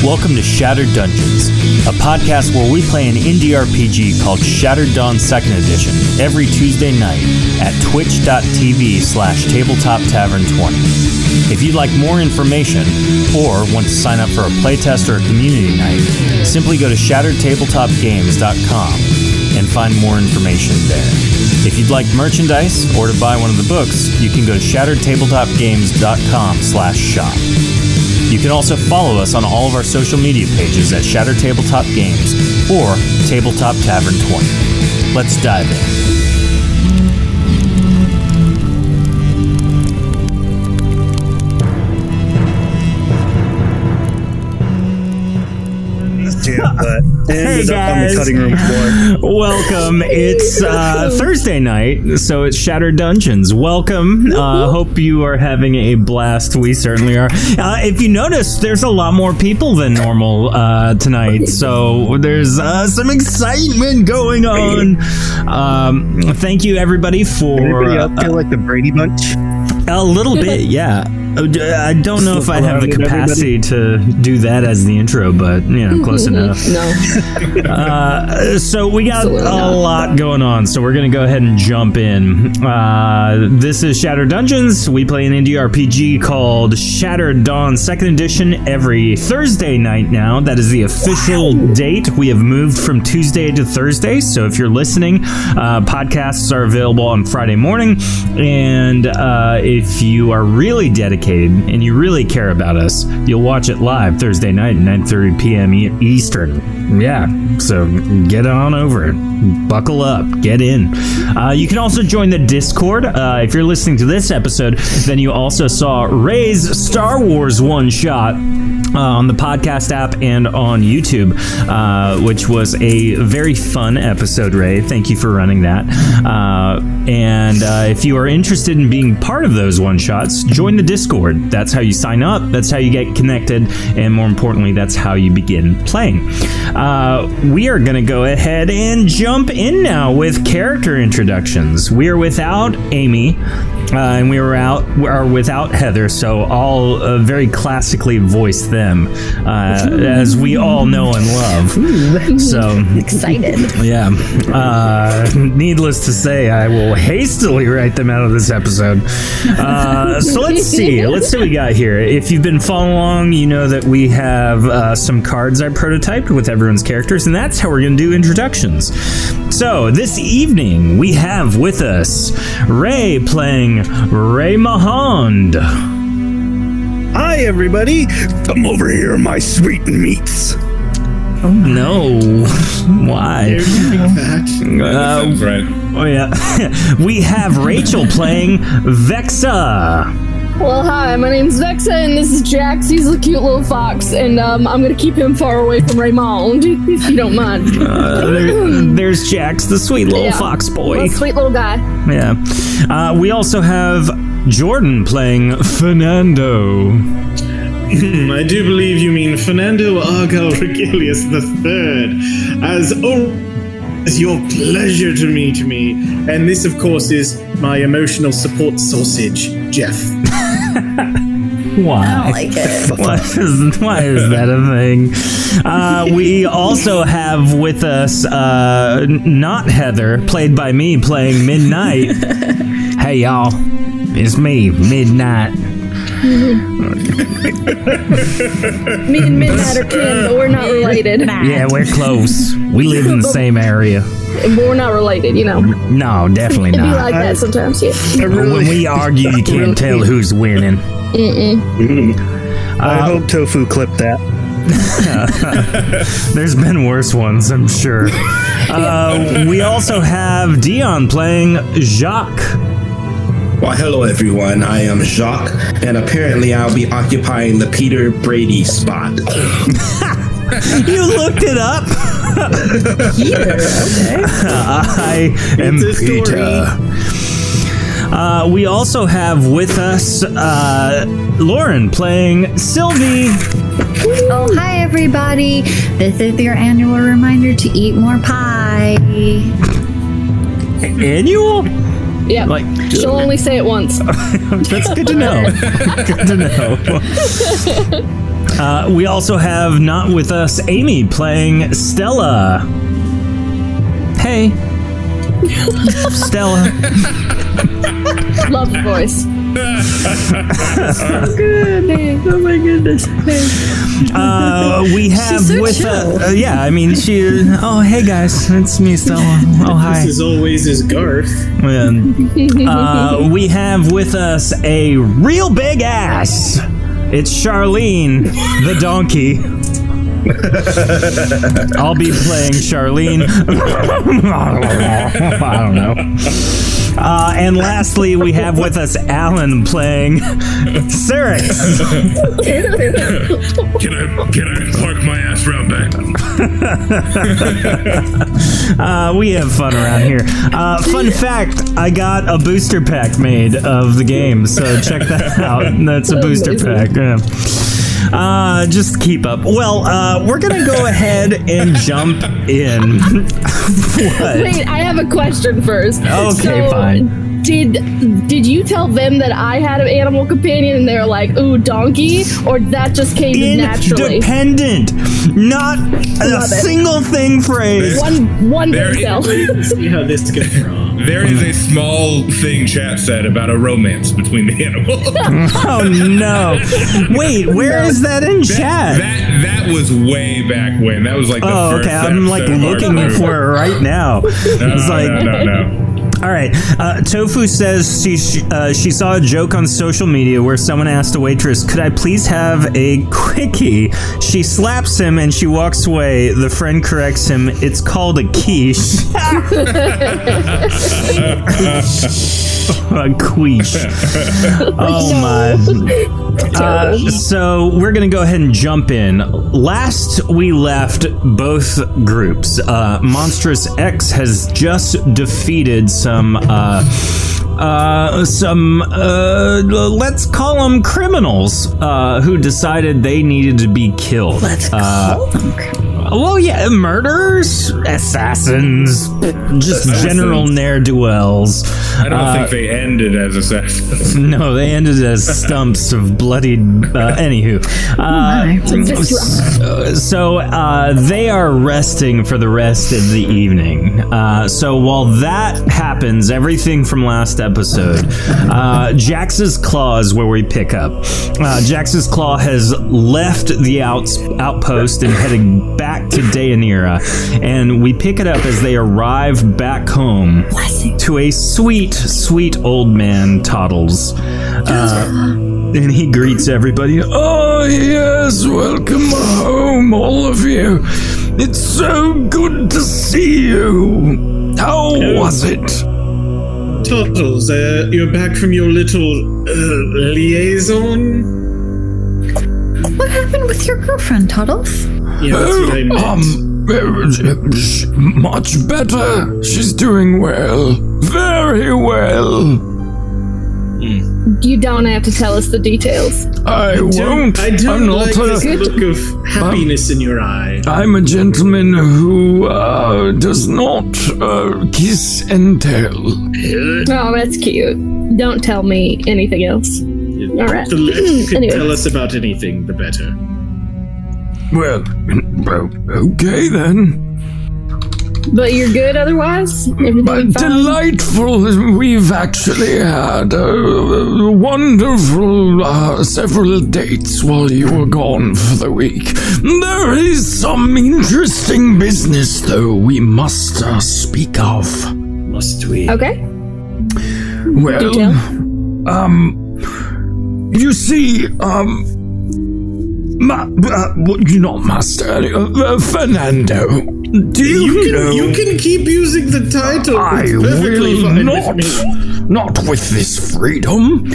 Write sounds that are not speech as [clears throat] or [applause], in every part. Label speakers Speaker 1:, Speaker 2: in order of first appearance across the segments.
Speaker 1: Welcome to Shattered Dungeons, a podcast where we play an indie RPG called Shattered Dawn 2nd Edition every Tuesday night at twitch.tv slash tabletoptavern20. If you'd like more information or want to sign up for a playtest or a community night, simply go to shatteredtabletopgames.com and find more information there. If you'd like merchandise or to buy one of the books, you can go to shatteredtabletopgames.com slash shop. You can also follow us on all of our social media pages at Shatter Tabletop Games or Tabletop Tavern 20. Let's dive in.
Speaker 2: Jam, but it ended
Speaker 1: Hey,
Speaker 2: up on the
Speaker 1: guys.
Speaker 2: cutting room floor.
Speaker 1: [laughs] Welcome. It's uh, Thursday night, so it's Shattered Dungeons. Welcome. Uh, hope you are having a blast. We certainly are. Uh, if you notice, there's a lot more people than normal uh, tonight, so there's uh, some excitement going on. Um, thank you, everybody, for uh,
Speaker 2: Anybody out there like the Brady Bunch?
Speaker 1: A little bit, yeah. Uh, d- I don't know if I have the
Speaker 2: Surrounded
Speaker 1: capacity to do that as the intro, but you know, close enough.
Speaker 3: [laughs] Mm-hmm. No.
Speaker 1: Uh, so we got
Speaker 3: Absolutely
Speaker 1: a
Speaker 3: not.
Speaker 1: lot going on, so we're gonna go ahead and jump in. Uh, this is Shattered Dungeons. We play an indie RPG called Shattered Dawn Second Edition every Thursday night. Now that is the official date. We have moved from Tuesday to Thursday. So if you're listening, uh, podcasts are available on Friday morning, and uh, if you are really dedicated and you really care about us, you'll watch it live Thursday night at 9:30 p.m. E- Eastern. Yeah, so get on over, buckle up, get in. Uh, you can also join the Discord. Uh, if you're listening to this episode, then you also saw Ray's Star Wars one shot uh, on the podcast app and on YouTube, uh, which was a very fun episode, Ray. Thank you for running that. Uh, and uh, if you are interested in being part of those one shots, join the Discord. That's how you sign up, that's how you get connected, and more importantly, that's how you begin playing. Uh, we are going to go ahead and jump in now with character introductions. We are without Amy uh, and we were out we are without Heather, so I'll uh, very classically voice them uh, as we all know and love. So
Speaker 3: Excited.
Speaker 1: yeah, uh, needless to say, I will hastily write them out of this episode. Uh, so let's see, let's see what we got here. If you've been following along, you know that we have uh, some cards I prototyped with everyone's characters, and that's how we're going to do introductions. So this evening we have with us Ray playing Ray Mahond.
Speaker 2: Hi, everybody. Come over here, my sweet meats.
Speaker 1: No, [laughs] why? Uh, Oh yeah, [laughs] we have Rachel playing Vexa.
Speaker 3: Well, hi, my name's Vexa, and this is Jax. He's a cute little fox, and um, I'm gonna keep him far away from Raymond, if you
Speaker 1: [laughs]
Speaker 3: don't mind.
Speaker 1: Uh, there- there's Jax, the sweet little
Speaker 3: Yeah.
Speaker 1: fox boy.
Speaker 3: Well, sweet little guy.
Speaker 1: Yeah. Uh, we also have Jordan playing Fernando.
Speaker 4: Hmm, I do believe you mean Fernando Argal Regilius III. As oh, it's your pleasure to meet me. And this, of course, is my emotional support sausage, Jeff.
Speaker 1: Why?
Speaker 5: like it.
Speaker 1: [laughs] Why is, why is that a thing? Uh, we also have with us uh, n- not Heather, played by me, playing Midnight. hey y'all, it's me, Midnight. Mm-hmm.
Speaker 3: [laughs] Me and Midnight are kin, but we're not related.
Speaker 1: Yeah, we're close. We live in the same area.
Speaker 3: But we're not related, you know. It'd
Speaker 1: No, definitely
Speaker 3: be
Speaker 1: not.
Speaker 3: like that sometimes, yeah.
Speaker 2: I
Speaker 1: When
Speaker 2: really
Speaker 1: we argue, you can't
Speaker 3: [laughs]
Speaker 1: tell who's winning.
Speaker 2: [laughs]
Speaker 1: Uh,
Speaker 2: I hope Tofu clipped that.
Speaker 1: [laughs] There's been worse ones, I'm
Speaker 2: [laughs]
Speaker 1: sure. Uh, we also have Dion playing Jacques.
Speaker 6: Well, hello everyone. I am Jacques, and apparently I'll be occupying the Peter
Speaker 7: [laughs]
Speaker 6: Brady spot.
Speaker 1: You looked it up. I am
Speaker 4: It's a story.
Speaker 1: Peter. Uh, we also have with us uh, Lauren playing Sylvie.
Speaker 5: [laughs] Oh, hi everybody. This is your annual reminder to eat more pie.
Speaker 1: Annual?
Speaker 3: Yeah.
Speaker 1: Like,
Speaker 3: She'll
Speaker 1: [laughs]
Speaker 3: only say it
Speaker 4: [laughs]
Speaker 3: once.
Speaker 1: That's good to know. good to know. Uh, we also have not with us Amy playing Stella.
Speaker 5: [laughs]
Speaker 1: Hey, Stella.
Speaker 3: Love the
Speaker 1: [laughs]
Speaker 3: voice. [laughs] Oh
Speaker 1: [laughs] Uh, we have
Speaker 5: so
Speaker 1: with
Speaker 5: chill.
Speaker 1: uh, uh, yeah. I mean, she. Oh, hey guys, it's me, Stella.
Speaker 4: [laughs]
Speaker 1: Oh, hi.
Speaker 4: This is always is Garth.
Speaker 1: And, uh, we have with us a real big ass. It's Charlene, the donkey. I'll be playing Charlene. I don't know. Uh, and lastly, we have with us Alan playing Syrinx.
Speaker 7: [coughs] Can I can I park my ass round back?
Speaker 1: [laughs] Uh, we have fun around here. Uh, fun fact: I got a booster pack made of the game, so check that [laughs] out. That's a booster pack. Yeah. Uh, just keep up. Well, uh, we're gonna
Speaker 3: [laughs]
Speaker 1: go ahead and jump in. what?
Speaker 3: [laughs] Wait, I have a question first.
Speaker 1: Okay, fine.
Speaker 3: Did did you tell them that I had an animal companion and they were like, ooh, donkey? Or that just came naturally?
Speaker 1: Independent, not a
Speaker 3: Love it.
Speaker 1: single thing phrase.
Speaker 3: One one
Speaker 7: There
Speaker 3: big cell.
Speaker 4: See how this goes wrong.
Speaker 7: There is a small thing chat said about a romance between the animals.
Speaker 1: [laughs] Oh no! [laughs] Wait, where is that in chat?
Speaker 7: That that was way back when. That was like the
Speaker 1: Oh,
Speaker 7: first
Speaker 1: okay. I'm like
Speaker 7: episode of our
Speaker 1: looking
Speaker 7: group.
Speaker 1: for it right now.
Speaker 7: [laughs] No,
Speaker 1: It's like,
Speaker 7: no, no,
Speaker 1: [laughs]
Speaker 7: no.
Speaker 1: all right. Uh, Tofu says she she, uh, she saw a joke on social media where someone asked a waitress, "Could I please have a quickie?" She slaps him and she walks away. The friend corrects him, "It's called a
Speaker 7: [laughs]
Speaker 1: quiche." [laughs] a
Speaker 7: [laughs]
Speaker 1: quiche. Oh my. Uh, so we're gonna go ahead and jump in. Last we left both groups. Uh, Monstrous X has just defeated some. Uh, uh, some uh, let's call them criminals uh, who decided they needed to be killed.
Speaker 5: Let's
Speaker 1: Uh,
Speaker 5: call them criminals.
Speaker 1: well, yeah, murderers, assassins, just general ne'er do wells. Uh,
Speaker 7: I don't think they ended as assassins.
Speaker 1: [laughs] No, they ended as stumps of bloodied.
Speaker 7: [laughs]
Speaker 1: Uh, anywho,
Speaker 5: my.
Speaker 1: uh, so, so, uh, they are resting for the rest of the evening. Uh, so while that happens, everything from last episode, uh, Jax's claw is where we pick up. Uh, Jax's claw has left the outs- outpost and heading back to Deanira, and we pick it up as they arrive back home to a sweet, sweet old man, Toddles. Uh, and he greets everybody. Oh, yes, welcome home, all of you. It's so good to see you. How was it?
Speaker 4: Toddles, Oh, uh, you're back from your little uh, liaison.
Speaker 5: What happened with your girlfriend, Toddles?
Speaker 4: Yeah,
Speaker 1: Oh,
Speaker 4: that's what I meant.
Speaker 8: Um, uh, sh- much better. She's doing well. Very well.
Speaker 3: You don't have to tell us the details.
Speaker 8: I
Speaker 4: Don't-
Speaker 8: won't.
Speaker 4: I don't
Speaker 8: am not
Speaker 4: like
Speaker 8: a,
Speaker 4: this look of happiness in your eye.
Speaker 8: I'm a gentleman who uh, does not uh, kiss and tell.
Speaker 3: Oh, that's cute. Don't tell me anything else. All right.
Speaker 4: The less
Speaker 5: [clears throat]
Speaker 4: you can
Speaker 3: Anyway.
Speaker 4: tell us about anything, the better.
Speaker 8: Well, [clears throat] o- okay then.
Speaker 3: But you're good otherwise?
Speaker 4: Mm.
Speaker 3: Everything
Speaker 8: But
Speaker 3: fine?
Speaker 8: delightful. We've actually had a, a wonderful uh, several dates while you were gone for the week. There is some interesting business, though, we must uh, speak of.
Speaker 4: Must we?
Speaker 3: Okay.
Speaker 8: Well,
Speaker 3: Detail.
Speaker 8: um, you see, um, ma- uh, well, not master, uh, uh, Fernando. Do you,
Speaker 4: You can,
Speaker 8: know?
Speaker 4: you can keep using the title.
Speaker 8: I
Speaker 4: It's perfectly
Speaker 8: will
Speaker 4: fine
Speaker 8: not,
Speaker 4: With me.
Speaker 8: not with this freedom.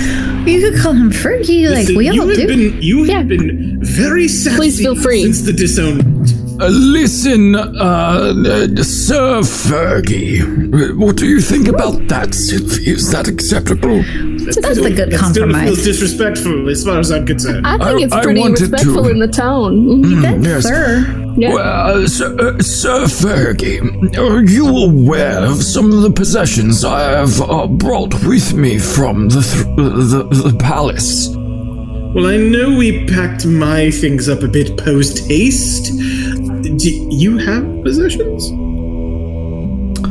Speaker 5: You could call him Fergie, like
Speaker 4: Listen,
Speaker 5: we
Speaker 4: you
Speaker 5: all
Speaker 4: have
Speaker 5: do.
Speaker 4: Been, you have
Speaker 3: Yeah.
Speaker 4: been very sassy
Speaker 3: Please feel free.
Speaker 4: since the disownment.
Speaker 8: Uh, listen, uh, uh, Sir Fergie, uh, what do you think about that, Sylvie? Is that acceptable?
Speaker 4: Uh,
Speaker 5: That's a good
Speaker 4: That still feels
Speaker 5: compromise.
Speaker 4: disrespectful as far as I'm concerned.
Speaker 3: I think
Speaker 8: I-
Speaker 3: it's
Speaker 8: I
Speaker 3: pretty
Speaker 8: wanted to- Hmm,
Speaker 3: respectful in the tone. Mhm.
Speaker 8: yes.
Speaker 5: Sir,
Speaker 3: Yeah.
Speaker 8: Well, uh, Sir, uh, Sir Fergie, are you aware of some of the possessions I have uh, brought with me from the, th- uh, the the palace?
Speaker 4: Well, I know we packed my things up a bit post haste. Do you have possessions?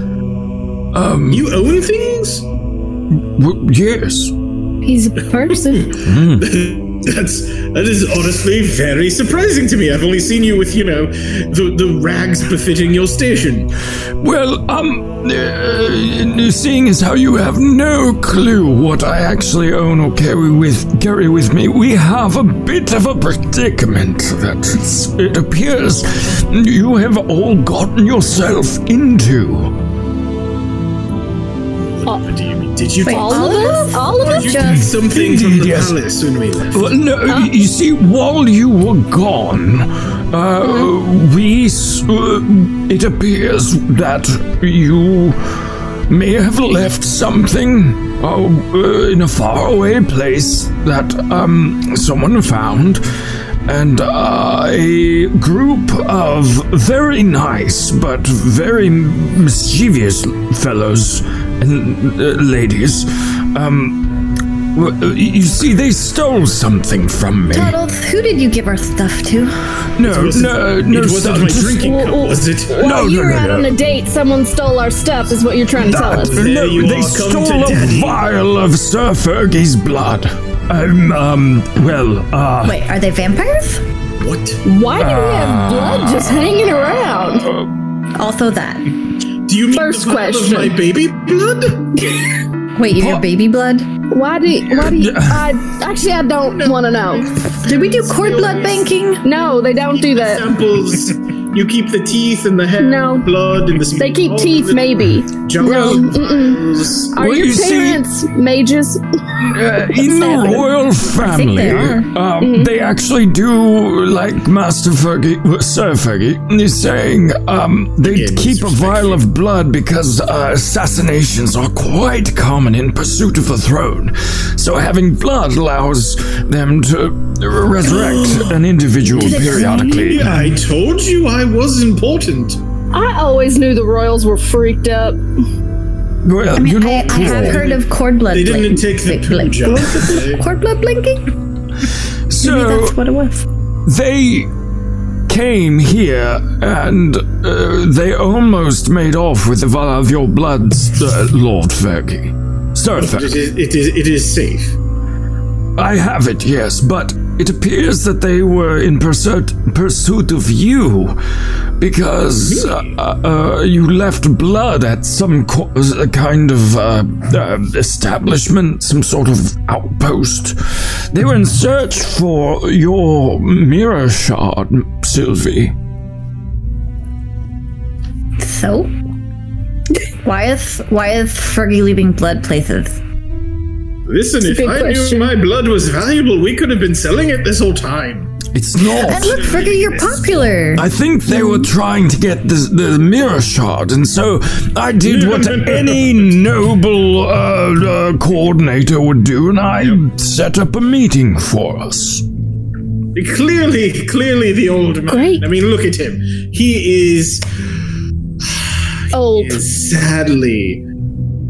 Speaker 8: Um,
Speaker 4: You own things?
Speaker 8: w- yes. Hmm.
Speaker 3: He's a
Speaker 8: [laughs]
Speaker 3: person.
Speaker 4: [laughs] That's that is honestly very surprising to me. I've only seen you with you know the the rags befitting your station.
Speaker 8: Well, um, uh, seeing as how you have no clue what I actually own or carry with carry with me, we have a bit of a predicament that it's- it appears you have all gotten yourself into.
Speaker 3: Oh.
Speaker 4: What do you mean? Did you
Speaker 5: Wait,
Speaker 4: take
Speaker 3: all of us? All of us?
Speaker 5: Just-
Speaker 4: something from the
Speaker 8: Yes.
Speaker 4: palace when we left?
Speaker 8: Well, no, y- you see, while you were gone, uh, we s- uh, it appears that you may have left something uh, uh, in a faraway place that um, someone found, and uh, a group of very nice but very mischievous fellows and uh, ladies. Um, well, uh, You see, they stole something from me.
Speaker 5: Tuttle, who did you give our stuff to?
Speaker 8: No,
Speaker 4: Wasn't-
Speaker 8: no, no.
Speaker 4: it wasn't
Speaker 8: stop,
Speaker 4: my
Speaker 8: just-
Speaker 4: drinking cup,
Speaker 3: Well,
Speaker 4: was it?
Speaker 3: While
Speaker 8: No,
Speaker 3: you
Speaker 8: no,
Speaker 3: were
Speaker 8: no,
Speaker 3: out
Speaker 8: no.
Speaker 3: on a date, someone stole our stuff, is what you're trying to tell us.
Speaker 4: There you
Speaker 8: No, they
Speaker 4: are, come to
Speaker 8: stole a
Speaker 4: daddy.
Speaker 8: vial of Sir Fergie's blood. Um, um, well, uh,
Speaker 5: Wait, are they vampires?
Speaker 4: What?
Speaker 3: Why do we
Speaker 4: Ah.
Speaker 3: have blood just hanging around?
Speaker 5: Also that.
Speaker 4: Do you mean
Speaker 3: First
Speaker 4: the vial
Speaker 3: question.
Speaker 4: of my baby blood?
Speaker 5: Wait, you have baby blood?
Speaker 3: Why do why do you, I actually I don't want to know.
Speaker 5: Did we do cord blood banking?
Speaker 3: No, they don't do that.
Speaker 4: Samples. You keep the teeth and the hair,
Speaker 3: No.
Speaker 4: and the blood and the. sp-
Speaker 3: They keep
Speaker 4: all
Speaker 3: teeth,
Speaker 4: the
Speaker 3: maybe.
Speaker 4: junk.
Speaker 3: Are
Speaker 8: Well,
Speaker 3: your
Speaker 8: you see-
Speaker 3: parents mages?
Speaker 8: uh, in the
Speaker 5: happening?
Speaker 8: royal family,
Speaker 5: they are. Mm-hmm.
Speaker 8: um, they actually do like Master Fergie, uh, Sir Fergie is saying. Um, they
Speaker 4: Again,
Speaker 8: keep a vial of blood because uh, assassinations are quite common in pursuit of the throne. So having blood allows them to
Speaker 4: [gasps]
Speaker 8: resurrect an individual periodically.
Speaker 4: Yeah, I told you I was important.
Speaker 3: I always knew the royals were freaked up.
Speaker 8: Well, you know,
Speaker 5: I, I have heard of cord blood
Speaker 4: They didn't
Speaker 5: blank-
Speaker 4: take the
Speaker 5: blank-
Speaker 4: poo
Speaker 5: blank-
Speaker 4: jar. They-
Speaker 5: [laughs] Cord blood blanking?
Speaker 8: so
Speaker 5: That's what it was.
Speaker 8: they came here and uh, they almost made off with the vial of your blood, uh, Lord Fergie. Sir
Speaker 4: It
Speaker 8: Fergie.
Speaker 4: is, it is, it is safe.
Speaker 8: I have it, yes, but it appears that they were in pursuit pursuit of you because uh, uh, you left blood at some co- uh, kind of uh, uh, establishment, some sort of outpost. They were in search for your mirror shard, Sylvie.
Speaker 5: So? Why is why is Fergie leaving blood places?
Speaker 4: Listen, if
Speaker 3: big
Speaker 4: I
Speaker 3: question.
Speaker 4: knew my blood was valuable, we could have been selling it this whole time.
Speaker 8: It's not.
Speaker 5: And look, Fergie, you're popular.
Speaker 8: I think they were trying to get the, the mirror shard, and so I did what any noble uh, uh, coordinator would do, and I set up a meeting for us.
Speaker 4: Clearly, clearly the old man.
Speaker 3: Great.
Speaker 4: I mean, look at him. He is [sighs]
Speaker 3: Old.
Speaker 4: is sadly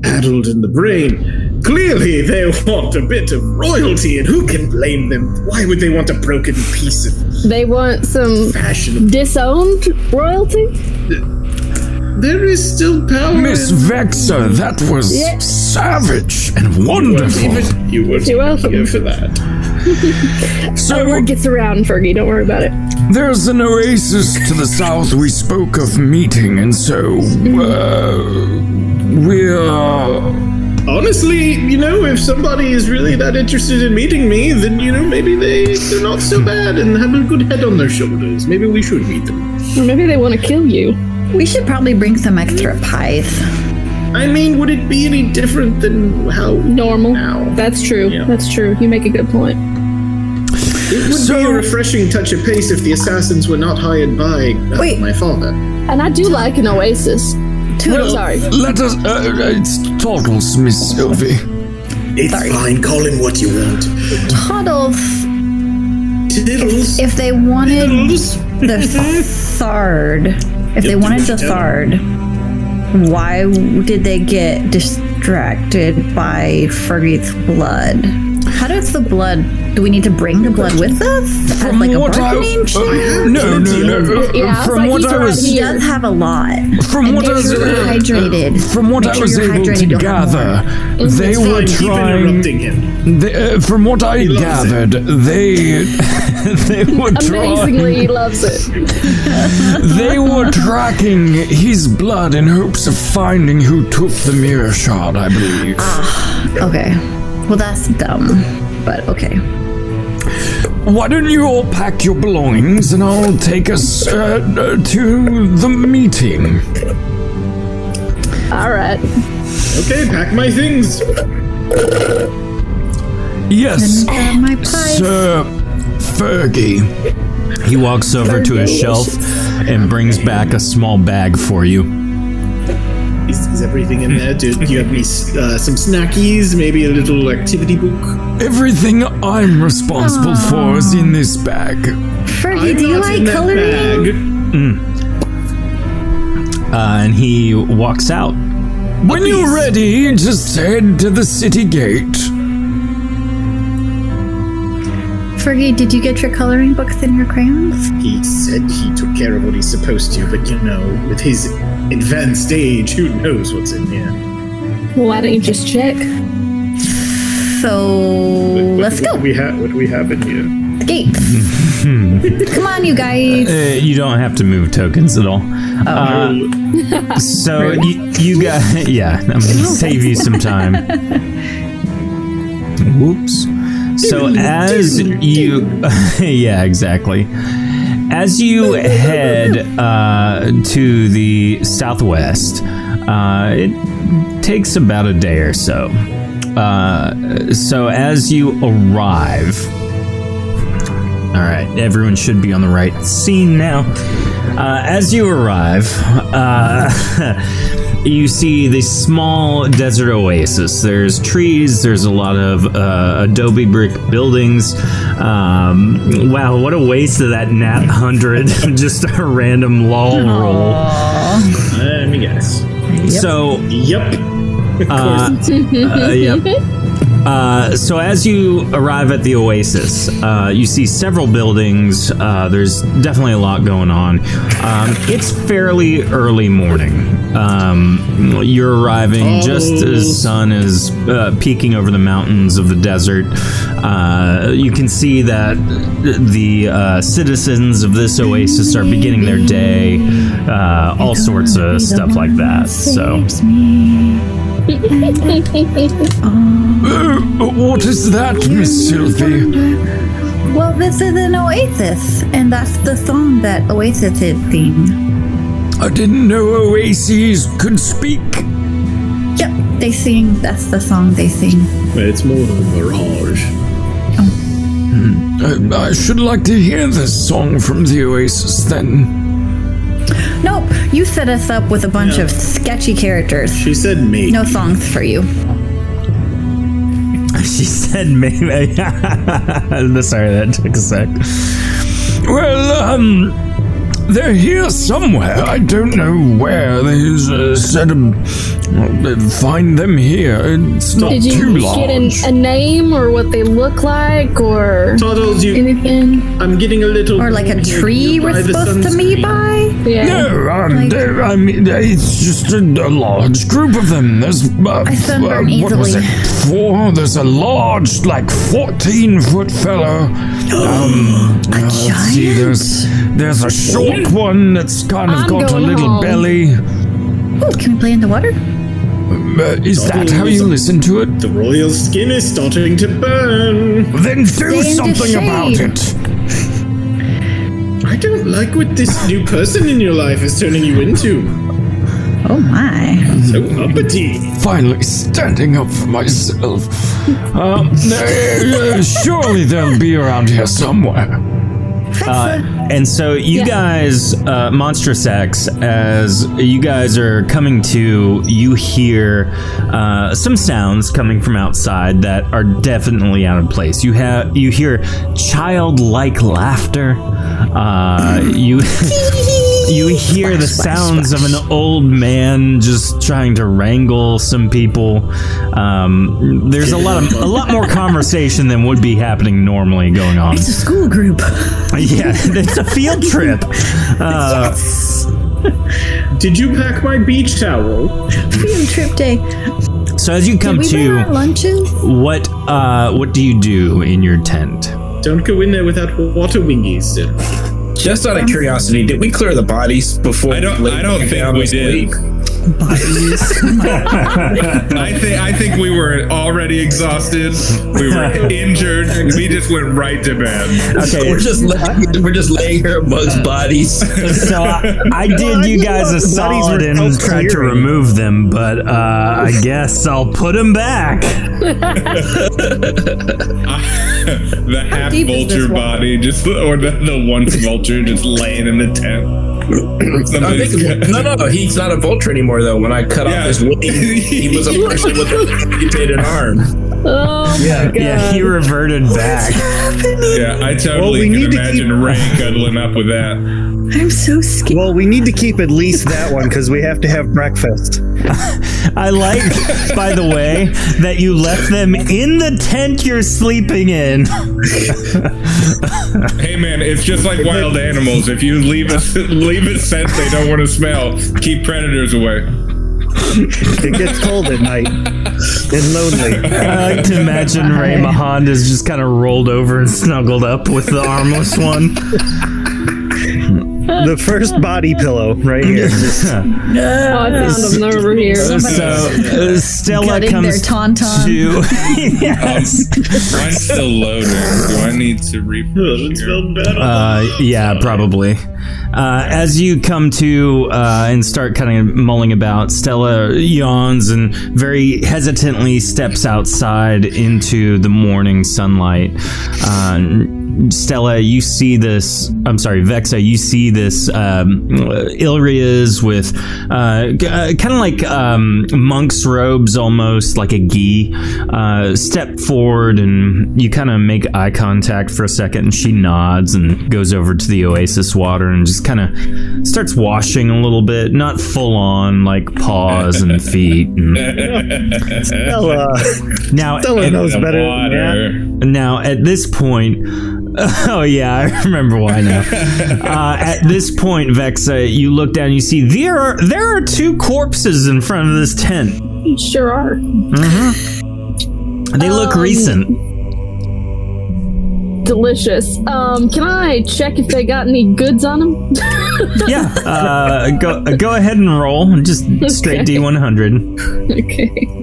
Speaker 4: addled in the brain. Clearly, they [laughs] want a bit of royalty, and who can blame them? Why would they want a broken piece of
Speaker 3: They want some
Speaker 4: fashion?
Speaker 3: disowned royalty?
Speaker 4: There is still power.
Speaker 8: Miss
Speaker 4: in-
Speaker 8: Vexer, that was
Speaker 3: Yeah.
Speaker 8: savage and wonderful.
Speaker 4: Even- You weren't
Speaker 3: You're welcome.
Speaker 4: here for that.
Speaker 8: So
Speaker 3: Word gets around, Fergie. Don't worry about it.
Speaker 8: there's an oasis to the south we spoke of meeting, and so uh, we're.
Speaker 4: Honestly, you know, if somebody is really that interested in meeting me, then you know maybe they they're not so bad and have a good head on their shoulders. Maybe we should meet them.
Speaker 3: Or maybe they want to kill you.
Speaker 5: We should probably bring some extra pies.
Speaker 4: I mean, would it be any different than how
Speaker 3: Normal.
Speaker 4: Ow.
Speaker 3: That's true.
Speaker 4: Yeah.
Speaker 3: That's true. You make a good point.
Speaker 4: It would be
Speaker 8: So-
Speaker 4: a refreshing touch of pace if the assassins were not hired by uh,
Speaker 5: Wait.
Speaker 4: my father.
Speaker 3: And I do like an oasis.
Speaker 5: Toodles.
Speaker 3: Sorry.
Speaker 8: Let us. Uh, it's Toddles, Miss Sylvie.
Speaker 4: It's
Speaker 5: Sorry.
Speaker 4: fine. Call him what you want.
Speaker 5: Toddles,
Speaker 4: Tiddles.
Speaker 5: if they wanted
Speaker 4: Tiddles.
Speaker 5: the third, if they wanted the third, why did they get distracted by Fergie's blood? How does the blood? Do we need to bring the blood with us? As
Speaker 8: From
Speaker 5: like a
Speaker 8: what I
Speaker 5: bargaining
Speaker 8: uh,
Speaker 5: chip?
Speaker 8: no, no, no. uh,
Speaker 3: Yeah, it's
Speaker 8: from
Speaker 3: like
Speaker 8: what
Speaker 3: he's
Speaker 8: I was
Speaker 5: He does have a lot.
Speaker 8: from what I
Speaker 5: Make
Speaker 8: was
Speaker 5: sure you're
Speaker 8: uh,
Speaker 5: hydrated.
Speaker 8: from what
Speaker 5: Make
Speaker 8: I
Speaker 5: sure
Speaker 8: was
Speaker 5: you're
Speaker 8: able to
Speaker 5: hydrated, you'll have
Speaker 8: gather,
Speaker 5: more.
Speaker 8: they
Speaker 4: Fine,
Speaker 8: were
Speaker 4: keep
Speaker 8: trying.
Speaker 4: interrupting him.
Speaker 8: They, uh, from what I
Speaker 4: loves
Speaker 8: gathered, they [laughs] they were trying. [laughs]
Speaker 3: Amazingly, he loves it.
Speaker 8: They were tracking his blood in hopes of finding who took the mirror shot. I believe.
Speaker 5: Okay. Well, that's dumb, but okay.
Speaker 8: Why don't you all pack your belongings and I'll take us uh, uh, to the meeting?
Speaker 3: All right.
Speaker 4: Okay, pack my things.
Speaker 8: Yes,
Speaker 5: Grab uh, my pipe.
Speaker 8: Sir Fergie.
Speaker 1: He walks over to a shelf and brings back a small bag for you.
Speaker 4: Is, is everything in there? Do, do you have any s- uh, some snackies? Maybe a little activity book?
Speaker 8: Everything I'm responsible
Speaker 5: Ah.
Speaker 8: for is in this bag.
Speaker 5: Fergie, do you
Speaker 4: Not in
Speaker 5: like
Speaker 4: that
Speaker 5: coloring?
Speaker 4: bag.
Speaker 1: Mm. Uh, and he walks out.
Speaker 8: When you're ready, just head to the city gate.
Speaker 5: Fergie, did you get your coloring books and your crayons?
Speaker 4: He said he took care of what he's supposed to, but you know, with his advanced age, who knows what's in here?
Speaker 3: Well, why don't you just check?
Speaker 5: So let's
Speaker 4: what,
Speaker 5: go.
Speaker 4: do We ha- what do we have in here?
Speaker 5: The gates.
Speaker 1: [laughs]
Speaker 5: Come on, you guys.
Speaker 1: Uh, you don't have to move tokens at all. Uh, so you, you got [laughs] yeah. I'm gonna save you some time. Whoops. So as you [laughs] yeah exactly. As you head uh, to the southwest, uh, it takes about a day or so. Uh, so as you arrive, all right, everyone should be on the right scene now. Uh, as you arrive, uh, [laughs] you see this small desert oasis. There's trees, there's a lot of uh, adobe brick buildings. Um, wow, what a waste of that nat 100. [laughs] Just a random lol roll.
Speaker 4: Let me guess.
Speaker 1: So
Speaker 4: Yep.
Speaker 5: [laughs]
Speaker 1: Uh, uh,
Speaker 4: [laughs]
Speaker 1: yep. Uh, so as you arrive at the oasis, uh, you see several buildings. Uh, there's definitely a lot going on. Um, it's fairly early morning. Um, you're arriving just as sun is uh, peeking over the mountains of the desert. Uh, you can see that the uh, citizens of this oasis are beginning their day. Uh, all sorts of stuff like that. So.
Speaker 5: Saves me. Uh-huh.
Speaker 8: Uh, what is that, Miss Sylvie?
Speaker 5: Well, this is an oasis, and that's the song that Oasis is sing.
Speaker 8: I didn't know oases could speak.
Speaker 5: Yep, they sing. That's the song they sing.
Speaker 4: But it's more than a mirage.
Speaker 8: Uh, I should like to hear this song from the oasis then.
Speaker 5: Nope, you set us up with a bunch
Speaker 4: Yeah.
Speaker 5: of sketchy characters.
Speaker 4: She said me.
Speaker 5: No songs for you.
Speaker 1: She said maybe. [laughs] Sorry, that took a sec.
Speaker 8: Well, um, they're here somewhere. I don't know where. They uh, said um, uh, find them here. It's not
Speaker 3: Did you
Speaker 8: too
Speaker 3: get an,
Speaker 8: large.
Speaker 3: a name or what they look like or
Speaker 4: Toddles, you.
Speaker 3: anything?
Speaker 4: I'm getting a little.
Speaker 5: Or like a
Speaker 4: You- you
Speaker 5: tree we're
Speaker 4: buy the
Speaker 5: supposed to meet
Speaker 4: sunscreen.
Speaker 5: by?
Speaker 3: Yeah.
Speaker 8: No, um,
Speaker 5: Like-
Speaker 8: there- I mean, it's just a, a large group of them. There's, uh,
Speaker 5: I sunburn
Speaker 8: uh, what was
Speaker 5: easily.
Speaker 8: it? Four. There's a large, like, fourteen-foot fellow. Um, uh, let's see,
Speaker 5: giant?
Speaker 8: there's there's a short one that's kind of
Speaker 3: I'm
Speaker 8: got a
Speaker 3: going
Speaker 8: little
Speaker 3: home.
Speaker 8: belly.
Speaker 5: Ooh, can we play in the water?
Speaker 8: Uh, is that how you listen to it?
Speaker 4: The royal skin is starting to burn.
Speaker 8: Then
Speaker 5: into
Speaker 8: do something about
Speaker 5: shade.
Speaker 8: it.
Speaker 4: I don't like what this new person in your life is turning you into.
Speaker 5: Oh my.
Speaker 4: So uppity.
Speaker 8: Finally, standing up for myself. Um, uh, surely they'll be around here somewhere. Uh,
Speaker 1: And so you
Speaker 3: Yeah.
Speaker 1: guys, uh, Monstrous X, as you guys are coming to, you hear uh, some sounds coming from outside that are definitely out of place. You have you hear childlike laughter. Uh, you [laughs] you hear the sounds of an old man just trying to wrangle some people. Um, there's a lot of a lot more conversation than would be happening normally going on.
Speaker 9: It's a school
Speaker 1: [laughs]
Speaker 9: group.
Speaker 1: Yeah, it's a
Speaker 9: [laughs]
Speaker 1: field trip. Uh,
Speaker 4: Did you pack my beach towel?
Speaker 9: Field trip day.
Speaker 1: So as you come
Speaker 9: Did we bring our
Speaker 1: to,
Speaker 9: lunches?
Speaker 1: what uh, what do you do in your tent?
Speaker 4: Don't go in there without water wingies. sir.
Speaker 6: Just out of curiosity, did we clear the bodies before?
Speaker 7: I don't.
Speaker 6: we
Speaker 7: I don't
Speaker 6: laid
Speaker 7: think
Speaker 6: down
Speaker 7: we
Speaker 6: this
Speaker 7: did.
Speaker 6: week? [laughs]
Speaker 7: I think. I think we were already exhausted.
Speaker 1: [laughs]
Speaker 7: We were injured. We just went right to bed.
Speaker 6: So we're just laying, we're just laying her amongst
Speaker 7: [laughs]
Speaker 6: bodies.
Speaker 1: So I,
Speaker 4: [laughs]
Speaker 1: I did you guys a solid and tried to remove them, but uh, I guess I'll put them back.
Speaker 7: The half
Speaker 9: deep is this
Speaker 7: vulture
Speaker 9: one?
Speaker 7: body, just or the, the one vulture, just laying in the tent.
Speaker 6: [clears throat] I think, no, no, no. He's not a vulture anymore, though. When I cut
Speaker 7: Yeah.
Speaker 6: off his wing, he
Speaker 7: [laughs]
Speaker 6: was a person with a amputated arm.
Speaker 3: Oh, my God.
Speaker 1: Yeah, he reverted back.
Speaker 7: Yeah, I totally
Speaker 2: we
Speaker 7: can
Speaker 2: need to
Speaker 7: imagine Ray
Speaker 2: [laughs]
Speaker 7: cuddling up with that.
Speaker 9: I'm so scared.
Speaker 2: Well, we need to keep at least that one because we have to have breakfast.
Speaker 1: [laughs] I like, by the way, that you left them in the tent you're sleeping in. [laughs]
Speaker 7: Hey man, it's just like wild animals. If you leave a [laughs] leave a scent they don't want to smell, keep predators away.
Speaker 2: It gets cold at night and lonely.
Speaker 1: I like to imagine Ray Mahond is just kind of rolled over and snuggled up with the armless one.
Speaker 2: The first body pillow right here.
Speaker 3: Oh, I found them. They're over here.
Speaker 1: So uh, [laughs] Stella
Speaker 5: Gutting
Speaker 1: comes
Speaker 5: their tauntaun.
Speaker 1: to yes,
Speaker 7: I'm still loading. Do I need to refresh? here?
Speaker 1: uh, yeah, probably. Uh, as you come to uh, and start kind of mulling about, Stella yawns and very hesitantly steps outside into the morning sunlight. Uh, Stella, you see this. I'm sorry, Vexa, you see this. Um, uh, Ilrias with uh, g- uh, kind of like um, monk's robes, almost like a gi. Uh, step forward, and you kind of make eye contact for a second, and she nods and goes over to the oasis water and just kind of starts washing a little bit, not full on like paws and feet. And
Speaker 2: Stella, [laughs]
Speaker 1: now,
Speaker 2: Stella knows
Speaker 7: The
Speaker 2: better than that.
Speaker 7: water.
Speaker 1: now, at this point, [laughs] oh yeah, I remember why
Speaker 2: [laughs]
Speaker 1: now. uh, at this point, Vexa, you look down, you see there are there are two corpses in front of this tent. Mm-hmm.
Speaker 3: You sure are.
Speaker 1: They look
Speaker 3: Um,
Speaker 1: recent.
Speaker 3: Delicious. Um, can I check if they got any goods on them?
Speaker 1: Yeah, uh, go go ahead and roll, just straight
Speaker 3: Okay.
Speaker 1: D100.
Speaker 3: okay.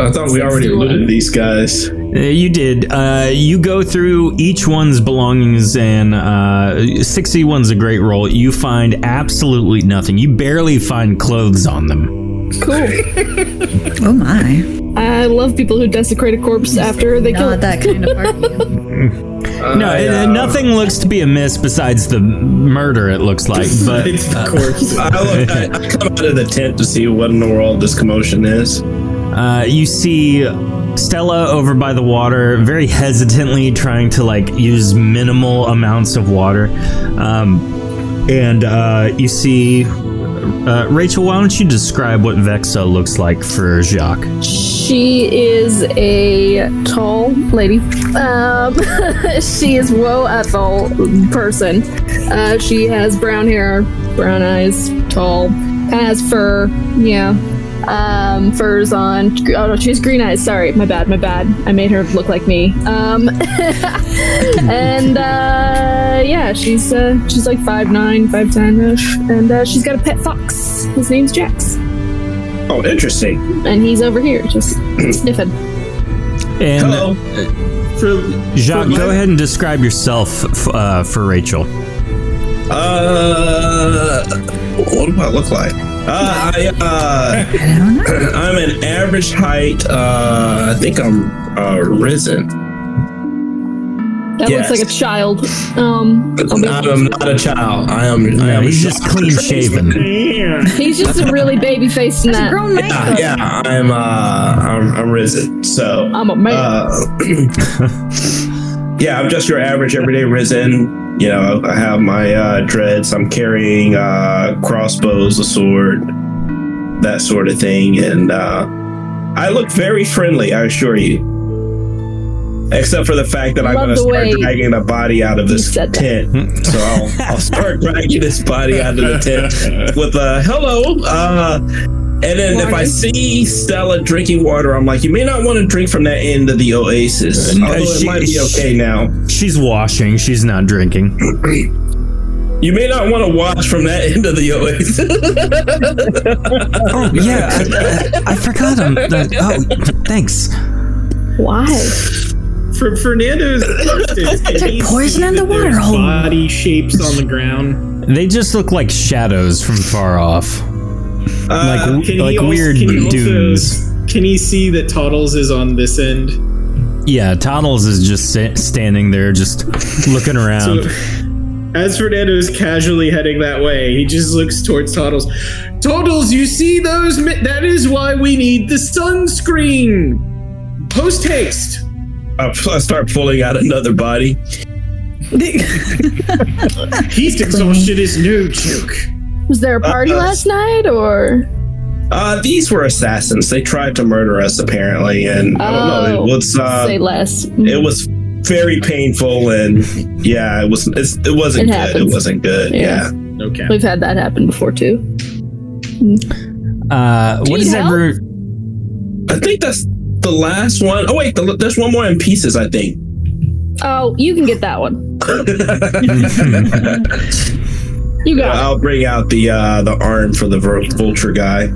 Speaker 6: I thought we already looted these guys.
Speaker 1: Uh, you did. Uh, you go through each one's belongings, and uh, 61's a great roll. You find absolutely nothing. You barely find clothes on them.
Speaker 5: [laughs]
Speaker 3: Cool.
Speaker 9: Oh my.
Speaker 3: I love people who desecrate a corpse after they kill
Speaker 5: Not
Speaker 3: it.
Speaker 5: that
Speaker 3: [laughs]
Speaker 5: kind of party.
Speaker 1: No, it, uh, nothing looks to be amiss besides the murder. It looks
Speaker 4: [laughs]
Speaker 1: like, but uh,
Speaker 4: It's the corpse.
Speaker 6: I, look, I,
Speaker 1: [laughs]
Speaker 6: I come out of the tent to see what in the world this commotion is.
Speaker 1: Uh, you see Stella over by the water, very hesitantly trying to like use minimal amounts of water. Um, and uh, you see uh, Rachel. Why don't you describe what Vexa looks like for Jacques?
Speaker 3: She is a tall lady. Um, [laughs] she is woe ethel person. Uh, she has brown hair, brown eyes, tall, has fur. Yeah, um, furs on. Oh no, she has green eyes. Sorry, my bad, my bad. I made her look like me. Um, [laughs] and uh, yeah, she's uh, she's like five nine, five ten ish, and uh, she's got a pet fox. His name's Jax,
Speaker 6: Oh, interesting.
Speaker 3: and he's over here
Speaker 6: [clears throat]
Speaker 3: just sniffing.
Speaker 1: And uh,
Speaker 6: Hello.
Speaker 1: Jacques, go ahead and describe yourself f- uh, for Rachel.
Speaker 6: Uh, what do I look like? Uh, I, uh,
Speaker 5: I don't know.
Speaker 6: [laughs] I'm an average height. Uh, I think I'm uh, risen.
Speaker 3: That
Speaker 6: Yes.
Speaker 3: looks like a child. Um, I'll be-
Speaker 6: I am not a child. I am. I
Speaker 1: Yeah,
Speaker 6: am
Speaker 1: he's
Speaker 6: a
Speaker 1: just
Speaker 6: child.
Speaker 1: clean shaven.
Speaker 3: he's just a really baby faced
Speaker 5: It's a
Speaker 3: nut.
Speaker 5: grown man.
Speaker 6: Yeah, yeah, I'm. Uh, [clears throat] I'm, I'm risen. So
Speaker 3: I'm a man.
Speaker 6: Uh, Yeah, I'm just your average everyday risen. You know, I have my uh, dreads. I'm carrying uh, crossbows, a sword, that sort of thing, and uh, I look very friendly. I assure you. Except for the fact that I'm
Speaker 3: Love
Speaker 6: going to
Speaker 3: the
Speaker 6: start
Speaker 3: way
Speaker 6: dragging a body out of this
Speaker 3: said that.
Speaker 6: tent, so I'll, I'll start dragging this body out of the tent with a hello. Uh, and then if I see Stella drinking water, I'm like, you may not want to drink from that end of the oasis.
Speaker 1: Uh,
Speaker 6: Although
Speaker 1: she-
Speaker 6: it might be
Speaker 1: she-
Speaker 6: okay now.
Speaker 1: She's washing. She's not drinking.
Speaker 6: You may not want to watch from that [laughs] end of the oasis.
Speaker 10: Oh yeah, I, I, I forgot him. That, oh, thanks.
Speaker 3: Why?
Speaker 4: For
Speaker 6: [laughs]
Speaker 4: Fernando's instance, can
Speaker 9: like
Speaker 4: he
Speaker 9: poison
Speaker 4: see
Speaker 9: in the
Speaker 4: that
Speaker 9: water
Speaker 4: there's
Speaker 9: hole.
Speaker 4: Body shapes on the ground.
Speaker 1: They just look like shadows from far off, like
Speaker 6: Uh,
Speaker 4: Can he
Speaker 1: like
Speaker 4: also,
Speaker 1: weird
Speaker 4: can he also-
Speaker 1: dunes.
Speaker 4: can he see that Toddles is on this end?
Speaker 1: Yeah, Toddles is just sta- standing there, just
Speaker 4: [laughs]
Speaker 1: looking
Speaker 4: So,
Speaker 1: around.
Speaker 4: as Fernando is casually heading that way, he just looks towards Toddles. Toddles, you see those? Mi- that is why we need the sunscreen. Post haste.
Speaker 6: I I start pulling out
Speaker 9: [laughs]
Speaker 6: another body.
Speaker 4: Heat exhaustion is no joke.
Speaker 3: Was there a party
Speaker 6: Uh, uh,
Speaker 3: last night or?
Speaker 6: Uh, these were assassins. They tried to murder us, apparently, and I don't know. It
Speaker 3: Oh,
Speaker 6: was uh,
Speaker 3: say less.
Speaker 6: it was very painful, and yeah, it was. It's, it wasn't
Speaker 3: It
Speaker 6: good.
Speaker 3: happens.
Speaker 6: It wasn't good.
Speaker 3: Yeah.
Speaker 6: Yeah.
Speaker 4: Okay.
Speaker 3: We've had that happen before too.
Speaker 1: Uh, what
Speaker 3: Need
Speaker 1: is that
Speaker 3: help?
Speaker 1: root?
Speaker 6: I think that's the last one. Oh wait, the, there's one more in pieces. I think.
Speaker 3: Oh, you can get that one. [laughs] You
Speaker 6: Yeah,
Speaker 3: got
Speaker 6: I'll bring out the uh, the arm for the vul- vulture guy.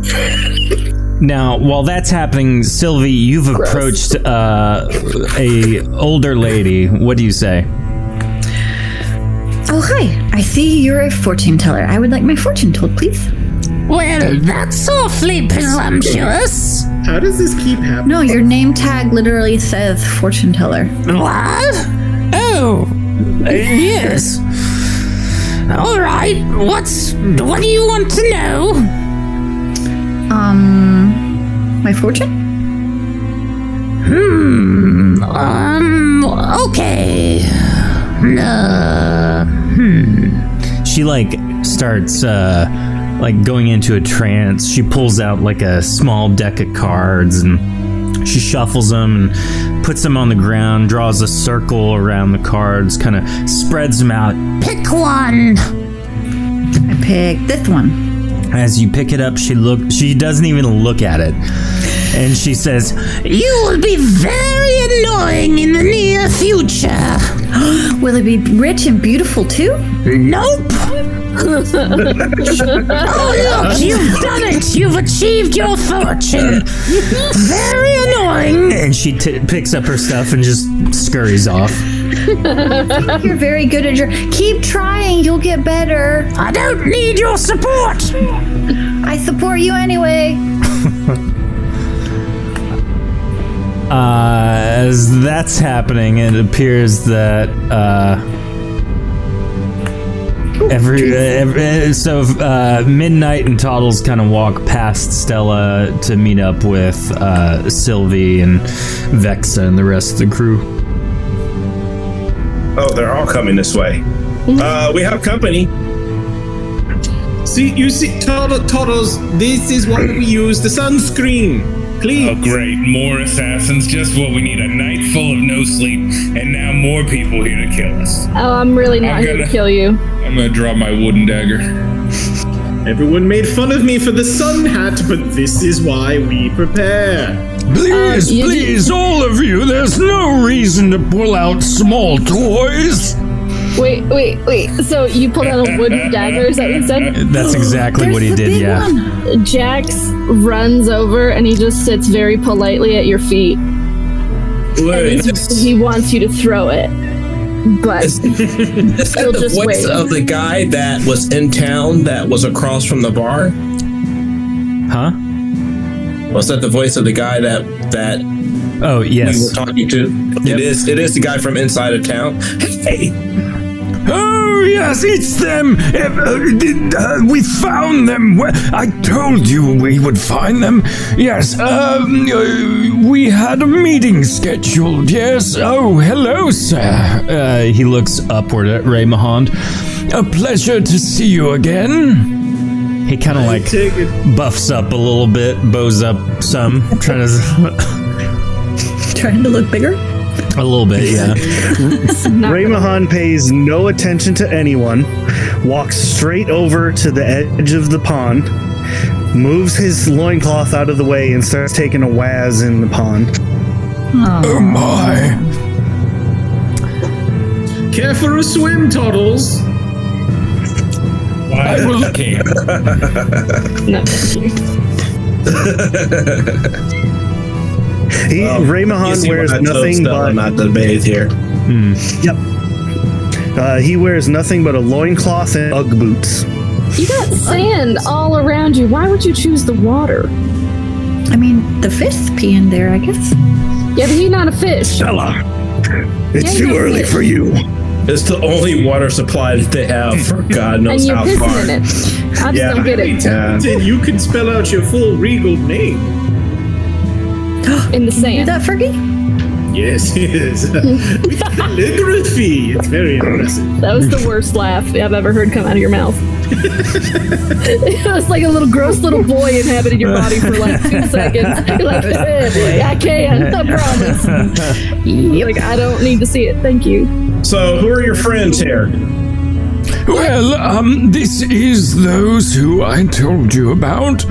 Speaker 1: Now, while that's happening, Sylvie, you've approached uh, a older lady. What do you say?
Speaker 5: Oh, hi. I see you're a fortune teller. I would like my fortune told, please.
Speaker 11: Well, that's awfully presumptuous.
Speaker 4: How does this keep happening?
Speaker 5: No, your name tag literally says fortune teller.
Speaker 11: What? Oh, yes. All right. What's what do you want to know?
Speaker 5: Um, my fortune?
Speaker 10: Hmm,
Speaker 11: Um. Okay. Uh, No. hmm.
Speaker 1: She like starts uh, like going into a trance. She pulls out like a small deck of cards and she shuffles them and puts them on the ground. Draws a circle around the cards, kind of spreads them out.
Speaker 11: Pick one.
Speaker 5: I picked this one.
Speaker 1: As you pick it up, she look. She doesn't even look at it, and she says,
Speaker 11: You will be very annoying in the near future.
Speaker 5: [gasps] Will it be rich and beautiful too?
Speaker 11: Nope. [laughs] oh, look, you've done it. You've achieved your fortune. Very annoying.
Speaker 1: and she t- picks up her stuff and just scurries off.
Speaker 5: You're very good at your. Keep trying, you'll get better.
Speaker 11: I don't need your support.
Speaker 5: I support you anyway.
Speaker 1: Uh, as that's happening, it appears that uh, every, uh, every uh, so uh, midnight and Toddles kind of walk past Stella to meet up with uh, Sylvie and Vexa and the rest of the crew.
Speaker 6: Oh, they're all coming this way.
Speaker 3: Mm-hmm.
Speaker 6: Uh, we have company.
Speaker 4: See, you see, Toddle- Toddles, this is why we use the sunscreen. Please.
Speaker 7: Oh, great. More assassins. Just what we need. A night full of no sleep. And now more people here to kill us.
Speaker 3: it. Oh, I'm really not
Speaker 7: I'm
Speaker 3: here to
Speaker 7: gonna-
Speaker 3: kill you.
Speaker 7: I'm going to draw my wooden dagger.
Speaker 4: Everyone made fun of me for the sun hat, but this is why we prepare.
Speaker 8: Please,
Speaker 3: Uh, you-
Speaker 8: please, all of you, there's no reason to pull out small toys.
Speaker 3: Wait, wait, wait. So you pulled out a wooden dagger? Is that what you said?
Speaker 1: That's exactly what he
Speaker 5: There's the
Speaker 1: did.
Speaker 5: big
Speaker 1: Yeah.
Speaker 5: one.
Speaker 3: Jax runs over and he just sits very politely at your feet.
Speaker 6: Wait,
Speaker 3: He wants you to throw it, but [laughs]
Speaker 6: Is that
Speaker 3: You'll
Speaker 6: the
Speaker 3: just
Speaker 6: voice
Speaker 3: wait.
Speaker 6: of the guy that was in town that was across from the bar?
Speaker 1: Huh?
Speaker 6: Was that the voice of the guy that that
Speaker 1: Oh
Speaker 6: we were
Speaker 1: yes.
Speaker 6: talking to? It is. It is the guy from inside of town. Hey,
Speaker 8: Oh, yes, it's them. Uh, uh, did, uh, we found them. Wh- I told you we would find them. Yes, um, uh, we had a meeting scheduled. Yes. Oh, hello, sir. Uh, he looks upward at Ray Mahond. A pleasure to see you again.
Speaker 1: He kind of like buffs up a little bit, bows up some, trying to [laughs]
Speaker 9: Trying to look bigger?
Speaker 1: a little bit, yeah.
Speaker 2: Ray Mahan pays no attention to anyone, walks straight over to the edge of the pond, moves his loincloth out of the way, and starts taking a waz in the pond.
Speaker 8: Oh my.
Speaker 4: Care for a swim, Toddles?
Speaker 7: I will.
Speaker 3: No, thank you.
Speaker 2: He, Ray
Speaker 6: Um, You
Speaker 2: Mahan
Speaker 6: see
Speaker 2: wears
Speaker 6: what I told
Speaker 2: nothing
Speaker 6: Stella
Speaker 2: but.
Speaker 6: not to bathe here.
Speaker 2: Yep. Uh, he wears nothing but a loincloth and Ugg boots.
Speaker 3: You got sand all around you. Why would you choose the water?
Speaker 9: I mean, the fish pee in there, I guess.
Speaker 3: Yeah, but you're not
Speaker 9: [gasps]
Speaker 3: a fish.
Speaker 6: It's
Speaker 3: Yeah, too you early did. for
Speaker 6: you. It's the only water supply that they have
Speaker 3: [laughs]
Speaker 6: for God
Speaker 3: And
Speaker 6: knows
Speaker 3: you're
Speaker 6: how
Speaker 3: pissing
Speaker 6: far.
Speaker 3: in it. I just
Speaker 6: Yeah.
Speaker 3: don't get it.
Speaker 6: Yeah.
Speaker 4: Then you can spell out your full regal name.
Speaker 3: In the
Speaker 9: You do
Speaker 3: sand.
Speaker 9: that, Fergie?
Speaker 4: Yes, [laughs] yes. With calligraphy. It's very impressive.
Speaker 3: That was the worst laugh I've ever heard come out of
Speaker 6: [laughs]
Speaker 3: your mouth. [laughs] it was like a little gross little boy inhabited your body for like two
Speaker 6: [laughs]
Speaker 3: seconds. [laughs] You're like, "Eh, I can, I promise. You're Like, I don't need to see it. Thank you.
Speaker 6: [laughs] So, who are your friends here?
Speaker 8: Well, um, this is those who I told you about.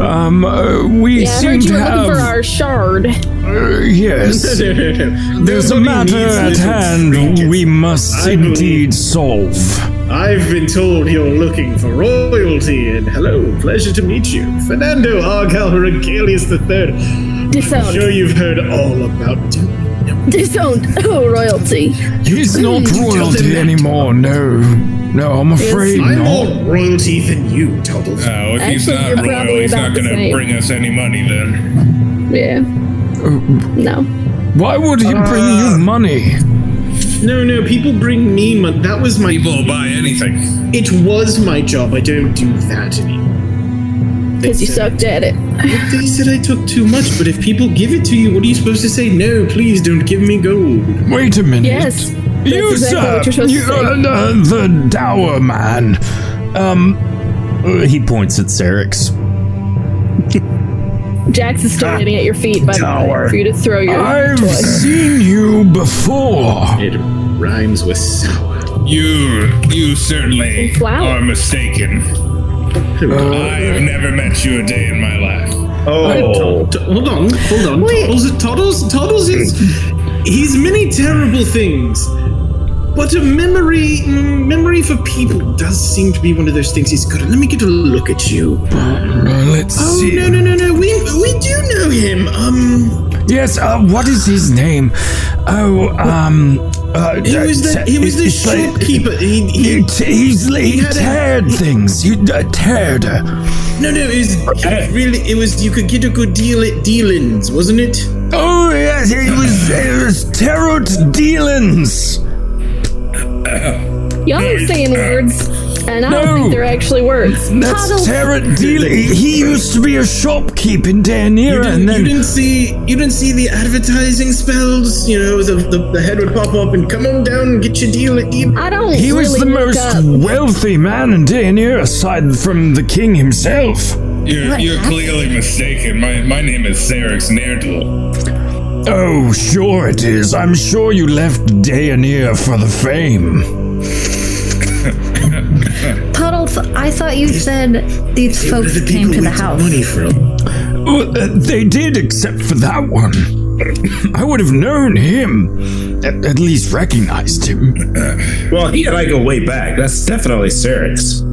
Speaker 8: Um, uh, we
Speaker 3: Yeah, I
Speaker 8: seem
Speaker 3: heard you
Speaker 8: to
Speaker 3: were
Speaker 8: have.
Speaker 3: looking for our shard.
Speaker 8: Uh, yes. [laughs] There's a
Speaker 4: Nobody
Speaker 8: matter
Speaker 4: needs
Speaker 8: at
Speaker 4: little
Speaker 8: hand
Speaker 4: strangers.
Speaker 8: we must
Speaker 4: I
Speaker 8: indeed
Speaker 4: believe-
Speaker 8: solve.
Speaker 4: I've been told you're looking for royalty, and hello, pleasure to meet you. Fernando Argal Regalius III. I'm
Speaker 11: Disowned.
Speaker 4: sure you've heard all about him.
Speaker 11: Disowned. Oh, royalty.
Speaker 8: He's not
Speaker 4: tell them
Speaker 8: royalty
Speaker 4: that.
Speaker 8: anymore, no. No, I'm afraid
Speaker 4: I'm
Speaker 8: not.
Speaker 4: more royalty than you, Toddles.
Speaker 7: Oh, if he's
Speaker 3: Actually,
Speaker 7: not
Speaker 3: you're
Speaker 7: royal,
Speaker 3: probably
Speaker 7: he's
Speaker 3: about
Speaker 7: not
Speaker 3: the
Speaker 7: going to
Speaker 3: same.
Speaker 7: bring us any money then.
Speaker 3: Yeah. No.
Speaker 8: Oh. Why would he bring you money?
Speaker 4: No, no, people bring me money. That was my.
Speaker 7: People will buy anything.
Speaker 4: It was my job. I don't do that
Speaker 3: [sighs]
Speaker 4: anymore.
Speaker 3: Because you sucked at it.
Speaker 4: They said I took too much, but if people give it to you, what are you supposed to say? No, please don't give me gold.
Speaker 8: Wait a minute.
Speaker 3: Yes. That's
Speaker 8: You,
Speaker 3: exactly
Speaker 8: sir,
Speaker 3: what you're supposed
Speaker 8: you,
Speaker 3: to say.
Speaker 8: uh, the dower man. Um,
Speaker 1: he points at Serix.
Speaker 3: Jax is still standing at your feet, by the way, for you to throw your
Speaker 8: I've
Speaker 3: toy.
Speaker 8: seen you before.
Speaker 4: It rhymes with sour.
Speaker 7: You, you certainly
Speaker 3: Wow.
Speaker 7: are mistaken. I have never met you a day in my life.
Speaker 6: Oh,
Speaker 4: T- Hold on, hold on.
Speaker 9: Wait.
Speaker 4: Toddles, Toddles, Toddles is. He's many terrible things. But a memory, mm, memory for people does seem to be one of those things he's good at. Let me get a look at you.
Speaker 8: Uh, let's
Speaker 4: Oh
Speaker 8: see.
Speaker 4: no no no no! We we do know him. Um,
Speaker 8: Yes, uh, what is his name? Oh, um. Uh,
Speaker 4: he was the he was the shopkeeper. He, he
Speaker 8: He, t- he's, he
Speaker 4: had a-
Speaker 8: teared [coughs] things. He uh, teared. her.
Speaker 4: no no it was it really it was you could get a good deal at Dealins, wasn't it?
Speaker 8: Oh yes, he was. It was tarot dealings. Oh.
Speaker 3: Y'all are saying words, and I don't
Speaker 8: No.
Speaker 3: think they're actually words.
Speaker 8: That's tarot dealing. He used to be a shopkeep in
Speaker 4: You
Speaker 8: Danira,
Speaker 4: didn't,
Speaker 8: and then
Speaker 4: you didn't see you didn't see the advertising spells. You know the, the the head would pop up and come on down and get your deal at Dealins.
Speaker 3: I don't.
Speaker 8: he was
Speaker 3: really
Speaker 8: the
Speaker 3: look
Speaker 8: most
Speaker 3: up.
Speaker 8: wealthy man in Danira, aside from the king himself.
Speaker 7: You're, you're clearly mistaken. My, my name is Serix Nerdle.
Speaker 8: Oh, sure it is. I'm sure you left Danir for the fame.
Speaker 5: Puddles, I thought you said these
Speaker 4: Where
Speaker 5: folks
Speaker 4: the
Speaker 5: came
Speaker 4: people
Speaker 5: to the
Speaker 4: we took
Speaker 5: house.
Speaker 11: [gasps]
Speaker 4: Money from.
Speaker 8: Well, uh, they did, except for that one. I would have known him, at, at least recognized him.
Speaker 6: well, he and I go way back. That's definitely Serix.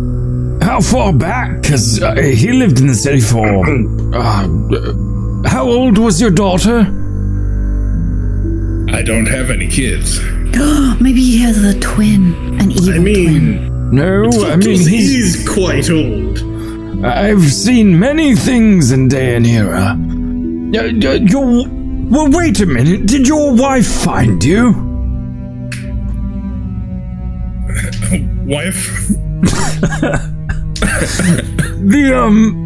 Speaker 8: How far back? Because uh, he lived in the city for. [clears throat] Uh, uh, how old was your daughter?
Speaker 7: I don't have any kids.
Speaker 9: Maybe he has a twin, an evil
Speaker 4: I mean,
Speaker 6: [laughs]
Speaker 8: No, I mean
Speaker 4: Toddles
Speaker 8: he's.
Speaker 4: is quite old.
Speaker 8: I've seen many things in Danira. Uh, uh, your, well, wait
Speaker 6: [laughs]
Speaker 8: a minute. Did your wife find you?
Speaker 7: wife.
Speaker 8: [laughs] The um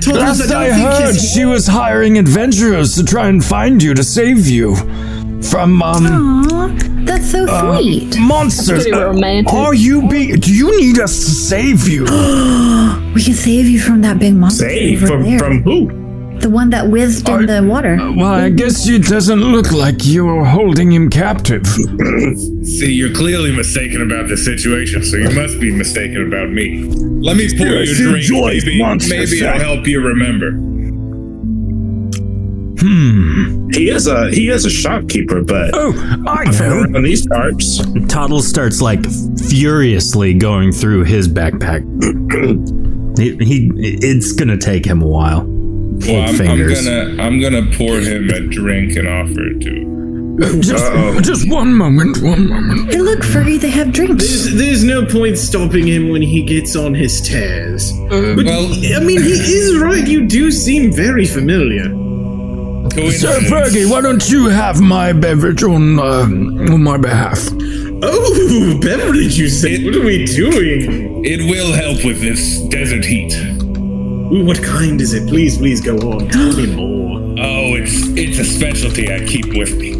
Speaker 7: Told us
Speaker 8: last
Speaker 7: I
Speaker 8: I
Speaker 7: don't think
Speaker 8: heard,
Speaker 7: he's-
Speaker 8: she was hiring adventurers to try and find you to save you from um
Speaker 9: Aw, that's so
Speaker 8: uh,
Speaker 9: sweet.
Speaker 8: monsters.
Speaker 9: That's pretty
Speaker 8: Uh,
Speaker 9: romantic.
Speaker 8: Are you be? Do you need us to save you?
Speaker 9: [gasps] we can save you from that big monster.
Speaker 8: Save
Speaker 9: over
Speaker 8: from-
Speaker 9: there.
Speaker 8: from uh,
Speaker 9: who? The one that whizzed in the water.
Speaker 8: Well, I guess it doesn't look like you're holding him captive.
Speaker 7: See, you're clearly mistaken about the situation, so you must be mistaken about me. Let me pour you a
Speaker 8: Yes,
Speaker 7: drink.
Speaker 8: enjoy
Speaker 7: Maybe,
Speaker 8: monster
Speaker 7: maybe it'll
Speaker 8: sack.
Speaker 7: help you remember.
Speaker 6: Hmm. He is a he is a shopkeeper, but
Speaker 8: oh, I
Speaker 6: know. Around these parts,
Speaker 1: Toddle starts like furiously going through his backpack. [clears throat] he, he, it's gonna take him a while. Eight
Speaker 7: Well, I'm, I'm
Speaker 1: fingers.
Speaker 7: gonna I'm gonna pour him a drink and offer it to him.
Speaker 4: [laughs]
Speaker 8: Just, just one moment, one moment.
Speaker 9: Hey, look, Fergie, they have drinks.
Speaker 4: There's, there's no point stopping him when he gets on his tears. but
Speaker 7: well-
Speaker 4: I mean, he is right. You do seem very familiar.
Speaker 8: Sir Fergie, why don't you have my beverage on uh, on my behalf?
Speaker 4: Oh, beverage, you say? what are we doing?
Speaker 7: It will help with this desert heat.
Speaker 4: Ooh, what kind is it? Please, please go on. Tell me more.
Speaker 7: Oh, it's it's a specialty I keep with me.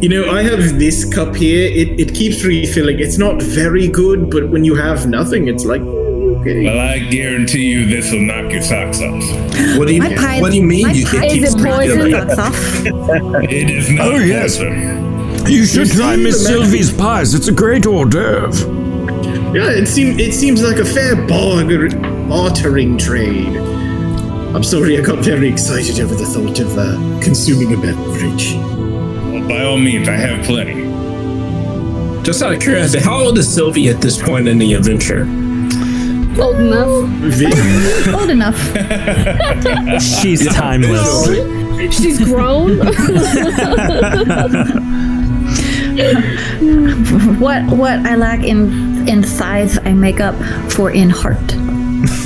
Speaker 4: You know, I have this cup here. It, it keeps refilling. It's not very good, but when you have nothing, it's like, okay.
Speaker 7: Well, I guarantee you this will knock your socks off.
Speaker 6: What do you
Speaker 4: My pie- what do you mean my you- it pie- is keeps it poison? refilling? Socks
Speaker 7: [laughs] It is not.
Speaker 8: Oh, yes.
Speaker 7: poison.
Speaker 8: You should
Speaker 4: You
Speaker 8: try
Speaker 4: see
Speaker 8: Miss
Speaker 4: the man-
Speaker 8: Sylvie's pies. It's a great hors d'oeuvre.
Speaker 4: Yeah, it seems it seems like a fair barter- bartering trade. I'm sorry, I got very excited over the thought of uh, consuming a beverage.
Speaker 7: Well, by all means, I have plenty.
Speaker 6: just out of curiosity, how old is Sylvie at this point in the adventure?
Speaker 3: Old enough.
Speaker 9: [laughs] Old enough.
Speaker 1: [laughs]
Speaker 9: [laughs]
Speaker 7: [laughs]
Speaker 1: She's timeless.
Speaker 3: She's
Speaker 8: [laughs]
Speaker 3: grown. Oh.
Speaker 9: what what I lack in in size, I make up for in heart.
Speaker 4: [laughs]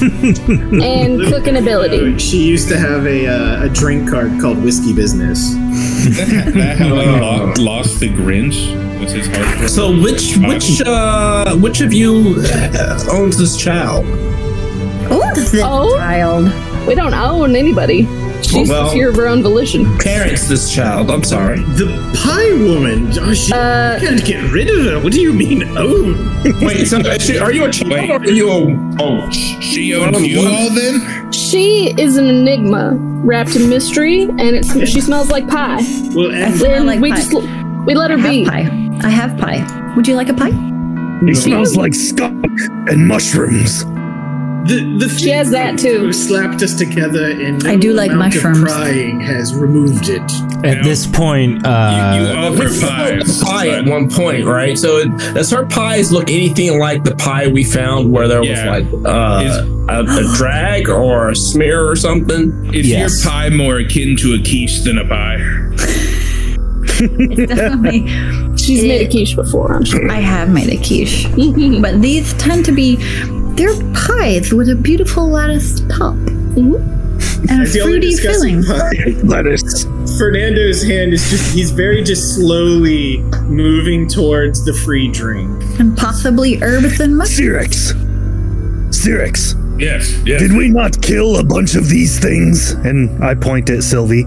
Speaker 3: and cooking ability.
Speaker 4: She used to have a, uh, a drink card called Whiskey Business.
Speaker 7: [laughs] That how I lost, lost the Grinch was his heart.
Speaker 6: So which which uh which of you uh, owns this child?
Speaker 9: Oh, the
Speaker 3: child. We don't own anybody. She's
Speaker 6: Well-
Speaker 3: here of her own volition.
Speaker 6: Parents this child. I'm sorry.
Speaker 4: The pie woman. Oh, she
Speaker 3: Uh,
Speaker 4: can't get rid of her. What do you mean? Oh,
Speaker 6: Wait, so is she- are you a child
Speaker 7: Wait.
Speaker 6: or are you a oh
Speaker 7: She owns you all then?
Speaker 3: She is an enigma wrapped in mystery, and it's, she smells like pie.
Speaker 4: well, and
Speaker 9: smell
Speaker 3: Then
Speaker 9: like
Speaker 3: we
Speaker 9: pie.
Speaker 3: just l- we let her
Speaker 9: I
Speaker 3: be.
Speaker 9: have pie. I have pie. Would you like a pie?
Speaker 2: It smells like skunk and mushrooms.
Speaker 4: the the she
Speaker 3: has that too.
Speaker 4: Who slapped us together and
Speaker 9: I do like
Speaker 4: amount of
Speaker 9: mushrooms.
Speaker 4: Prying has removed it.
Speaker 1: At this point, uh,
Speaker 7: Offer pies.
Speaker 6: pie at one point, right? So it, does her pies look anything like the pie we found where there
Speaker 7: Yeah.
Speaker 6: was like uh, a, a drag or a smear or something?
Speaker 7: Is
Speaker 1: Yes.
Speaker 7: your pie more akin to a quiche than a pie?
Speaker 9: It's definitely.
Speaker 3: [laughs] She's made a quiche before, I'm sure. Mm-hmm.
Speaker 9: I have made a quiche, but these tend to be they're pies with a beautiful lattice top
Speaker 3: Mm-hmm.
Speaker 9: and a
Speaker 4: I feel like
Speaker 9: fruity
Speaker 4: discussing
Speaker 9: filling.
Speaker 4: pie. [laughs]
Speaker 2: Lettuce.
Speaker 4: Fernando's hand is just, he's very just slowly moving towards the free drink.
Speaker 9: And possibly herbs and mushrooms.
Speaker 2: Cyrix. Cyrix.
Speaker 7: Yes, yes.
Speaker 2: Did we not kill a bunch of these things? And I point at Sylvie.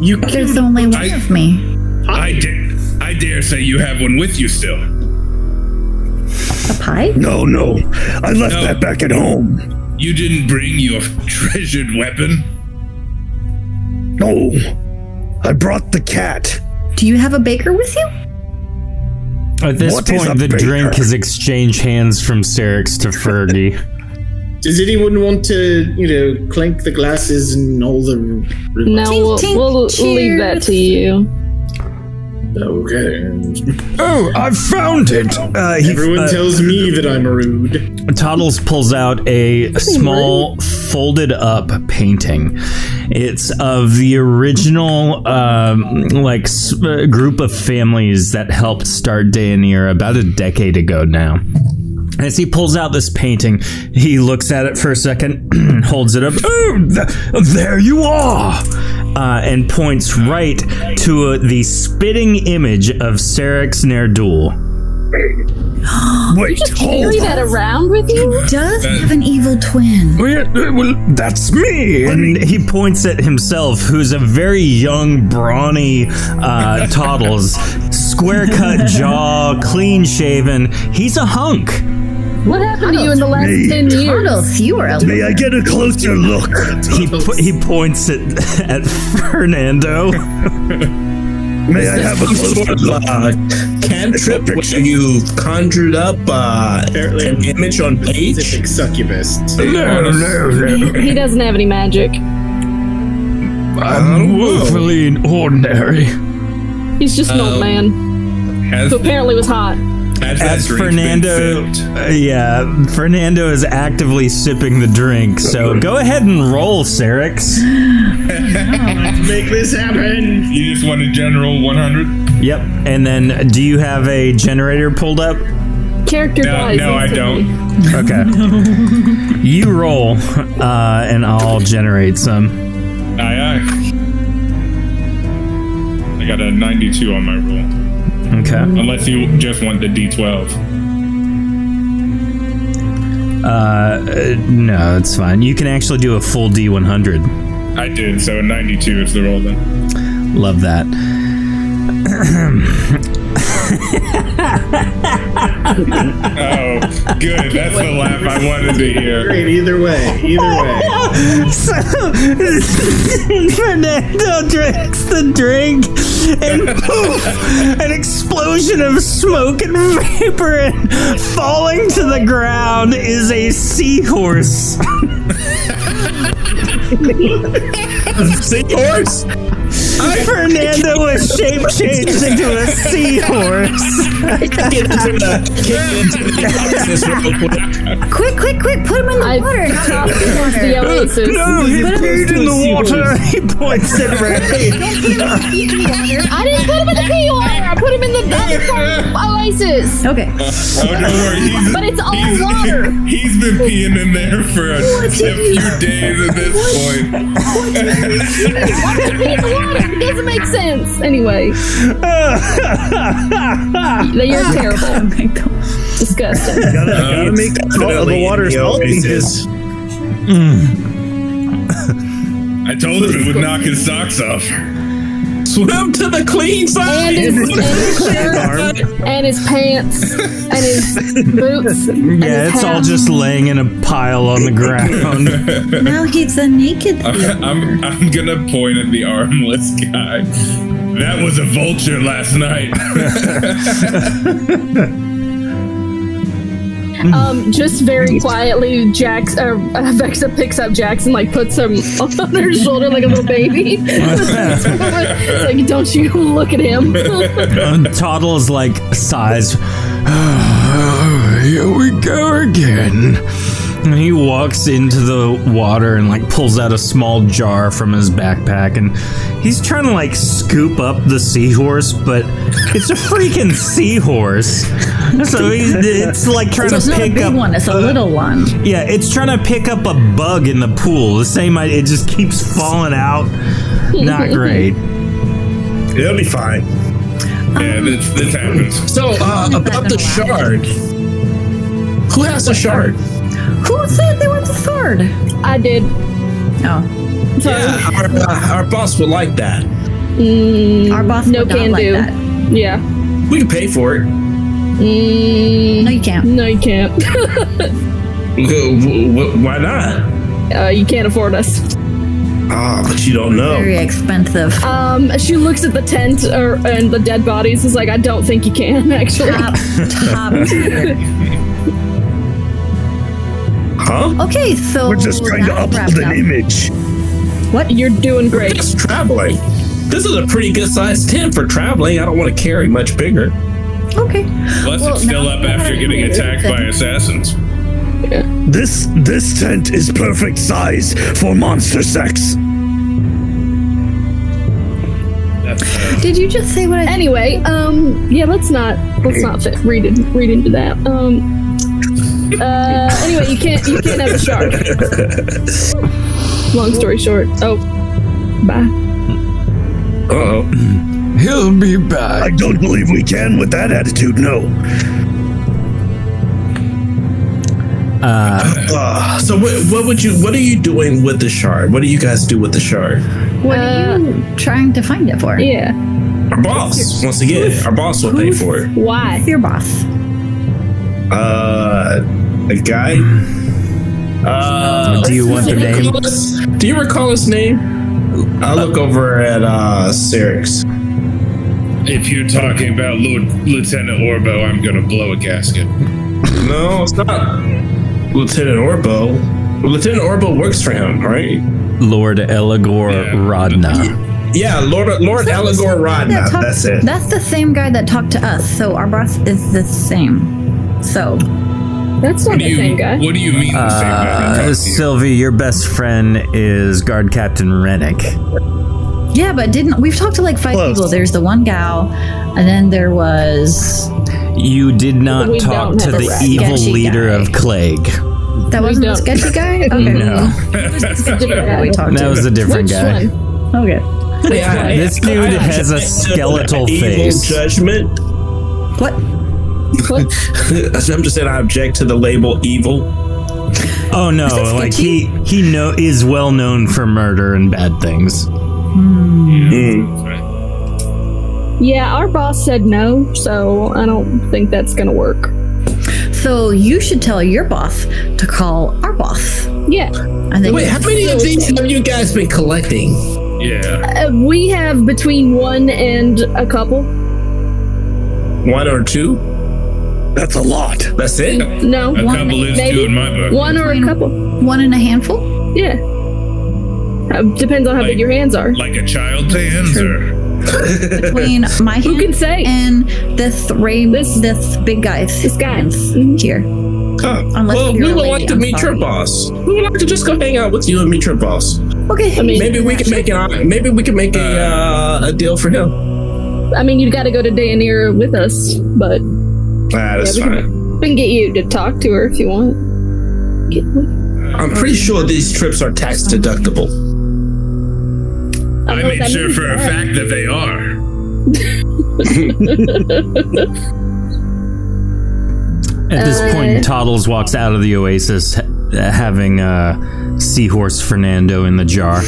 Speaker 4: You
Speaker 9: There's only one
Speaker 7: I-
Speaker 9: of me.
Speaker 7: I dare, I dare say you have one with you still.
Speaker 9: A pie?
Speaker 2: No, no. I left
Speaker 7: No.
Speaker 2: that back at home.
Speaker 7: You didn't bring your [laughs] treasured weapon.
Speaker 2: No. I brought the cat.
Speaker 9: Do you have a baker with you?
Speaker 1: at this
Speaker 2: What is a
Speaker 1: point, the
Speaker 2: baker?
Speaker 1: drink has exchanged hands from Serix to Fergie.
Speaker 4: Does anyone want to, you know, clank the glasses and all the. r-
Speaker 3: No,
Speaker 9: Tink,
Speaker 3: we'll,
Speaker 9: tink,
Speaker 3: we'll leave that to you.
Speaker 4: Okay.
Speaker 8: Oh,
Speaker 12: [laughs]
Speaker 8: I found it.
Speaker 1: Uh, he,
Speaker 4: Everyone
Speaker 1: uh,
Speaker 4: tells me that I'm rude.
Speaker 1: Toddles pulls out a small folded up painting. It's of the original um, like s- uh, group of families that helped start Daenerys about a decade ago now. As he pulls out this painting, he looks at it for a second, [clears throat] holds it up. Oh, th- there you are! Uh, and points right to uh, the spitting image of Serix Ner'dul.
Speaker 8: Wait,
Speaker 3: Just carry that around with you? He
Speaker 9: does
Speaker 8: That-
Speaker 9: have an evil twin.
Speaker 8: well, that's me.
Speaker 1: And he points at himself, who's a very young, brawny
Speaker 9: [laughs]
Speaker 1: uh, toddles, square cut jaw, clean shaven. He's a hunk.
Speaker 3: What happened to you in the last
Speaker 1: Me.
Speaker 3: 10 years?
Speaker 9: Toddles, you were [laughs] a
Speaker 1: I get a closer look? He po- he points at at Fernando.
Speaker 6: May I have a closer look? Uh, cantrip where you conjured up uh, an image on page?
Speaker 4: Succubus.
Speaker 8: No, no, no.
Speaker 3: He doesn't have any magic.
Speaker 8: I'm woefully ordinary.
Speaker 3: He's just an old
Speaker 8: Um,
Speaker 3: man who apparently was hot.
Speaker 1: As Fernando, uh, yeah, Fernando is actively sipping the drink. So go ahead and roll, Serix.
Speaker 4: Make this happen.
Speaker 7: You just want a general 100?
Speaker 1: Yep. And then, do you have a generator pulled up?
Speaker 3: Character dies. instantly. [laughs]
Speaker 1: Okay. you roll, uh, and I'll generate some.
Speaker 7: Aye, aye. I got a 92 on my roll.
Speaker 1: Okay.
Speaker 7: Unless you just want the D12.
Speaker 1: Uh, uh, no, it's fine. You can actually do a full D100.
Speaker 7: I did, so 92 is the roll then.
Speaker 1: Love that. [clears throat]
Speaker 7: Oh, good. That's the laugh I wanted to hear.
Speaker 4: Great, either way. [laughs] Either way.
Speaker 1: [laughs] so [laughs] Fernando drinks the drink, and poof, an explosion of smoke and vapor, and falling to the ground is a seahorse.
Speaker 6: seahorse?
Speaker 1: Fernando
Speaker 2: [laughs]
Speaker 1: was shape changed into a seahorse.
Speaker 6: Get into the, get into the boxes real
Speaker 9: [laughs]
Speaker 6: quick.
Speaker 9: Quick, quick, quick! Put him in the
Speaker 3: I
Speaker 9: water.
Speaker 3: dropped it towards the oasis.
Speaker 1: [laughs] No, he peed in the water. [laughs] He points at Ray.
Speaker 3: I didn't put him in the pee water. I put him in the other part of oasis.
Speaker 9: Okay.
Speaker 7: Oh, don't worry. He's,
Speaker 3: But it's all
Speaker 7: he's-
Speaker 3: water.
Speaker 7: [laughs] he's been peeing in there for a, a few days at this point.
Speaker 3: Why would it be in the water? It doesn't make sense. Anyway, they-
Speaker 9: Oh
Speaker 3: you're terrible. Disgusting.
Speaker 2: Gotta, gotta make salt, the water salty.
Speaker 6: oasis.
Speaker 7: Mm. I told him it would knock his socks off.
Speaker 6: Swim to the clean
Speaker 3: And
Speaker 6: side.
Speaker 3: his, and
Speaker 2: [laughs]
Speaker 3: his shirt, and his pants, and his boots. and
Speaker 1: Yeah,
Speaker 3: his
Speaker 1: it's all
Speaker 3: hat.
Speaker 1: just laying in a pile on the ground.
Speaker 9: Now he's a
Speaker 6: [laughs]
Speaker 9: naked.
Speaker 7: I'm, I'm, I'm gonna point at the armless guy. That was a vulture last
Speaker 2: [laughs]
Speaker 7: night.
Speaker 3: Um, just very quietly, Jax, uh, uh, [laughs] Vexa picks up Jax and like puts him [laughs] on her shoulder like a little
Speaker 2: [laughs]
Speaker 3: baby. Mm, It's like, don't you [laughs] look at him.
Speaker 1: Uh, Toddles like sighs. [sighs]
Speaker 8: Here we go again.
Speaker 1: And he walks into the water and like pulls out a small jar from his backpack and he's trying to like scoop up the seahorse, but it's a freaking seahorse. So he's, it's like trying
Speaker 9: So it's
Speaker 1: to
Speaker 9: not a
Speaker 1: pick
Speaker 9: big
Speaker 1: up.
Speaker 9: one. It's a little one.
Speaker 1: Yeah, it's trying to pick up a bug in the pool. The same, i- it just keeps falling out.
Speaker 5: [laughs]
Speaker 1: Not great.
Speaker 6: It'll be fine.
Speaker 7: yeah,
Speaker 5: Um,
Speaker 7: this, this happens.
Speaker 6: So, uh, about the shard. Who has a shard?
Speaker 9: Who said they want the sword?
Speaker 3: I did.
Speaker 9: Oh,
Speaker 6: Yeah, our, uh, our boss would like that.
Speaker 3: Mm,
Speaker 9: our boss
Speaker 3: no
Speaker 9: would not
Speaker 3: can
Speaker 9: like
Speaker 3: do.
Speaker 9: That.
Speaker 3: Yeah.
Speaker 6: We can pay for it.
Speaker 3: Mm,
Speaker 9: No, you can't.
Speaker 3: no, you can't. [laughs]
Speaker 6: W- w- w- Why not?
Speaker 3: Uh, you can't afford us.
Speaker 6: Ah, but you don't
Speaker 2: Oh.
Speaker 6: know.
Speaker 9: Very expensive.
Speaker 3: Um, she looks at the tent or, and the dead bodies. Is like, I don't think you can [laughs] actually.
Speaker 9: Top, top
Speaker 3: [laughs]
Speaker 9: tier.
Speaker 6: Huh?
Speaker 9: Okay, so
Speaker 2: We're just trying to
Speaker 9: that's
Speaker 2: uphold
Speaker 9: wrapped
Speaker 2: an
Speaker 9: up.
Speaker 2: image.
Speaker 3: You're doing great.
Speaker 6: Just traveling. This is a pretty good sized tent for traveling. I don't want to carry much bigger.
Speaker 9: Okay.
Speaker 7: Plus,
Speaker 9: Well,
Speaker 7: it's still
Speaker 9: now
Speaker 7: up
Speaker 9: you
Speaker 7: after
Speaker 9: gotta
Speaker 7: getting
Speaker 9: do it.
Speaker 7: attacked by assassins.
Speaker 2: This this tent is perfect size for monster sex.
Speaker 7: uh,
Speaker 9: Did you just say what I?
Speaker 3: Anyway, um, yeah, let's not let's not fit, read it, read into that. Um, uh, anyway, you can't you can't have a shark.
Speaker 2: [laughs]
Speaker 3: Long story short, oh, bye.
Speaker 6: Uh oh.
Speaker 8: He'll be back.
Speaker 2: I don't believe we can with that attitude. No.
Speaker 6: [coughs] Uh, so what, what would you? What are you doing with the shard? What do you guys do with the shard?
Speaker 5: What are you trying to find it for?
Speaker 3: Uh, Yeah.
Speaker 6: Our boss, once again, our boss will pay for it.
Speaker 3: Why?
Speaker 5: Your boss.
Speaker 6: Uh, a guy. Uh,
Speaker 1: Do you want the name?
Speaker 6: recall his- Do you recall his name? I look over at uh Syrinx.
Speaker 12: If you're talking about Lord, Lieutenant Orbo, I'm gonna blow a gasket.
Speaker 6: No, it's not Lieutenant Orbo. Lieutenant Orbo works for him, right?
Speaker 1: Lord Eligor Rodna.
Speaker 6: Yeah, Lord Lord Alagor Rodna.
Speaker 5: talked-
Speaker 6: That's it.
Speaker 5: That's the same guy that talked to us. So our boss is the same. So
Speaker 3: that's
Speaker 5: not the same guy.
Speaker 12: What do you mean?
Speaker 1: Uh, Sylvie, your best friend is Guard Captain Rennick.
Speaker 5: Yeah, but didn't we've talked to like five people? There's the one gal, and then there was
Speaker 1: You did not
Speaker 5: We
Speaker 1: talk
Speaker 5: don't
Speaker 1: to
Speaker 5: have a
Speaker 1: the
Speaker 5: rat.
Speaker 1: evil
Speaker 5: Sketchy
Speaker 1: leader of Plague.
Speaker 5: that wasn't the sketchy
Speaker 3: [laughs]
Speaker 5: guy. Okay,
Speaker 1: No.
Speaker 12: [laughs]
Speaker 5: we talked
Speaker 1: That
Speaker 5: to.
Speaker 1: was a different guy.
Speaker 5: Okay.
Speaker 1: This dude has a skeletal
Speaker 6: Evil
Speaker 1: face.
Speaker 6: judgment.
Speaker 5: What?
Speaker 6: [laughs] I'm just saying I object to the label evil.
Speaker 1: Oh no! Like he he know is well known for murder and bad things.
Speaker 3: Yeah, our boss said no, so I don't think that's gonna work.
Speaker 5: So you should tell your boss to call our boss.
Speaker 3: Yeah.
Speaker 5: And then
Speaker 6: have you guys been collecting?
Speaker 12: Yeah.
Speaker 3: Uh, we have between one and a couple.
Speaker 6: One or two? That's a lot. That's it?
Speaker 3: No, one, maybe. One or a couple.
Speaker 5: One and a handful.
Speaker 3: Yeah. Uh, depends on how big your hands are.
Speaker 12: Like a child's hands, or
Speaker 6: [laughs]
Speaker 3: [laughs]
Speaker 5: Between my hand and the three, this this big guy's this guy's
Speaker 3: Mm-hmm.
Speaker 5: here. Unless
Speaker 6: well,
Speaker 5: you're
Speaker 6: we
Speaker 5: a
Speaker 6: would
Speaker 5: lady,
Speaker 6: like to
Speaker 5: I'm
Speaker 6: meet
Speaker 5: sorry.
Speaker 6: your boss. We would like to just go hang out with you and meet your boss.
Speaker 5: Okay.
Speaker 3: I mean,
Speaker 6: maybe we can make an maybe we can make a uh, a deal for him.
Speaker 3: I mean, you'd got to go to Danir with us, but
Speaker 6: Ah, that's
Speaker 3: Yeah, we
Speaker 6: fine.
Speaker 3: we can get you to talk to her if you want.
Speaker 12: [laughs]
Speaker 6: I'm pretty sure these trips are tax deductible.
Speaker 12: I
Speaker 3: know what
Speaker 12: made
Speaker 3: Oh, that
Speaker 12: sure
Speaker 3: means,
Speaker 12: for a
Speaker 3: yeah.
Speaker 12: fact that they are.
Speaker 1: At this point,
Speaker 3: Uh,
Speaker 1: Toddles walks out of the oasis, ha- having uh, seahorse Fernando in the jar.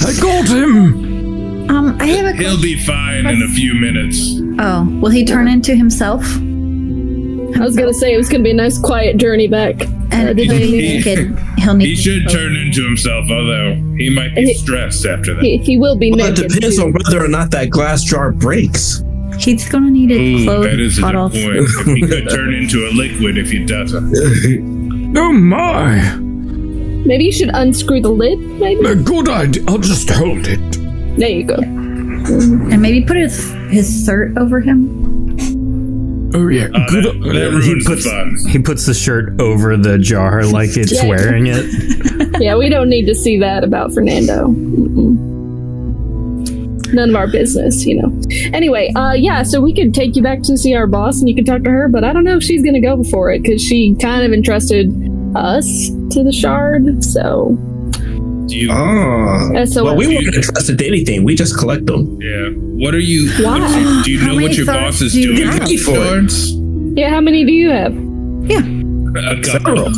Speaker 8: I got him.
Speaker 5: Um, I have a.
Speaker 12: He'll be fine in a few minutes.
Speaker 5: Oh, will he turn into himself?
Speaker 3: I was gonna say it was gonna be a nice, quiet journey back. Uh,
Speaker 5: And
Speaker 12: He- he-
Speaker 5: He'll need.
Speaker 12: He should turn into himself, although he might be stressed after that.
Speaker 3: He, he will be
Speaker 6: Well, it
Speaker 3: naked.
Speaker 6: depends on whether or not that glass [laughs] jar breaks.
Speaker 5: He's gonna need
Speaker 12: Ooh,
Speaker 5: it
Speaker 12: that
Speaker 5: clothes
Speaker 12: is a
Speaker 5: bottles.
Speaker 12: good point. He could turn into a liquid if he doesn't.
Speaker 6: [laughs]
Speaker 8: Oh my!
Speaker 3: [laughs] Maybe you should unscrew the lid. Maybe
Speaker 8: A good idea. I'll just hold it.
Speaker 3: there you go.
Speaker 5: [laughs] and maybe put his his shirt over him.
Speaker 8: Oh yeah.
Speaker 1: Good-
Speaker 12: he
Speaker 1: puts he puts the shirt over the jar like it's
Speaker 3: Yeah.
Speaker 1: wearing it.
Speaker 3: yeah, we don't need to see that about Fernando. Mm-mm. None of our business, you know. Anyway, uh, yeah, so we could take you back to see our boss and you can talk to her, but I don't know if she's gonna go for it because she kind of entrusted us to the shard, so.
Speaker 6: Oh,
Speaker 3: Uh, so
Speaker 6: well, we
Speaker 3: what-
Speaker 6: won't trust it to anything. We just collect them.
Speaker 12: Yeah. What are you?
Speaker 3: Why?
Speaker 12: what you- do you
Speaker 3: How
Speaker 12: know
Speaker 3: many
Speaker 12: what your
Speaker 3: thoughts
Speaker 12: boss is
Speaker 3: do you
Speaker 12: doing?
Speaker 3: have?
Speaker 12: with these cards?
Speaker 3: Yeah, how many do you have?
Speaker 12: A couple.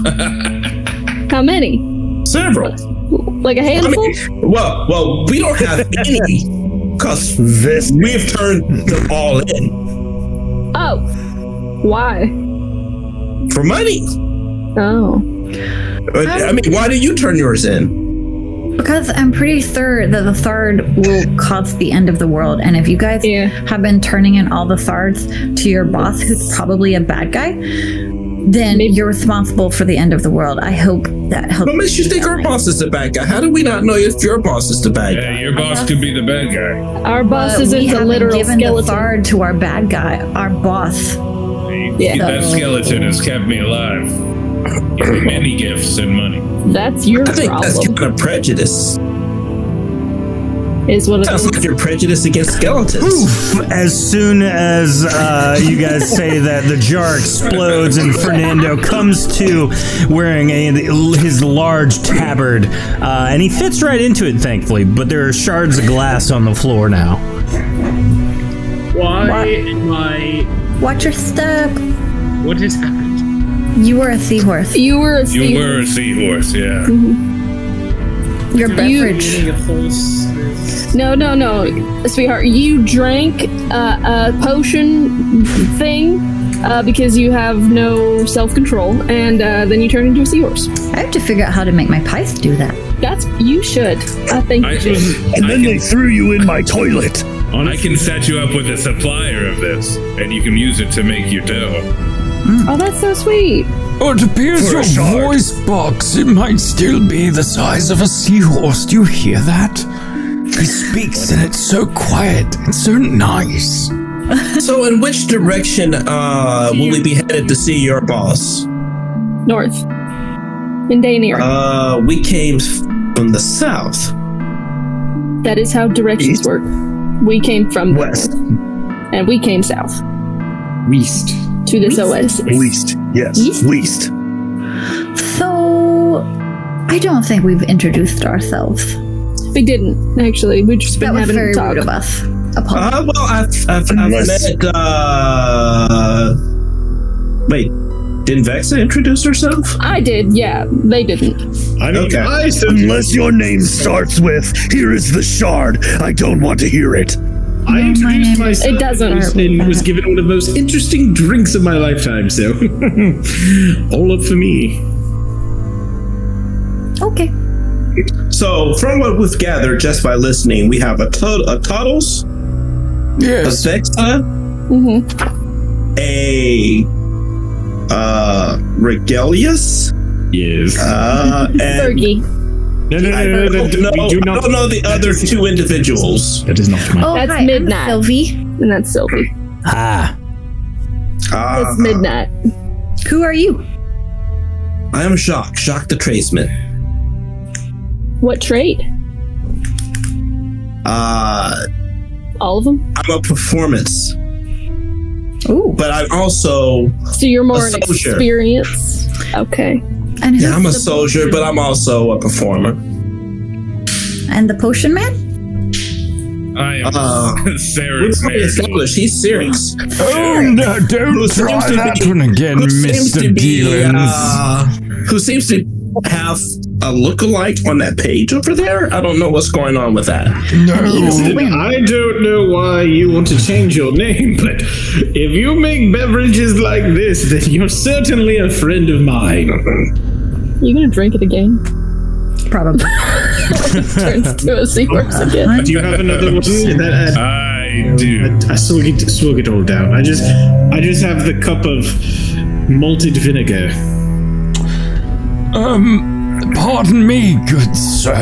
Speaker 12: [laughs]
Speaker 3: How many?
Speaker 6: Several.
Speaker 3: Like a handful?
Speaker 6: Well, well, we don't have any because this we've turned them all in
Speaker 3: Oh. Why?
Speaker 6: for money.
Speaker 3: Oh.
Speaker 6: But, I mean, why do you turn yours in?
Speaker 5: Because I'm pretty sure that the third will cause the end of the world. And if you guys have been turning in all the thards to your boss, who's probably a bad guy, then you're responsible for the end of the world. I hope that helps.
Speaker 6: What makes you think our boss is the bad guy? How do we not know if your boss is the bad guy?
Speaker 12: Yeah, your boss could be the bad guy.
Speaker 3: Our boss
Speaker 5: But we
Speaker 3: isn't a
Speaker 5: haven't
Speaker 3: literal
Speaker 5: given the
Speaker 3: skeleton.
Speaker 5: thard to our bad guy, our boss.
Speaker 3: Yeah.
Speaker 12: That skeleton has kept me alive. Give me many gifts and money.
Speaker 3: That's your
Speaker 6: I think that's
Speaker 3: problem.
Speaker 6: kind of prejudice.
Speaker 3: Is what it
Speaker 6: Sounds
Speaker 3: is.
Speaker 6: like you're prejudiced against skeletons.
Speaker 1: Oof. As soon as uh, you guys say that, the jar explodes and Fernando comes to wearing a, his large tabard, uh, and he fits right into it, thankfully. But there are shards of glass on the floor now.
Speaker 4: Why am I?
Speaker 5: Watch your step.
Speaker 4: What has happened?
Speaker 5: You were a seahorse.
Speaker 3: You were a
Speaker 12: You were a seahorse, yeah.
Speaker 5: Your
Speaker 3: beverage. No, no, no, sweetheart. You drank uh, a potion thing uh, because you have no self control, and uh, then you turned into a seahorse.
Speaker 5: I have to figure out how to make my pies do that.
Speaker 3: That's you should. I [laughs] think you should.
Speaker 2: And then they threw you in my toilet.
Speaker 12: I can set you up with a supplier of this, and you can use it to make your dough.
Speaker 3: Oh, that's so sweet.
Speaker 8: Oh, it appears your voice box, it might still be the size of a seahorse. Do you hear that? He speaks and it's so quiet. It's so nice.
Speaker 6: [laughs] so, in which direction uh, will we be headed to see your boss?
Speaker 3: North. In Daneir.
Speaker 6: Uh, we came f- from the south.
Speaker 3: that is how directions work.
Speaker 6: Uh,
Speaker 3: We came from west, and we came south
Speaker 2: Weast.
Speaker 3: to this oasis.
Speaker 2: Weast. Yes. Weast.
Speaker 5: So, I don't think we've introduced ourselves.
Speaker 3: We didn't actually. We've just been
Speaker 5: That was
Speaker 3: having
Speaker 5: very
Speaker 3: a talk.
Speaker 5: rude of us.
Speaker 6: Uh, well, I've, I've, I've
Speaker 5: Unless-
Speaker 6: met. Uh, wait, didn't Vexa introduce herself?
Speaker 3: I did, yeah. They didn't.
Speaker 4: I
Speaker 6: mean, okay.
Speaker 2: Unless your name starts with, here is the shard, I don't want to hear it.
Speaker 4: I introduced myself.
Speaker 3: It doesn't.
Speaker 4: And was given one of the most interesting drinks of my lifetime, so [laughs] all up for me.
Speaker 5: Okay.
Speaker 6: So, from what we've gathered just by listening, we have a, to- a Toddles,
Speaker 8: Yes.
Speaker 6: a Vexa,
Speaker 3: Mm-hmm.
Speaker 6: a uh, Regalius,
Speaker 4: Yes.
Speaker 3: [laughs]
Speaker 6: uh, and
Speaker 3: Fergie.
Speaker 4: No, no,
Speaker 6: I
Speaker 4: no, no,
Speaker 6: don't,
Speaker 4: no, no,
Speaker 6: know,
Speaker 4: we do
Speaker 6: I
Speaker 4: not.
Speaker 6: don't know the other two individuals.
Speaker 4: That is not mine.
Speaker 5: Oh,
Speaker 3: That's
Speaker 5: hi, I'm
Speaker 3: midnight.
Speaker 5: Sylvie.
Speaker 3: And that's Sylvie.
Speaker 10: Ah,
Speaker 6: Ah,
Speaker 3: It's midnight.
Speaker 5: Who are you?
Speaker 6: I am Jacques, Jacques the Tradesman.
Speaker 3: What trade?
Speaker 6: Uh,
Speaker 3: All of them?
Speaker 6: I'm a performance,
Speaker 5: Ooh.
Speaker 6: but I'm also
Speaker 3: So you're more
Speaker 6: A
Speaker 3: an
Speaker 6: soldier.
Speaker 3: experience? Okay.
Speaker 5: And who's
Speaker 6: yeah, I'm a
Speaker 5: the-
Speaker 6: soldier, but I'm also a performer.
Speaker 5: and the potion man?
Speaker 12: I am
Speaker 1: [laughs]
Speaker 6: Uh,
Speaker 12: Sarah's
Speaker 6: We're
Speaker 12: married.
Speaker 6: established. He's serious.
Speaker 8: Oh, no, don't
Speaker 6: Who
Speaker 8: try
Speaker 6: seems to
Speaker 8: that
Speaker 6: be-
Speaker 8: one again,
Speaker 6: who seems to
Speaker 8: Mr.
Speaker 6: be,
Speaker 8: Dealings.
Speaker 6: uh, who seems to have a look-alike on that page over there? I don't know what's going on with that.
Speaker 5: Evil
Speaker 4: Listen,
Speaker 5: win.
Speaker 4: I don't know why you want to change your name, [laughs] but if you make beverages like this, then you're certainly a friend of mine.
Speaker 3: You gonna drink it again?
Speaker 5: Probably.
Speaker 3: [laughs] Turns to
Speaker 4: [laughs]
Speaker 3: a seahorse again.
Speaker 4: Do you have another one? [laughs] That- uh,
Speaker 12: I do.
Speaker 4: I, I swig it, swig it all down. I just, I just have the cup of malted vinegar.
Speaker 8: Um, pardon me, good sir.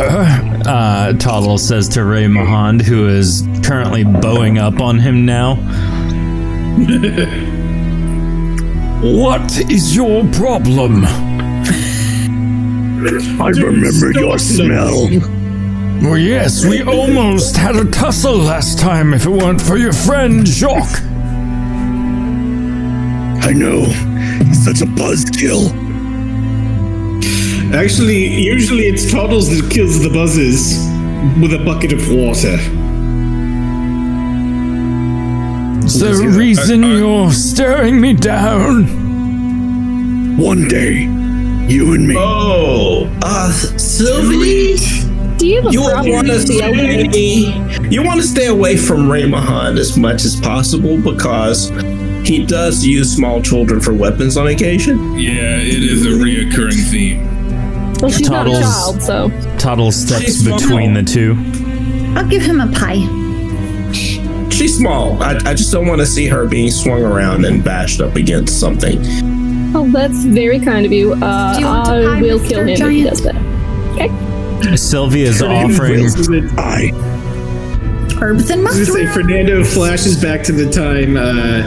Speaker 1: Uh, Toddle says to Ray Mahond, who is currently bowing up on him now.
Speaker 8: What is your problem?
Speaker 2: I remember your smell.
Speaker 8: Well, yes, we almost had a tussle last time if it weren't for your friend, Jacques.
Speaker 2: I know. He's such a buzzkill.
Speaker 4: Actually, usually it's Toddles that kills the buzzers with a bucket of water.
Speaker 8: Is there a reason you're staring me down?
Speaker 2: One day, you and me.
Speaker 6: Oh, uh, Sylvie,
Speaker 3: [laughs] Do you have a
Speaker 6: you
Speaker 3: problem
Speaker 6: want to
Speaker 3: with yelling?
Speaker 6: stay. You want to stay away from Raymahan as much as possible because he does use small children for weapons on occasion.
Speaker 12: Yeah, it is a reoccurring theme.
Speaker 3: Well, she's not a
Speaker 1: Toddles.
Speaker 3: child, so.
Speaker 1: Toddle steps
Speaker 6: She's small.
Speaker 1: between the two.
Speaker 5: I'll give him a pie.
Speaker 6: She's small. I, I just don't want to see her being swung around and bashed up against something.
Speaker 3: Oh, that's very kind of you. Uh,
Speaker 5: Do you want to
Speaker 3: I
Speaker 5: pie,
Speaker 3: will
Speaker 5: Mr.
Speaker 3: kill him if he
Speaker 5: Giant?
Speaker 3: does that.
Speaker 1: Sylvia is offering.
Speaker 2: I.
Speaker 5: Herbs and
Speaker 4: I was gonna
Speaker 5: mustard.
Speaker 4: say Fernando flashes back to the time uh,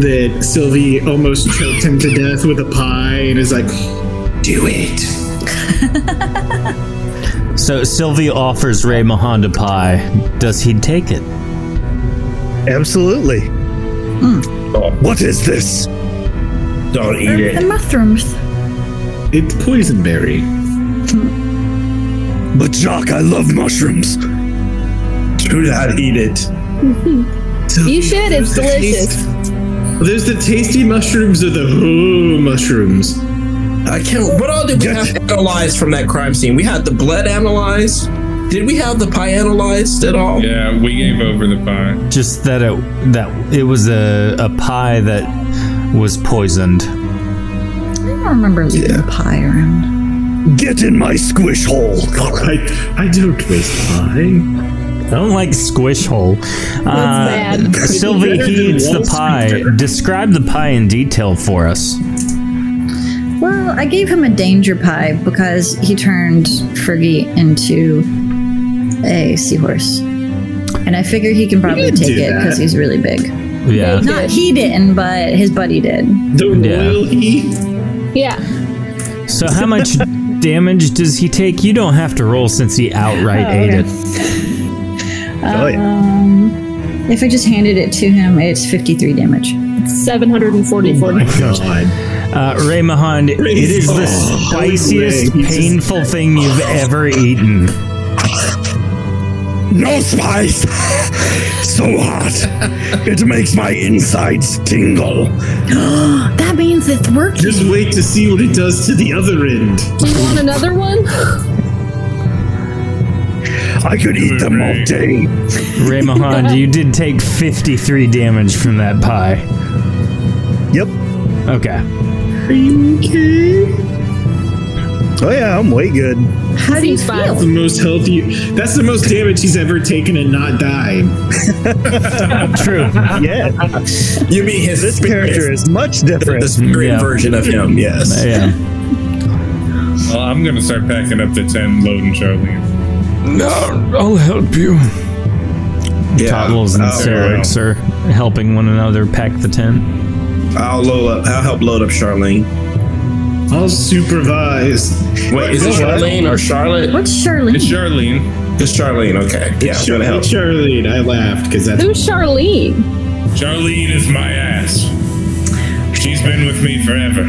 Speaker 4: that Sylvie almost choked him to death with a pie, and is like, "Do it."
Speaker 1: So Sylvie offers Ray Mahond a pie. Does he take it?
Speaker 2: Absolutely.
Speaker 5: Mm.
Speaker 2: What is this?
Speaker 6: Don't eat
Speaker 5: Herbs
Speaker 6: it.
Speaker 5: and mushrooms.
Speaker 4: It's poison berry.
Speaker 2: But Jock, I love mushrooms.
Speaker 6: Do not eat it.
Speaker 3: Hmm.
Speaker 2: [laughs]
Speaker 3: You should, it's delicious.
Speaker 4: There's the tasty mushrooms or the whole mushrooms.
Speaker 6: I can't. What all did we have analyzed from that crime scene? We had the blood analyzed. Did we have the pie analyzed at all?
Speaker 12: Yeah, we gave over the pie.
Speaker 1: Just that it that it was a, a pie that was poisoned.
Speaker 5: I don't remember leaving a pie around.
Speaker 2: Get in my squish hole.
Speaker 4: I, I don't waste time.
Speaker 1: I don't like squish hole. Uh,
Speaker 4: bad. [laughs]
Speaker 1: Sylvie he eats the pie. Describe the pie in detail for us.
Speaker 5: Well, I gave him a danger pie because he turned Fergie into a seahorse. And I figure he can probably
Speaker 4: didn't
Speaker 5: take
Speaker 4: do
Speaker 5: it
Speaker 4: that.
Speaker 5: because he's really big.
Speaker 1: Yeah.
Speaker 5: Not he didn't, but his buddy did.
Speaker 4: The royal he.
Speaker 3: Yeah.
Speaker 1: So how much damage does he take? You don't have to roll since he outright
Speaker 5: Oh,
Speaker 1: ate
Speaker 5: okay.
Speaker 1: it. Oh, yeah.
Speaker 5: Um, if I just handed it to him, it's 53 damage.
Speaker 1: Oh,
Speaker 3: 744.
Speaker 4: Oh
Speaker 1: [laughs] Uh, Ray Mahan, it is the
Speaker 3: Oh,
Speaker 1: spiciest,
Speaker 3: Ray, he's
Speaker 1: painful thing you've ever eaten.
Speaker 2: No spice! so hot. It makes my insides tingle.
Speaker 5: that means it's working.
Speaker 4: Just wait to see what it does to the other end.
Speaker 3: Do you want another one? [laughs]
Speaker 2: I could eat them all day.
Speaker 1: Ray Mahan, you did take 53 damage from that pie.
Speaker 2: Yep.
Speaker 1: Okay.
Speaker 2: Are you okay? Oh yeah, I'm way good.
Speaker 5: How do you
Speaker 4: That's the most healthy. That's the most damage he's ever taken and not
Speaker 2: [laughs]
Speaker 4: died.
Speaker 1: True.
Speaker 2: Yeah.
Speaker 6: You mean his
Speaker 2: this character is much different.
Speaker 6: The spirit version of him, yes.
Speaker 1: Yeah.
Speaker 12: Well, I'm gonna start packing up the ten loading Charlie.
Speaker 8: No, I'll help you.
Speaker 6: Yeah.
Speaker 1: Toggles and
Speaker 6: Oh,
Speaker 1: Syrinx are helping one another pack the tent.
Speaker 6: I'll load up. I'll help load up Charlene.
Speaker 4: I'll supervise.
Speaker 6: Wait, is it Charlene or Charlotte?
Speaker 5: What's Charlene?
Speaker 12: It's Charlene.
Speaker 6: It's Charlene. Okay. Yeah, I'm
Speaker 4: Char-
Speaker 6: gonna help.
Speaker 4: Charlene, I laughed because that's
Speaker 3: Who's Charlene?
Speaker 12: Charlene is my ass. She's been with me forever.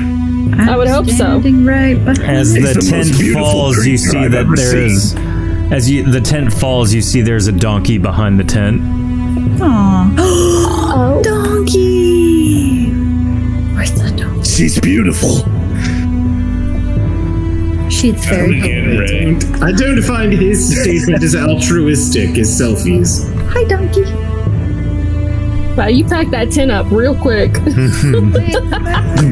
Speaker 3: I would hope so.
Speaker 5: Standing right behind
Speaker 1: As the,
Speaker 2: It's the most
Speaker 1: tent
Speaker 2: beautiful
Speaker 1: falls, you
Speaker 2: creature
Speaker 1: see
Speaker 2: I've
Speaker 1: that
Speaker 2: ever
Speaker 1: there is. As you, the tent falls, you see there's a donkey behind the tent.
Speaker 5: Aw. [gasps]
Speaker 3: Oh.
Speaker 5: donkey! Where's the donkey?
Speaker 2: She's beautiful.
Speaker 5: She's
Speaker 12: I'm
Speaker 5: very
Speaker 12: getting ready.
Speaker 4: I don't find his statement as altruistic as selfies.
Speaker 5: Hi, donkey.
Speaker 3: Wow, you packed that tin up real quick. [laughs]
Speaker 1: Hmm.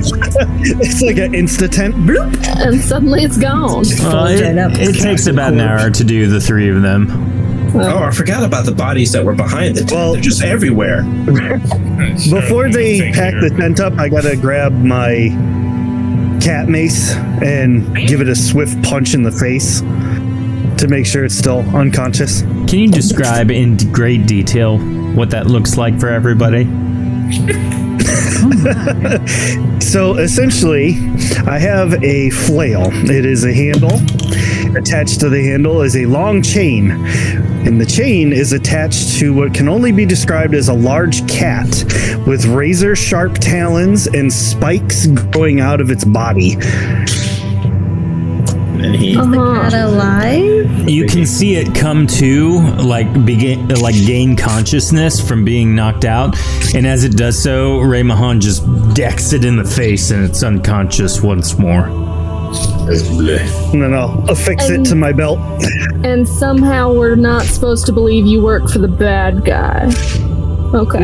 Speaker 2: It's like an insta tent. Bloop.
Speaker 3: and suddenly it's gone.
Speaker 1: Well, it,
Speaker 5: right up.
Speaker 1: it takes about an hour to do the three of them.
Speaker 6: Oh, I forgot about the bodies that were behind the tent.
Speaker 2: Well-
Speaker 6: They're just everywhere.
Speaker 2: Before they
Speaker 12: Take
Speaker 2: pack
Speaker 12: care.
Speaker 2: the tent up, I gotta grab my cat mace and give it a swift punch in the face to make sure it's still [laughs] unconscious.
Speaker 1: Can you describe in d- great detail what that looks like for everybody?
Speaker 2: So essentially, I have a flail. It is a handle. Attached to the handle is a long chain, and the chain is attached to what can only be described as a large cat with razor sharp talons and spikes growing out of its body.
Speaker 6: And he.
Speaker 5: Oh Not alive?
Speaker 1: You can see it come to, like begin, like gain consciousness from being knocked out, and as it does so, Ray Mahan just decks it in the face, and it's unconscious once more.
Speaker 2: And then I'll affix it
Speaker 5: Um,
Speaker 2: to my belt. [laughs]
Speaker 3: And somehow we're not supposed to believe you work for the bad guy. Okay.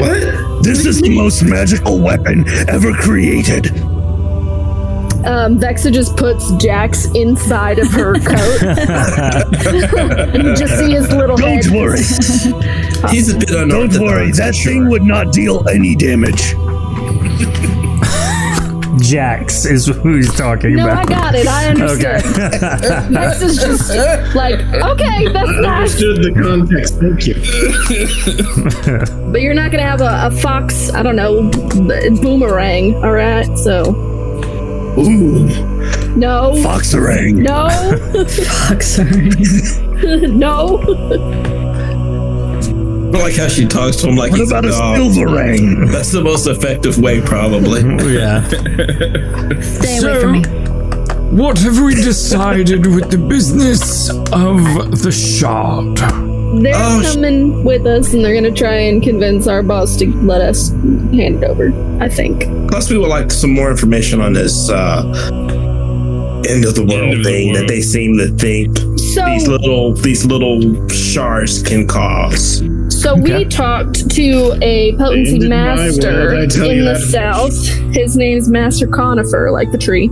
Speaker 2: This is the most magical weapon ever created.
Speaker 3: Um, Vexa just puts Jax inside of
Speaker 2: [laughs]
Speaker 3: her coat. and you just see his little head.
Speaker 2: Don't
Speaker 3: [laughs]
Speaker 2: worry.
Speaker 6: He's a bit unorthodox.
Speaker 2: Don't worry. That thing would not deal any damage.
Speaker 1: Jax is who he's talking
Speaker 3: No, I
Speaker 1: about.
Speaker 3: got it. I [laughs] understand.
Speaker 1: [laughs]
Speaker 3: Vexa's just like, okay, that's nice.
Speaker 4: Understood the context. Thank you.
Speaker 3: But you're not gonna have a, a fox, I don't know, b- boomerang, alright? So,
Speaker 2: Ooh,
Speaker 3: no.
Speaker 2: foxerang. [laughs]
Speaker 3: No.
Speaker 5: Fuck, sorry.
Speaker 3: [laughs] no.
Speaker 6: I like how she talks to him like
Speaker 2: What
Speaker 6: he's
Speaker 2: about a
Speaker 6: dog.
Speaker 2: silverang?
Speaker 6: That's the most effective
Speaker 2: [laughs]
Speaker 6: way, probably. [laughs]
Speaker 1: yeah.
Speaker 5: Stay away from me.
Speaker 8: What have we decided with the business of the shard?
Speaker 3: They're
Speaker 2: Oh,
Speaker 3: coming with us, and they're gonna try and convince our boss to let us hand it over. I think.
Speaker 6: Plus, we would like some more information on this uh, end of the world thing that they seem to think
Speaker 3: So-
Speaker 6: these little these little shards can cause.
Speaker 3: So we talked to a potency
Speaker 6: Ended my
Speaker 3: master
Speaker 6: world, I tell
Speaker 3: in
Speaker 6: you
Speaker 3: the
Speaker 6: that.
Speaker 3: south. His name's Master Conifer, like the tree.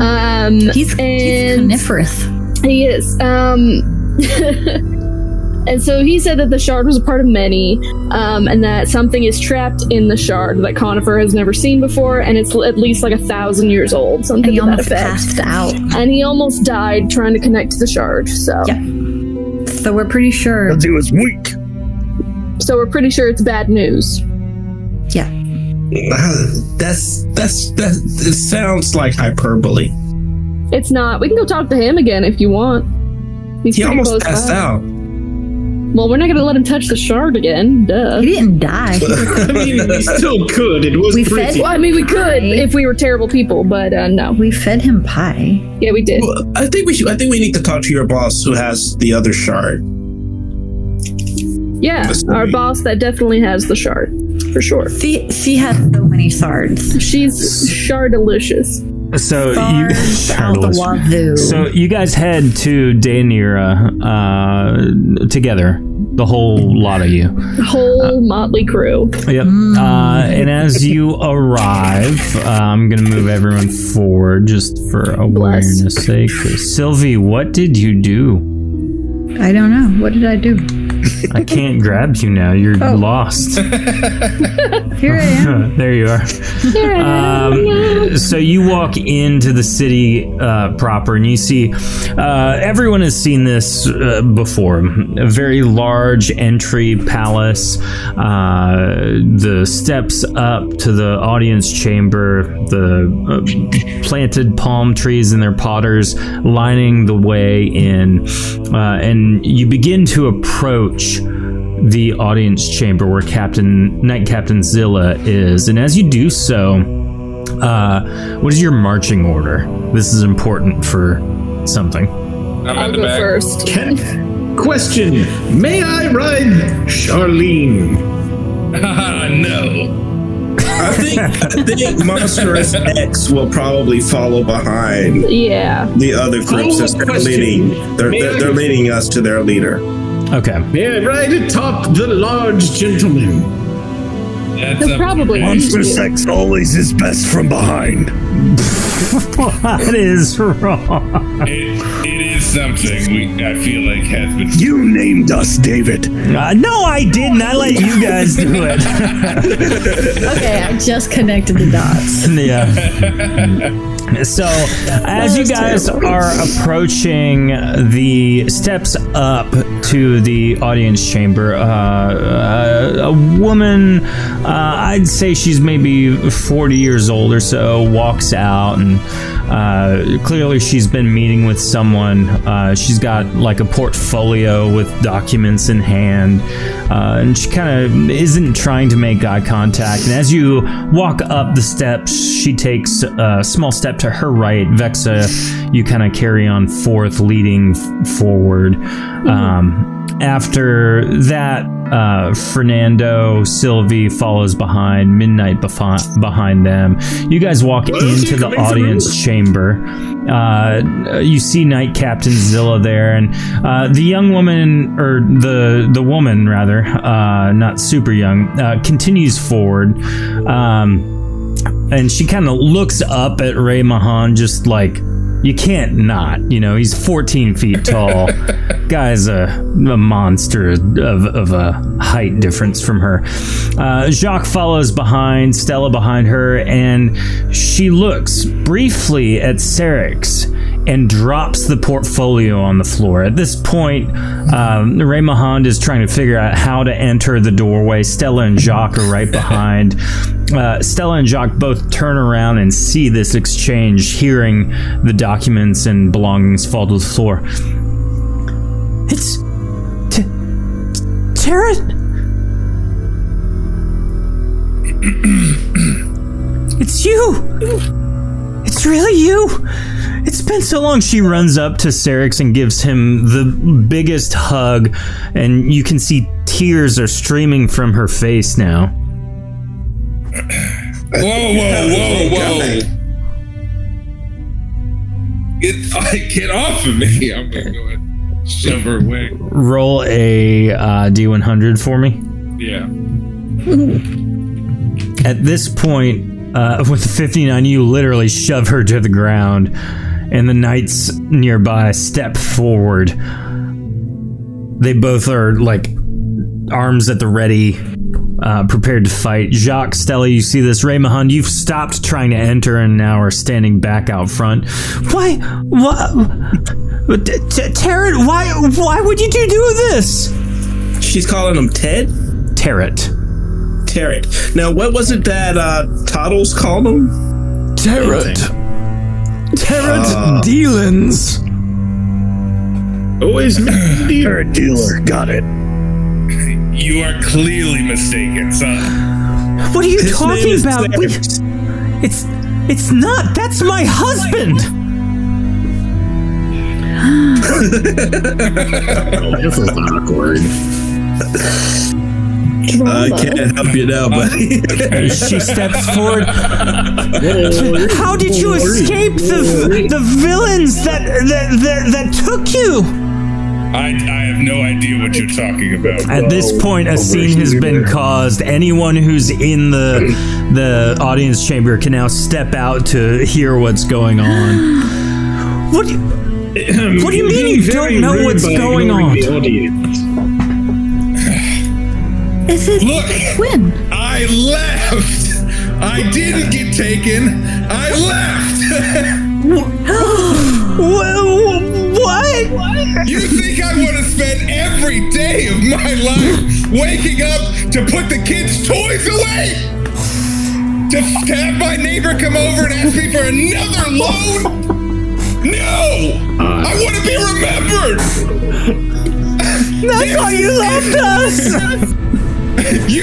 Speaker 3: Um, he's, and coniferous. He is. Um, [laughs] and so he said that the shard was a part of many, um, and that something is trapped in the shard that Conifer has never seen before, and it's l- at least like a thousand years old. Something and he almost passed out. And he almost died trying to connect to the shard. So
Speaker 5: So we're pretty sure.
Speaker 2: Because he was weak.
Speaker 3: So we're pretty sure it's bad news.
Speaker 5: Yeah.
Speaker 6: Uh, That's that's that. It sounds like hyperbole.
Speaker 3: It's not. We can go talk to him again if you want. He's
Speaker 6: He
Speaker 3: pretty
Speaker 6: almost
Speaker 3: close
Speaker 6: passed
Speaker 3: by.
Speaker 6: out.
Speaker 3: Well, we're not gonna let him touch the shard again. Duh. He
Speaker 5: didn't die.
Speaker 4: [laughs] I mean, we still could. It was
Speaker 3: we
Speaker 4: pretty.
Speaker 3: fed. Well, I mean, we could if we were terrible people, but uh, no.
Speaker 5: We fed him pie.
Speaker 3: Yeah, we did.
Speaker 6: I think we should. I think we need to talk to your boss who has the other shard.
Speaker 3: yeah, our boss that definitely has the shard for sure.
Speaker 5: She she has so many shards.
Speaker 3: She's shardalicious.
Speaker 1: So you, [laughs]
Speaker 3: out the wazoo.
Speaker 1: so you guys head to Danira uh, together, the whole lot of you.
Speaker 3: Whole motley crew.
Speaker 1: Yep.
Speaker 5: Mm.
Speaker 1: Uh, and as you arrive, uh, I'm going to move everyone forward just for awareness' sake. Sylvie, what did you do?
Speaker 5: I don't know. What did I do?
Speaker 1: I can't grab you now. You're
Speaker 5: Oh. [laughs]
Speaker 1: lost.
Speaker 5: Here I am.
Speaker 1: [laughs] there you are.
Speaker 7: [laughs]
Speaker 1: Um, so you walk into the city uh, proper, and you see uh, everyone has seen this uh, before. A very large entry palace. Uh, the steps up to the audience chamber. The uh, planted palm trees and their potters lining the way in, uh, and you begin to approach the audience chamber where Captain Night Captain Zilla is, and as you do so, uh, what is your marching order? This is important for something. [laughs]
Speaker 7: I'm
Speaker 3: I'll go first.
Speaker 4: Question: May I ride Charlene?
Speaker 7: no.
Speaker 6: I think I think Monstrous X will probably follow behind
Speaker 3: yeah.
Speaker 6: the other groups as they're
Speaker 4: Question.
Speaker 6: leading. They're, they're, they're leading us to their leader.
Speaker 1: Okay.
Speaker 4: May I ride atop the large gentleman?
Speaker 7: That's
Speaker 3: They're probably
Speaker 2: Monstrous X always is best from behind.
Speaker 1: what is wrong?
Speaker 7: It, it is something we I feel like has been.
Speaker 2: You named us, David.
Speaker 1: Uh, no, I didn't. I let you guys do it.
Speaker 9: Okay, I just connected the dots.
Speaker 5: [laughs]
Speaker 2: [laughs]
Speaker 1: yeah. So, as you guys are approaching the steps up to the audience chamber, uh, uh, a woman, uh, I'd say she's maybe 40 years old or so, walks out, and uh, clearly she's been meeting with someone. Uh, she's got like a portfolio with documents in hand, uh, and she kind of isn't trying to make eye contact. And as you walk up the steps, she takes a small step to her right. Vexa, you kind of carry on forth, leading f- forward. Um, after that, uh, Fernando, Sylvie follows behind, Midnight befi- behind them. You guys walk into the audience chamber. Uh, you see Night Captain Zilla there, and uh, the young woman, or the the woman rather, uh, not super young, uh, continues forward. Um, and she kind of looks up at Ray Mahan, just like you can't not. You know, he's 14 feet tall. Guy's a, a monster of, of a height difference from her. Uh, Jacques follows behind, Stella behind her, and she looks briefly at Serix and drops the portfolio on the floor. At this point, um, Ray Mahand is trying to figure out how to enter the doorway. Stella and Jacques are right behind. Uh, Stella and Jacques both turn around and see this exchange, hearing the documents and belongings fall to the floor. It's. T- Tara?
Speaker 10: it's you!
Speaker 1: It's really you? It's been so long. She runs up to Serix and gives him the biggest hug, and you can see tears are streaming from her face now.
Speaker 12: Whoa, whoa, whoa, whoa! Get, I- get off of me! [laughs] I'm gonna go and shove her away.
Speaker 1: Roll a uh, D100 for me.
Speaker 12: Yeah.
Speaker 1: At this point, uh, with 59, you literally shove her to the ground, and the knights nearby step forward. They both are like arms at the ready, uh, prepared to fight. Jacques, Stella, you see this. Raymahan, you've stopped trying to enter and now are standing back out front. Why? What? T- T- Tarrant, why? Why would you two do this?
Speaker 6: She's calling him Ted?
Speaker 1: Tarrant.
Speaker 6: Tarrant. Now, what was it that uh, Toddles called him?
Speaker 8: Tarrant. Tarrant
Speaker 6: Uh.
Speaker 8: Dealins.
Speaker 12: Always
Speaker 2: You're a dealer. Got it.
Speaker 12: You are clearly mistaken, son.
Speaker 1: What are you
Speaker 12: His name
Speaker 1: talking
Speaker 12: is
Speaker 1: about? We- it's it's not. That's my husband.
Speaker 13: this is awkward.
Speaker 6: I can't help you now, buddy.
Speaker 1: she steps forward. How did you escape the the villains that that that, that took you?
Speaker 12: I, I have no idea what you're talking about.
Speaker 1: At this point, a scene has been caused. Anyone who's in the the audience chamber can now step out to hear what's going on. [gasps] What? Do you,
Speaker 8: [clears throat]
Speaker 1: what do you mean you don't know what's going on?
Speaker 9: This is Quinn.
Speaker 12: I left. I didn't get taken. I left.
Speaker 1: what?
Speaker 12: what? You think I want to spend every day of my life waking up to put the kids' toys away? To f- to have my neighbor come over and ask me for another loan? No! I want to be remembered!
Speaker 1: [laughs] That's why you left us!
Speaker 12: [laughs] You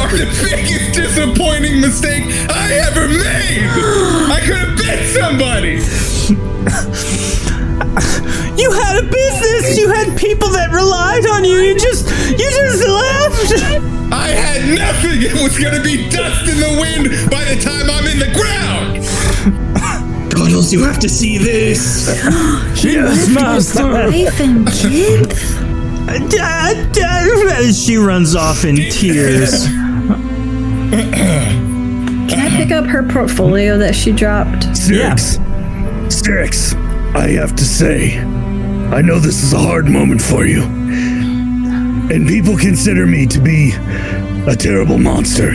Speaker 12: are the biggest disappointing mistake I ever made! I could have been somebody!
Speaker 1: You had a business. You had people that relied on you. You just you just left.
Speaker 12: I had nothing! It was gonna be dust in the wind by the time I'm in the ground!
Speaker 13: Toddles, you have to see
Speaker 1: [gasps]
Speaker 13: this.
Speaker 8: yes,
Speaker 1: [laughs]
Speaker 8: master.
Speaker 9: and kids.
Speaker 1: She runs off
Speaker 8: [laughs]
Speaker 1: in
Speaker 9: [clears throat]
Speaker 1: tears.
Speaker 5: Can I pick up her portfolio that she dropped?
Speaker 1: Six.
Speaker 2: Six. I have to say, I know this is a hard moment for you. And people consider me to be a terrible monster.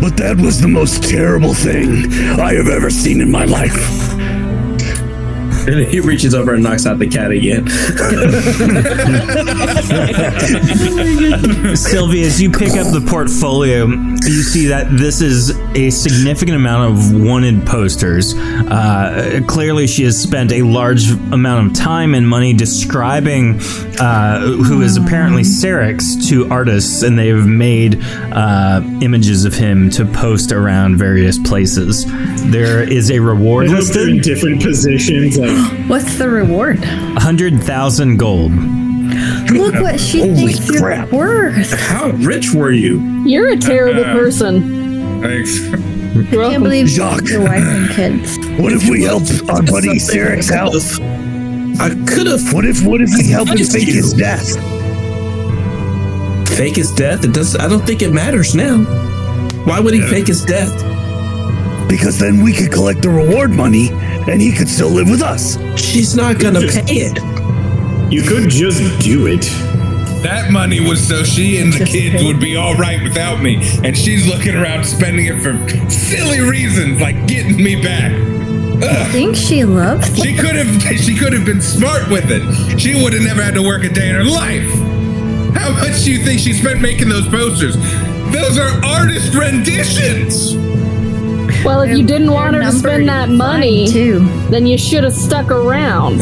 Speaker 2: But that was the most terrible thing I have ever seen in my life.
Speaker 6: And he reaches over and knocks out the cat again.
Speaker 1: Sylvia, as you pick up the portfolio, you see that this is a significant amount of wanted posters. Uh, clearly, she has spent a large amount of time and money describing uh, who is apparently Serix to artists, and they have made uh, images of him to post around various places. There is a reward
Speaker 4: I hope they're in
Speaker 1: listed
Speaker 4: different positions. Like,
Speaker 5: [gasps] What's the reward?
Speaker 1: 100,000 gold.
Speaker 5: Look what she thinks you're worth.
Speaker 6: How rich were you?
Speaker 3: You're a terrible person.
Speaker 12: Thanks.
Speaker 3: You're
Speaker 5: I can't
Speaker 3: welcome.
Speaker 5: believe
Speaker 2: Jacques.
Speaker 5: your wife and kids.
Speaker 2: What if we help our buddy Sarek's out?
Speaker 6: I could have.
Speaker 2: What if what if we help him fake his death?
Speaker 6: Fake his death? It does. I don't think it matters now. Why would he fake his death?
Speaker 2: Because then we could collect the reward money and he could still live with us.
Speaker 6: She's not gonna
Speaker 2: Just-
Speaker 6: pay it.
Speaker 4: you could just do it.
Speaker 12: That money was so she and the kids would be all right without me, and she's looking around spending it for silly reasons like getting me back.
Speaker 5: I think she loves
Speaker 12: She could have [laughs] she could have been smart with it. She would have never had to work a day in her life. How much do you think she spent making those posters? Those are artist renditions.
Speaker 3: Well, if you didn't want her to
Speaker 5: numbered
Speaker 3: spend that
Speaker 5: fine,
Speaker 3: money,
Speaker 5: too.
Speaker 3: then you should have stuck around.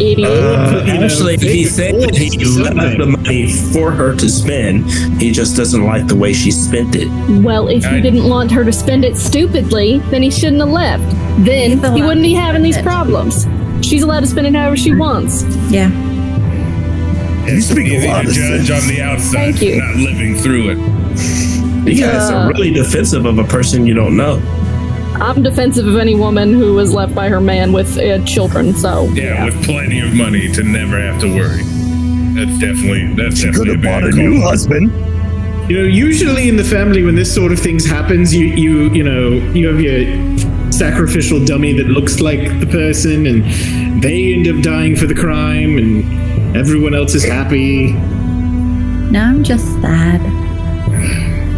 Speaker 3: Idiot.
Speaker 6: Uh, actually, he said that he left the money for her to spend. He just doesn't like the way she spent it.
Speaker 3: Well, if
Speaker 6: I-
Speaker 3: he didn't want her to spend it stupidly, then he shouldn't have left. Then he wouldn't be having these problems. She's allowed to spend it however she wants.
Speaker 5: Yeah.
Speaker 12: You speak
Speaker 6: a
Speaker 12: easy
Speaker 6: lot
Speaker 12: to
Speaker 6: of
Speaker 12: judge
Speaker 6: sense.
Speaker 12: on the outside,
Speaker 3: Thank you.
Speaker 12: not living through it.
Speaker 6: You guys
Speaker 3: Yeah.
Speaker 6: are really defensive of a person you don't know.
Speaker 3: I'm defensive of any woman who was left by her man with uh, children, so.
Speaker 12: Yeah, with plenty of money to never have to worry. That's definitely that's definitely a bad call.
Speaker 2: husband.
Speaker 4: You know, usually in the family, when this sort of things happens, you you you know you have your sacrificial dummy that looks like the person, and they end up dying for the crime, and everyone else is happy.
Speaker 5: Now I'm just sad.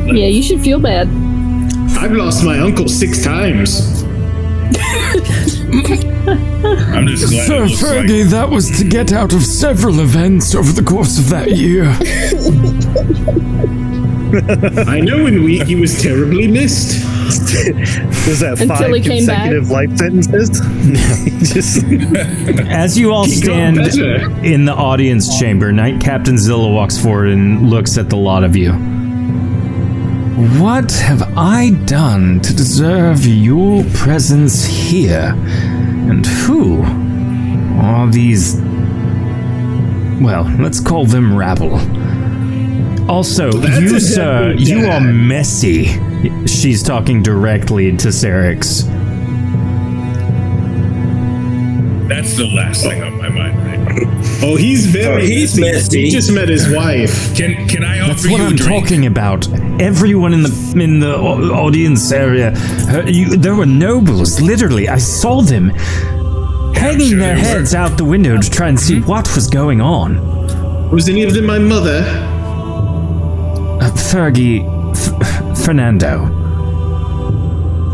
Speaker 3: Yeah, you should feel bad.
Speaker 4: I've lost my uncle six times.
Speaker 12: I'm just glad
Speaker 8: [laughs]
Speaker 12: it
Speaker 8: Fer-
Speaker 12: looks like-
Speaker 8: Fergie, that was to get out of several events over the course of that
Speaker 1: [laughs]
Speaker 8: year.
Speaker 4: I know in the week he was terribly missed.
Speaker 2: [laughs] Was that
Speaker 4: Until
Speaker 2: five
Speaker 4: he came back.
Speaker 2: consecutive life sentences? [laughs] Just
Speaker 1: As you all stand in the audience chamber, Night Captain Zilla walks forward and looks at the lot of you.
Speaker 8: What have I done to deserve your presence here? And who are these. Well, let's call them rabble.
Speaker 1: Also,
Speaker 8: That's
Speaker 1: you,
Speaker 8: a
Speaker 1: sir,
Speaker 8: devil
Speaker 1: you are messy. She's talking directly to Serix.
Speaker 12: That's the last thing on my mind right now.
Speaker 4: Oh, he's very
Speaker 12: Oh, he's messy.
Speaker 4: He just met his wife.
Speaker 12: Can can I
Speaker 1: That's
Speaker 12: offer
Speaker 1: what
Speaker 12: you
Speaker 1: I'm
Speaker 12: a drink?
Speaker 1: talking about. Everyone in the in the au- audience area, uh, you, there were nobles. Literally, I saw them hanging
Speaker 4: sure
Speaker 1: their
Speaker 4: they were.
Speaker 1: heads out the window to try and see
Speaker 12: Mm-hmm.
Speaker 1: what was going on.
Speaker 4: Was any of them my mother?
Speaker 1: Uh, Fergie, F- Fernando,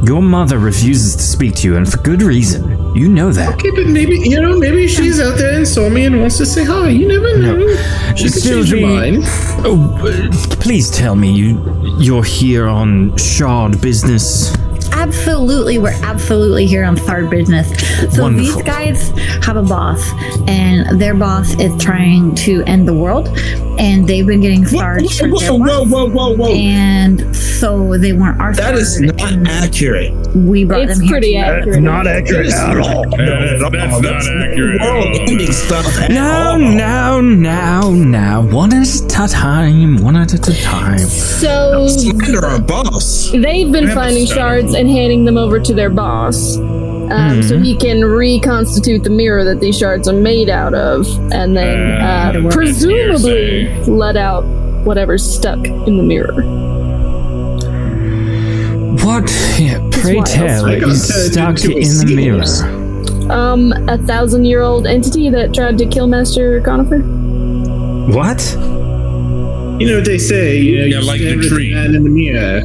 Speaker 1: your mother refuses to speak to you, and for good reason. You know [laughs] that.
Speaker 4: Okay, but maybe you know, maybe she's out there and saw me and wants to say hi. You never know.
Speaker 1: [laughs]
Speaker 4: She could change her
Speaker 1: Sylvie,
Speaker 4: mind.
Speaker 1: oh, uh, please tell me you you're here on shard business.
Speaker 5: Absolutely, we're absolutely here on Thard business. So
Speaker 1: Wonderful.
Speaker 5: these guys have a boss, and their boss is trying to end the world, and they've been getting Thard. Whoa, whoa, whoa,
Speaker 6: whoa, whoa, whoa!
Speaker 5: And so they weren't our.
Speaker 6: That is
Speaker 5: Thard,
Speaker 6: not accurate.
Speaker 5: and We brought them here. to-
Speaker 12: That's, that's not accurate. at all.
Speaker 1: Now, now, now, now. One at a time. One at a time.
Speaker 3: So.
Speaker 6: Slander our boss.
Speaker 3: They've been
Speaker 1: Grab a
Speaker 3: finding
Speaker 1: stone.
Speaker 3: shards and handing them over to their boss. Um, So
Speaker 6: Hmm.
Speaker 1: Mhm.
Speaker 3: he can reconstitute the mirror that these shards are made out of, and then
Speaker 12: Uh,
Speaker 3: uh,
Speaker 12: that's
Speaker 3: presumably
Speaker 12: hearsay.
Speaker 3: let out whatever's stuck in the mirror.
Speaker 8: What, yeah, pray
Speaker 3: wild.
Speaker 8: tell,
Speaker 3: I got
Speaker 8: is
Speaker 3: turned
Speaker 8: stuck
Speaker 3: into a
Speaker 8: in the mirror?
Speaker 3: Um, a thousand-year-old entity that tried to kill Master Conifer.
Speaker 1: What?
Speaker 4: You know what they say. You know, you like the tree. Man in the mirror.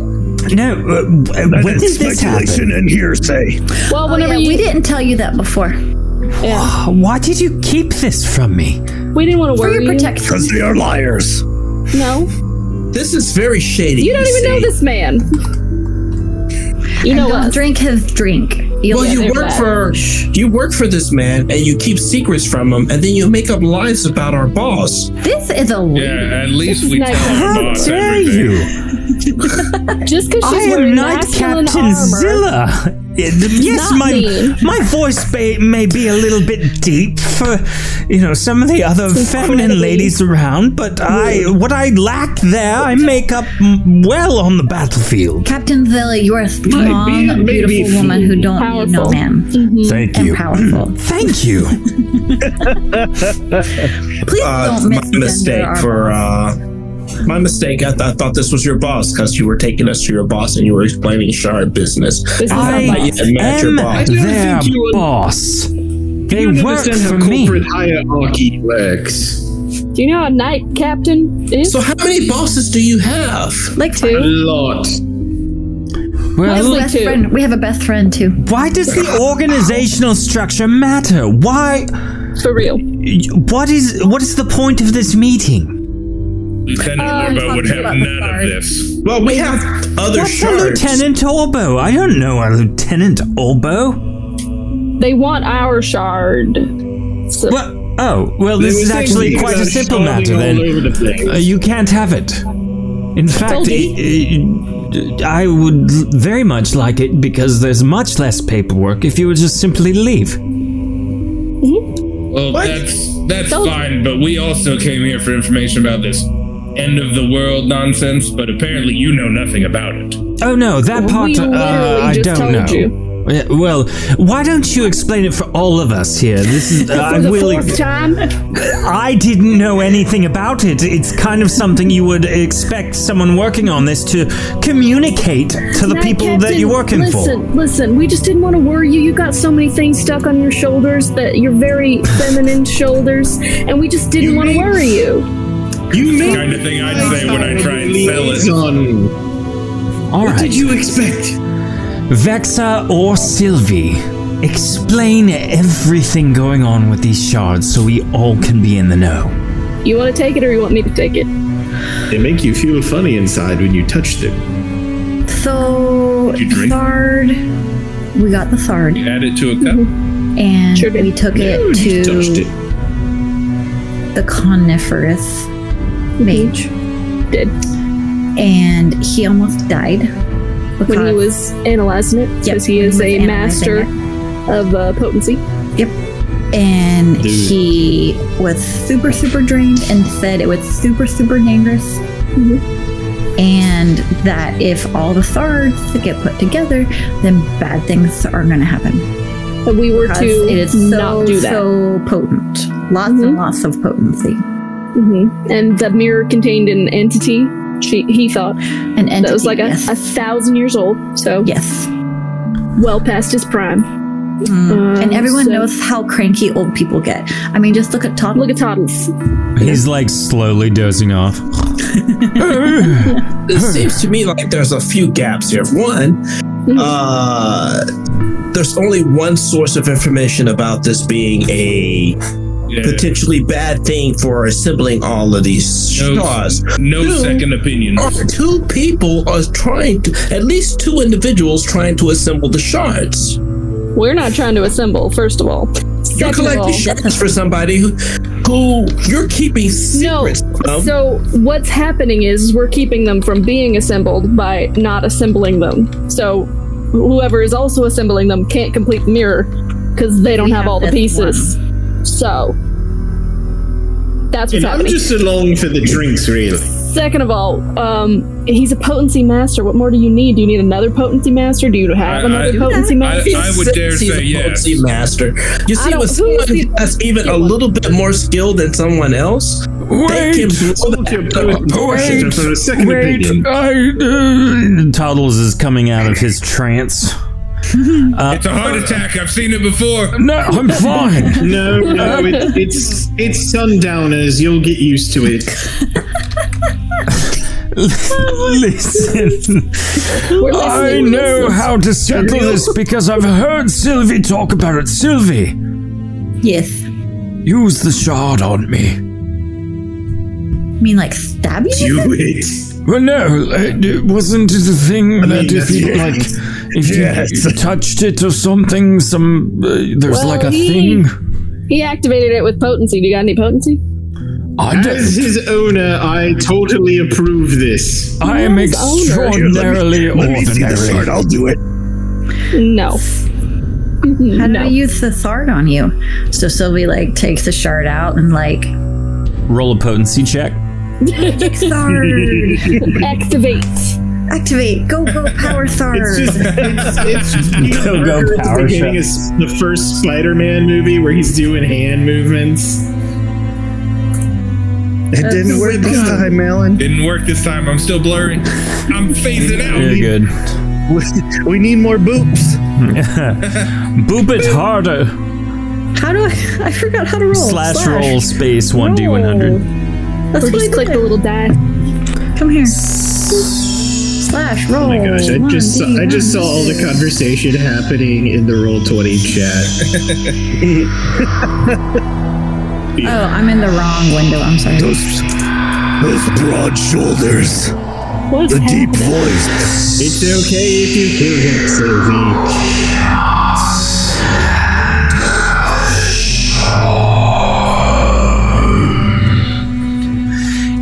Speaker 1: No, uh,
Speaker 4: That
Speaker 1: when
Speaker 4: is
Speaker 1: did this
Speaker 4: speculation
Speaker 1: happen?
Speaker 4: and
Speaker 1: hearsay.
Speaker 3: Well,
Speaker 5: whenever Oh, we didn't tell you that before.
Speaker 1: Why did you keep this from me?
Speaker 3: We didn't want to
Speaker 5: For
Speaker 3: worry
Speaker 5: your protection.
Speaker 2: because they are liars.
Speaker 3: you. No,
Speaker 6: This is very shady.
Speaker 3: you don't even know this man. You know
Speaker 5: what? Drink his drink. You'll
Speaker 6: well,
Speaker 5: get
Speaker 6: you
Speaker 5: there
Speaker 6: work
Speaker 5: back.
Speaker 6: for you work for this man, and you keep secrets from him, and then you make up lies about our boss.
Speaker 5: This is a
Speaker 12: Yeah, at least
Speaker 6: is
Speaker 12: we
Speaker 6: nice.
Speaker 12: tell our
Speaker 6: How
Speaker 12: boss
Speaker 6: dare
Speaker 12: everything.
Speaker 1: you?
Speaker 3: Just because
Speaker 1: I
Speaker 3: she's
Speaker 1: am
Speaker 3: wearing
Speaker 1: not
Speaker 3: masculine
Speaker 1: Captain
Speaker 3: armor.
Speaker 1: Zilla. [laughs] Yes,
Speaker 3: Not
Speaker 1: my
Speaker 3: me.
Speaker 1: my voice may, may be a little bit deep for you know some of the other feminine ladies around, but I what I lack there, I make up m- well on the battlefield.
Speaker 5: Captain Zilla, you're a strong, beautiful woman who don't need no man.
Speaker 1: Thank
Speaker 5: And
Speaker 1: you.
Speaker 5: powerful.
Speaker 1: [clears throat] Thank
Speaker 6: [laughs]
Speaker 1: you.
Speaker 5: Please
Speaker 6: uh,
Speaker 5: don't
Speaker 6: my
Speaker 5: misgender
Speaker 6: mistake
Speaker 5: our
Speaker 6: for uh, my mistake. I, th- I thought this was your boss because you were taking us to your boss and you were explaining shard business.
Speaker 1: This is
Speaker 6: I
Speaker 1: our boss.
Speaker 6: am not your
Speaker 1: Am
Speaker 6: boss.
Speaker 1: their boss. They
Speaker 4: don't
Speaker 1: work
Speaker 4: understand
Speaker 1: for
Speaker 4: how
Speaker 1: me.
Speaker 4: corporate hierarchy works.
Speaker 3: Do you know how night captain is?
Speaker 6: So how many bosses do you have?
Speaker 5: Like
Speaker 4: A
Speaker 3: two.
Speaker 4: lot.
Speaker 5: We have,
Speaker 1: Well,
Speaker 5: a best friend. we have a best friend too.
Speaker 1: Why
Speaker 5: [laughs]
Speaker 1: does the organizational structure matter? Why?
Speaker 3: For real.
Speaker 1: What is what is the point of this meeting?
Speaker 5: Oh,
Speaker 12: Lieutenant Orbo would have none of this.
Speaker 6: Well, we have other
Speaker 1: What's
Speaker 6: shards.
Speaker 1: a lieutenant Orbo? I don't know a lieutenant Orbo.
Speaker 3: They want our shard. So,
Speaker 1: Well, oh, well, this
Speaker 3: They
Speaker 1: is
Speaker 3: were
Speaker 1: actually
Speaker 3: saying
Speaker 1: quite a
Speaker 3: things
Speaker 1: simple
Speaker 3: are
Speaker 1: matter
Speaker 3: showing
Speaker 1: then.
Speaker 3: all over the place.
Speaker 1: Uh, you can't have it. In fact,
Speaker 3: okay.
Speaker 1: i- i- I would l- very much like it because there's much less paperwork if you would just simply leave.
Speaker 7: Well, that's that's fine, but we also came here for information about this end of the world nonsense. But apparently, you know nothing about it.
Speaker 1: Oh no, that part
Speaker 7: We literally
Speaker 1: uh, I
Speaker 7: just
Speaker 1: don't
Speaker 7: told
Speaker 1: know.
Speaker 7: you.
Speaker 1: Yeah, Well, why don't you explain it for all of us here? This is
Speaker 3: [laughs] for
Speaker 1: I
Speaker 3: the
Speaker 1: will.
Speaker 8: [laughs]
Speaker 3: fourth time,
Speaker 1: I didn't know anything about it. It's kind of something you would expect someone working on this to communicate to the
Speaker 3: Night
Speaker 1: people that
Speaker 3: Captain,
Speaker 1: you're working
Speaker 3: listen, Listen, we just didn't want to worry you. You got so many things stuck on your shoulders that your very
Speaker 1: [laughs]
Speaker 3: feminine shoulders, and we just didn't want to worry you.
Speaker 7: You know, kind of thing I'd say when I try and sell it.
Speaker 1: for. All right.
Speaker 14: did you expect?
Speaker 1: Vexa or Sylvie, explain everything going on with these shards so we all can be in the know.
Speaker 3: You want to take it, or you want me to take it?
Speaker 4: They make you feel funny inside when you touch them.
Speaker 5: So third, we got the third,
Speaker 7: Add it to a cup.
Speaker 5: and we took it to the coniferous mage.
Speaker 3: Mhm. Did
Speaker 5: and he almost died
Speaker 3: when he was analyzing it, because he is a master of uh, potency.
Speaker 5: Yep. and
Speaker 3: Dude.
Speaker 5: he was super super drained and said it was super super dangerous
Speaker 3: Mm-hmm.
Speaker 5: and that if all the swords get put together then bad things are going to happen
Speaker 3: But we were
Speaker 5: Because
Speaker 3: to
Speaker 5: it is so
Speaker 3: not do that.
Speaker 5: so potent lots and lots of potency
Speaker 3: hmm And the mirror contained an entity. She, he thought an entity that was like a, a thousand years old. So
Speaker 5: yes,
Speaker 3: well past his prime.
Speaker 5: Mm. and
Speaker 3: Um,
Speaker 5: everyone
Speaker 3: so-
Speaker 5: knows how cranky old people get i mean just look at toddlers
Speaker 3: look at toddlers
Speaker 15: He's like slowly dozing off.
Speaker 6: it seems to me like there's a few gaps here. One,
Speaker 3: Hmm.
Speaker 6: uh, there's only one source of information about this being a potentially bad thing for assembling all of these
Speaker 7: No-
Speaker 6: straws.
Speaker 7: no
Speaker 6: Two
Speaker 7: second opinion.
Speaker 6: Are two people are trying to, at least two individuals trying to assemble the shards.
Speaker 3: We're not trying to assemble, first of all.
Speaker 6: You're
Speaker 3: Second of all,
Speaker 6: collecting shards for somebody who, who you're keeping secrets
Speaker 3: no.
Speaker 6: from.
Speaker 3: So what's happening is we're keeping them from being assembled by not assembling them. So whoever is also assembling them can't complete the mirror because they don't
Speaker 4: We
Speaker 3: have,
Speaker 4: have
Speaker 3: all the
Speaker 4: this
Speaker 3: pieces. So that's what's
Speaker 4: And I'm
Speaker 3: happening.
Speaker 4: just along for the drinks, really.
Speaker 3: Second of all, um, he's a potency master. What more do you need? Do you need another potency master? Do you have another potency master?
Speaker 6: He's a potency master. You
Speaker 3: I
Speaker 6: see,
Speaker 3: don't-
Speaker 6: when someone has even a little bit more skill than someone else, they can blow Oh,
Speaker 15: Wait,
Speaker 6: the
Speaker 15: wait, I, uh, Toddles is coming out of his trance. Uh,
Speaker 7: it's a heart attack. I've seen it before.
Speaker 15: No, I'm fine.
Speaker 4: [laughs] No, no,
Speaker 1: [laughs]
Speaker 4: it, it's it's sundowners. You'll get used to it.
Speaker 15: Listen,
Speaker 3: We're
Speaker 8: I
Speaker 15: listening, we're
Speaker 8: know
Speaker 15: listening.
Speaker 8: how to settle
Speaker 15: Real.
Speaker 8: this because I've heard Sylvie talk about it. Sylvie,
Speaker 5: yes
Speaker 8: use the shard on me.
Speaker 5: i mean like stab you [laughs] with it?
Speaker 8: Well, no, it wasn't the thing
Speaker 5: I
Speaker 8: that
Speaker 5: mean,
Speaker 8: if you
Speaker 5: yes.
Speaker 8: like, if you
Speaker 5: Yes.
Speaker 8: touched it or something, some uh, there's
Speaker 3: Well,
Speaker 8: like a
Speaker 3: he- [laughs]
Speaker 8: thing.
Speaker 3: He activated it with potency. Do you got any potency?
Speaker 8: I don't-
Speaker 4: As his owner, I totally approve this.
Speaker 8: I am
Speaker 4: Yes, owner.
Speaker 8: extraordinarily
Speaker 4: Let me- let me see the
Speaker 8: ordinary.
Speaker 4: sword, I'll
Speaker 6: do
Speaker 8: [laughs]
Speaker 6: it.
Speaker 3: No.
Speaker 5: How do I use the thard on you? So Sylvie like takes the shard out and like
Speaker 15: Roll a potency check.
Speaker 5: [laughs] thard
Speaker 3: activate.
Speaker 5: Activate. Go go power thard.
Speaker 4: [laughs] It's just, it's, it's just
Speaker 15: Go, go,
Speaker 4: Parker at
Speaker 15: power
Speaker 4: the beginning of s- the first Spider-Man movie where he's doing hand movements.
Speaker 2: It didn't work this time, Alan.
Speaker 7: Didn't work this time. I'm still blurry. I'm phasing out.
Speaker 15: You're good.
Speaker 2: We, we need more boops.
Speaker 15: Boop it harder.
Speaker 5: How do I? [laughs] I forgot how to roll.
Speaker 15: Slash, roll space 1d100.
Speaker 5: That's
Speaker 3: or
Speaker 5: what I
Speaker 3: just click the little die.
Speaker 5: Come here. Slash roll.
Speaker 4: Oh my gosh! I just saw, I just saw all the conversation happening in the Roll Twenty
Speaker 12: [laughs]
Speaker 4: chat.
Speaker 5: Oh, I'm in the wrong window. I'm sorry.
Speaker 16: Those broad shoulders.
Speaker 3: What's
Speaker 16: the deep voice.
Speaker 4: it's okay if you kill him, Sylvie.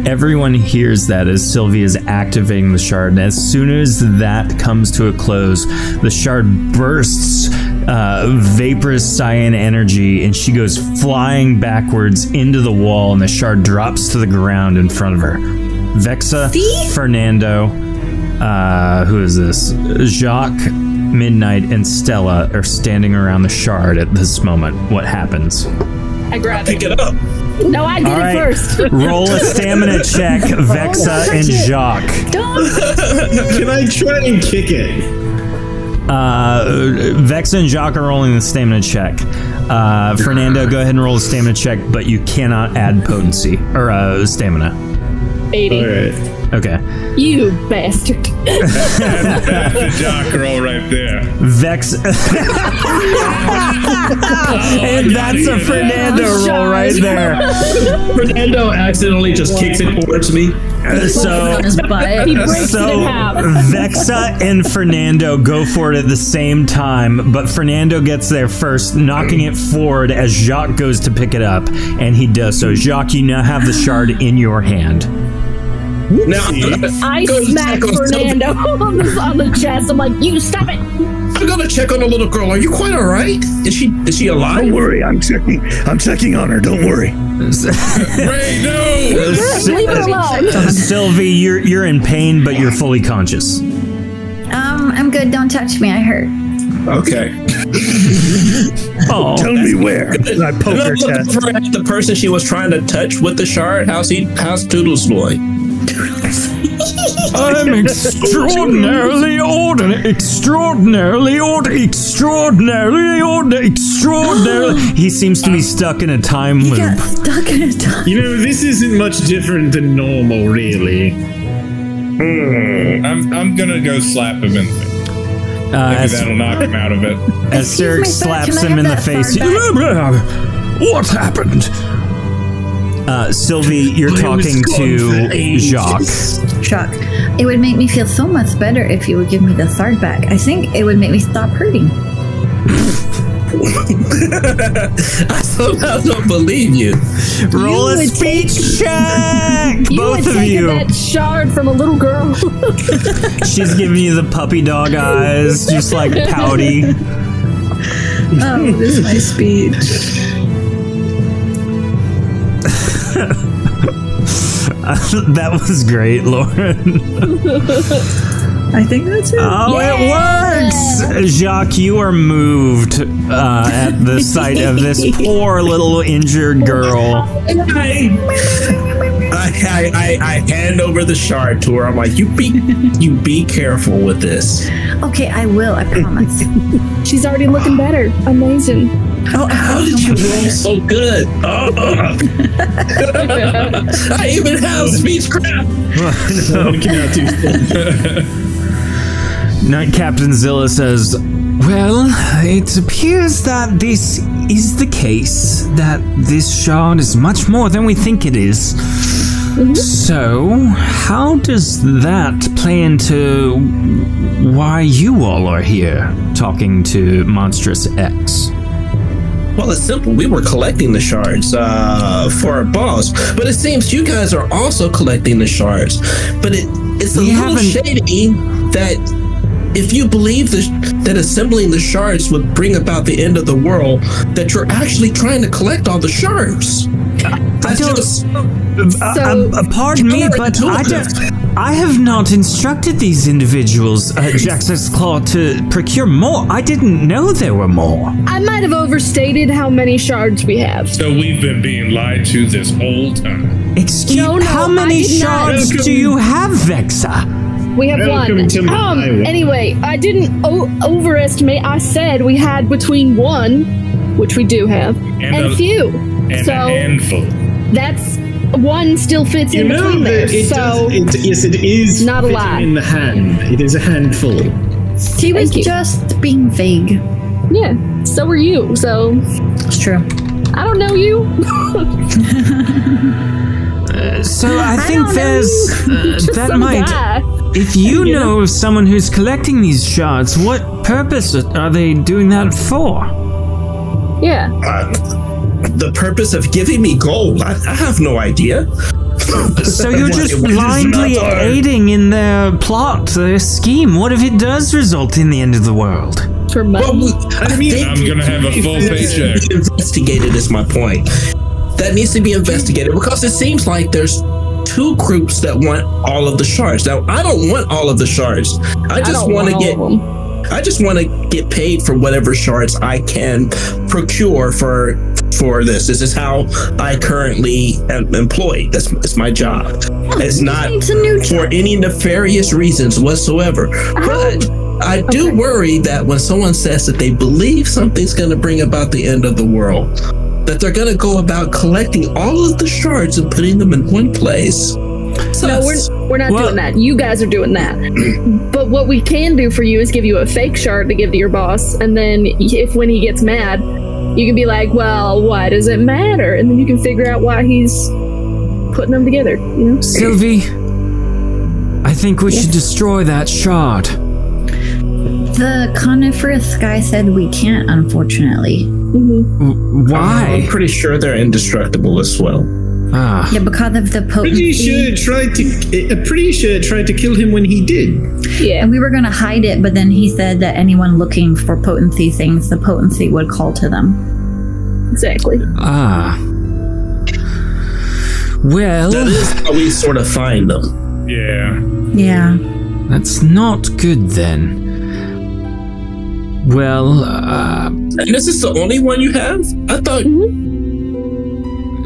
Speaker 1: everyone hears that as Sylvie is activating the shard. And as soon as that comes to a close, the shard bursts uh, vaporous cyan energy and she goes flying backwards into the wall, and the shard drops to the ground in front of her. Vexa, Fernando, uh, who is this? Jacques, Midnight, and Stella are standing around the shard at this moment. What happens?
Speaker 3: I grabbed it. Pick it up. No, I did
Speaker 1: All right.
Speaker 3: it first.
Speaker 1: [laughs]
Speaker 3: [laughs]
Speaker 1: Roll a stamina check, Vexa and Jacques.
Speaker 3: Don't.
Speaker 4: [laughs] Can I try and kick it?
Speaker 1: Uh, Vexa and Jacques are rolling the stamina check. Uh, Fernando, go ahead and roll a stamina check, but you cannot add potency or uh, stamina.
Speaker 3: 80.
Speaker 1: Okay.
Speaker 3: You bastard.
Speaker 6: [laughs]
Speaker 17: That's the jock roll right there.
Speaker 1: Vex. [laughs]
Speaker 7: Oh,
Speaker 1: and that's a Fernando roll right there.
Speaker 6: Fernando accidentally just kicks it towards me.
Speaker 1: So, so Vexa and Fernando go for it at the same time, but Fernando gets there first, knocking it forward as Jacques goes to pick it up, and he does so. Jacques, you now have the shard in your hand.
Speaker 6: Now,
Speaker 3: I smacked Fernando [laughs] on the, on the chest. I'm like, you stop it.
Speaker 6: I'm gonna check on the little girl. Are you quite all right? Is she is she alive?
Speaker 16: Don't worry, I'm checking. I'm checking on her. Don't
Speaker 4: [laughs]
Speaker 16: worry.
Speaker 6: Ray, no.
Speaker 3: Leave it alone.
Speaker 1: Sylvie, you're you're in pain, but you're fully conscious.
Speaker 5: Um, I'm good. Don't touch me. I hurt.
Speaker 6: Okay.
Speaker 1: Oh,
Speaker 16: Tell me where. And I poke
Speaker 6: And I'm
Speaker 16: her
Speaker 6: looking
Speaker 16: chest.
Speaker 6: for the person she was trying to touch with the shard. How's he? How's Toodles doing?
Speaker 8: I'm extraordinarily ordinary, extraordinarily ordinary, extraordinarily ordinary, extraordinarily.
Speaker 1: He seems to be stuck in a time loop.
Speaker 5: Stuck in a time.
Speaker 4: You know, this isn't much different than normal, really.
Speaker 7: I'm, I'm gonna go slap him in.
Speaker 1: Uh,
Speaker 7: Maybe
Speaker 1: as-
Speaker 7: that'll knock him out of it.
Speaker 1: As Sarek slaps him in the face.
Speaker 8: What happened?
Speaker 1: Uh, Sylvie, you're
Speaker 8: I was
Speaker 1: talking
Speaker 8: gone for
Speaker 1: to
Speaker 8: ages.
Speaker 1: Jacques.
Speaker 5: Shock. It would make me feel so much better if you would give me the third back. I think it would make me stop hurting.
Speaker 6: [laughs] I somehow don't believe you.
Speaker 1: Roll
Speaker 3: You
Speaker 1: a
Speaker 3: would
Speaker 1: speech check,
Speaker 3: You
Speaker 1: both
Speaker 3: had
Speaker 1: of
Speaker 3: taken
Speaker 1: you.
Speaker 3: that shard from a little girl. [laughs]
Speaker 1: She's giving you the puppy dog eyes, just like pouty. [laughs]
Speaker 5: Oh, this is my speech.
Speaker 1: that was great, Lauren.
Speaker 3: [laughs]
Speaker 5: I think that's it.
Speaker 1: Oh, it works! Jacques, you are moved uh, at the sight of this poor little injured girl.
Speaker 6: I, I, I, I hand over the shard to her. I'm like, you be you be careful with this.
Speaker 5: Okay, I will. I promise.
Speaker 3: [laughs] She's already looking better. Amazing.
Speaker 5: Oh,
Speaker 6: How did [laughs]
Speaker 3: [laughs]
Speaker 6: you roll so good? Oh. I even have speech crap.
Speaker 1: Night Captain Zilla says, Well,
Speaker 12: it appears that this is the case, that this shard is much more than we think it is. So, how does that play into why you all are here talking to Monstrous X?
Speaker 6: Well, it's simple. We were collecting the shards uh, for our boss, but it seems you guys are also collecting the shards. But it, it's a little shady that if you believe the, that assembling the shards would bring about the end of the world, that you're actually trying to collect all the shards. I don't.
Speaker 12: Uh, uh, pardon me, but I, don't- I have not instructed these individuals, uh, Jax's Claw, to procure more. I didn't know there were more.
Speaker 3: I might have overstated how many shards we have.
Speaker 7: So we've been being lied to this whole time.
Speaker 12: Excuse
Speaker 3: No, no,
Speaker 12: How many
Speaker 3: I did
Speaker 12: shards
Speaker 3: not.
Speaker 12: do you have, Vexa?
Speaker 3: We have
Speaker 12: Welcome
Speaker 3: one.
Speaker 12: to my
Speaker 3: um,
Speaker 12: world.
Speaker 3: anyway, I didn't o- overestimate. I said we had between one, which we do have, and, a,
Speaker 7: a-
Speaker 3: few.
Speaker 7: And
Speaker 3: so
Speaker 7: a handful.
Speaker 3: that's one still fits
Speaker 4: You
Speaker 3: in
Speaker 4: know
Speaker 3: between there.
Speaker 4: that it
Speaker 3: so
Speaker 4: does. It, yes, it is.
Speaker 3: Not a
Speaker 4: fitting
Speaker 3: lot.
Speaker 4: In the hand, it is a handful.
Speaker 5: She was just being vague.
Speaker 3: yeah, so are you. So
Speaker 5: it's true.
Speaker 3: I don't
Speaker 5: [laughs]
Speaker 3: know you.
Speaker 12: So I
Speaker 3: Uh, I
Speaker 12: think
Speaker 3: don't [laughs]
Speaker 12: there's
Speaker 3: know.
Speaker 12: uh,
Speaker 3: Just
Speaker 12: that
Speaker 3: some
Speaker 12: might.
Speaker 3: guy.
Speaker 12: If you know of someone who's collecting these shards, what purpose are they doing that for?
Speaker 3: Yeah.
Speaker 6: the purpose of giving me gold. I, I have no idea.
Speaker 7: [laughs]
Speaker 8: So
Speaker 6: [laughs]
Speaker 8: you're just blindly aiding in their plot, their scheme. What if it does result in the end of the world?
Speaker 3: For money.
Speaker 6: I mean,
Speaker 7: I'm gonna have a full paycheck.
Speaker 6: Investigated is my point. That needs to be investigated because it seems like there's two groups that want all of the shards. Now, I don't want all of the shards. I just
Speaker 3: don't
Speaker 6: want to
Speaker 3: want
Speaker 6: get.
Speaker 3: all of
Speaker 6: I just want to get paid for whatever shards I can procure for for this. This is how I currently am employed. That's it's my job.
Speaker 3: Oh,
Speaker 6: It's not for any nefarious reasons whatsoever. But I do worry that when someone says that they believe something's going to bring about the end of the world, that they're going to go about collecting all of the shards and putting them in one place.
Speaker 3: No, we're, we're not doing that. You guys are doing that. but what we can do for you is give you a fake shard to give to your boss, and then if when he gets mad, you can be like, "Well, why does it matter?" And then you can figure out why he's putting them together. You know,
Speaker 8: Sylvie, I think we should destroy that shard.
Speaker 5: The coniferous guy said we can't, unfortunately.
Speaker 6: Mm-hmm. I'm pretty sure they're indestructible as well.
Speaker 8: Ah.
Speaker 5: Yeah, because of the potency.
Speaker 4: Pretty sure it tried to. Uh, pretty sure it tried to kill him when he did.
Speaker 3: Yeah.
Speaker 5: And we were going to hide it, but then he said that anyone looking for potency things, the potency would call to them.
Speaker 3: Exactly.
Speaker 8: Ah. Well.
Speaker 6: That is how we sort of find them.
Speaker 7: Yeah.
Speaker 5: Yeah.
Speaker 8: That's not good then. Well, uh,
Speaker 6: And is this the only one you have? I thought.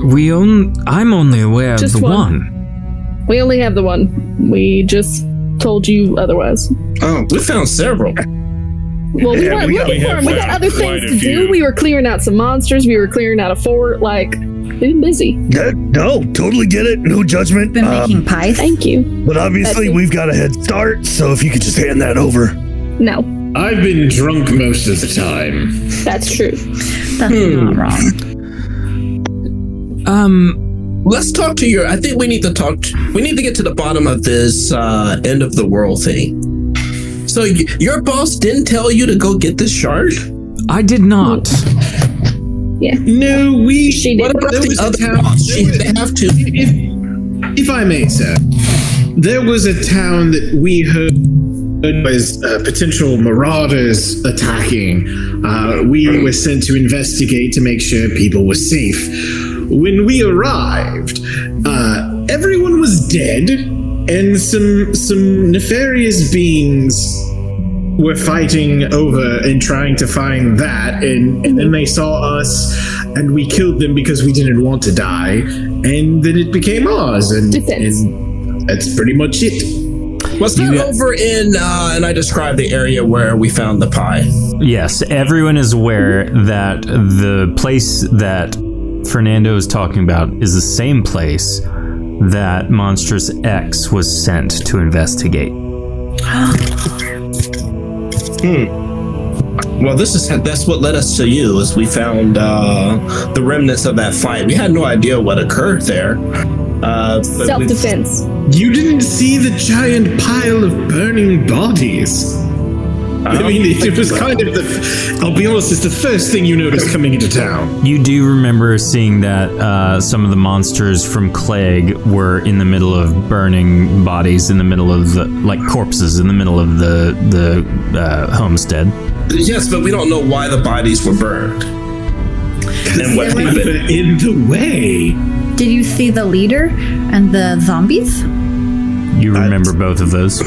Speaker 8: we on- I'm only aware
Speaker 3: Just
Speaker 8: of the
Speaker 3: one.
Speaker 8: one.
Speaker 3: we only have the one. We just told you otherwise.
Speaker 6: Oh, we found several.
Speaker 3: Well, we
Speaker 6: Yeah,
Speaker 3: weren't
Speaker 6: we got-
Speaker 3: looking
Speaker 6: we
Speaker 3: for
Speaker 6: have
Speaker 3: him. We got
Speaker 6: quite-
Speaker 3: other
Speaker 6: quite
Speaker 3: things
Speaker 6: a
Speaker 3: to do.
Speaker 6: few.
Speaker 3: We were clearing out some monsters. We were clearing out a fort. Like, we've been busy.
Speaker 16: Yeah, no, totally get it. No judgment.
Speaker 5: Been
Speaker 16: Um,
Speaker 5: making pies.
Speaker 3: Thank you.
Speaker 16: but obviously, we've got a head start. So if you could just hand that over.
Speaker 3: No,
Speaker 4: I've been drunk most of the time.
Speaker 3: that's true.
Speaker 5: That's
Speaker 6: Hmm.
Speaker 5: not wrong.
Speaker 8: Um,
Speaker 6: let's talk to your. I think we need to talk. We need to get to the bottom of this uh, end of the world thing. So y- your boss didn't tell you to go get this shard.
Speaker 8: I did not.
Speaker 3: Yeah.
Speaker 4: No, we.
Speaker 3: She
Speaker 6: What about the other boss? She- they have to.
Speaker 4: If I may, sir, there was a town that we heard was uh, potential marauders attacking. Uh, we were sent to investigate to make sure people were safe. When we arrived, uh, everyone was dead, and some some nefarious beings were fighting over and trying to find that and, and then they saw us and we killed them because we didn't want to die and then it became ours and, and that's pretty much it
Speaker 6: Was that over in? Uh, and I described the area where we found the pie.
Speaker 1: Yes, everyone is aware that the place that Fernando is talking about is the same place that Monstrous X was sent to investigate.
Speaker 6: Hmm. Well, this is that's what led us to you. Is we found uh, the remnants of that fight. We had no idea what occurred there. Uh, but we-
Speaker 3: Self-defense.
Speaker 4: you didn't see the giant pile of burning bodies I mean, it, it was kind of the. I'll be honest, it's the first thing you notice coming into town.
Speaker 1: You do remember seeing that uh, some of the monsters from Clegg were in the middle of burning bodies, in the middle of the, like corpses, in the middle of the the uh, homestead.
Speaker 6: Yes, but we don't know why the bodies were burned. And what happened?
Speaker 4: In the way.
Speaker 5: Did you see the leader and the zombies?
Speaker 1: You remember both of those.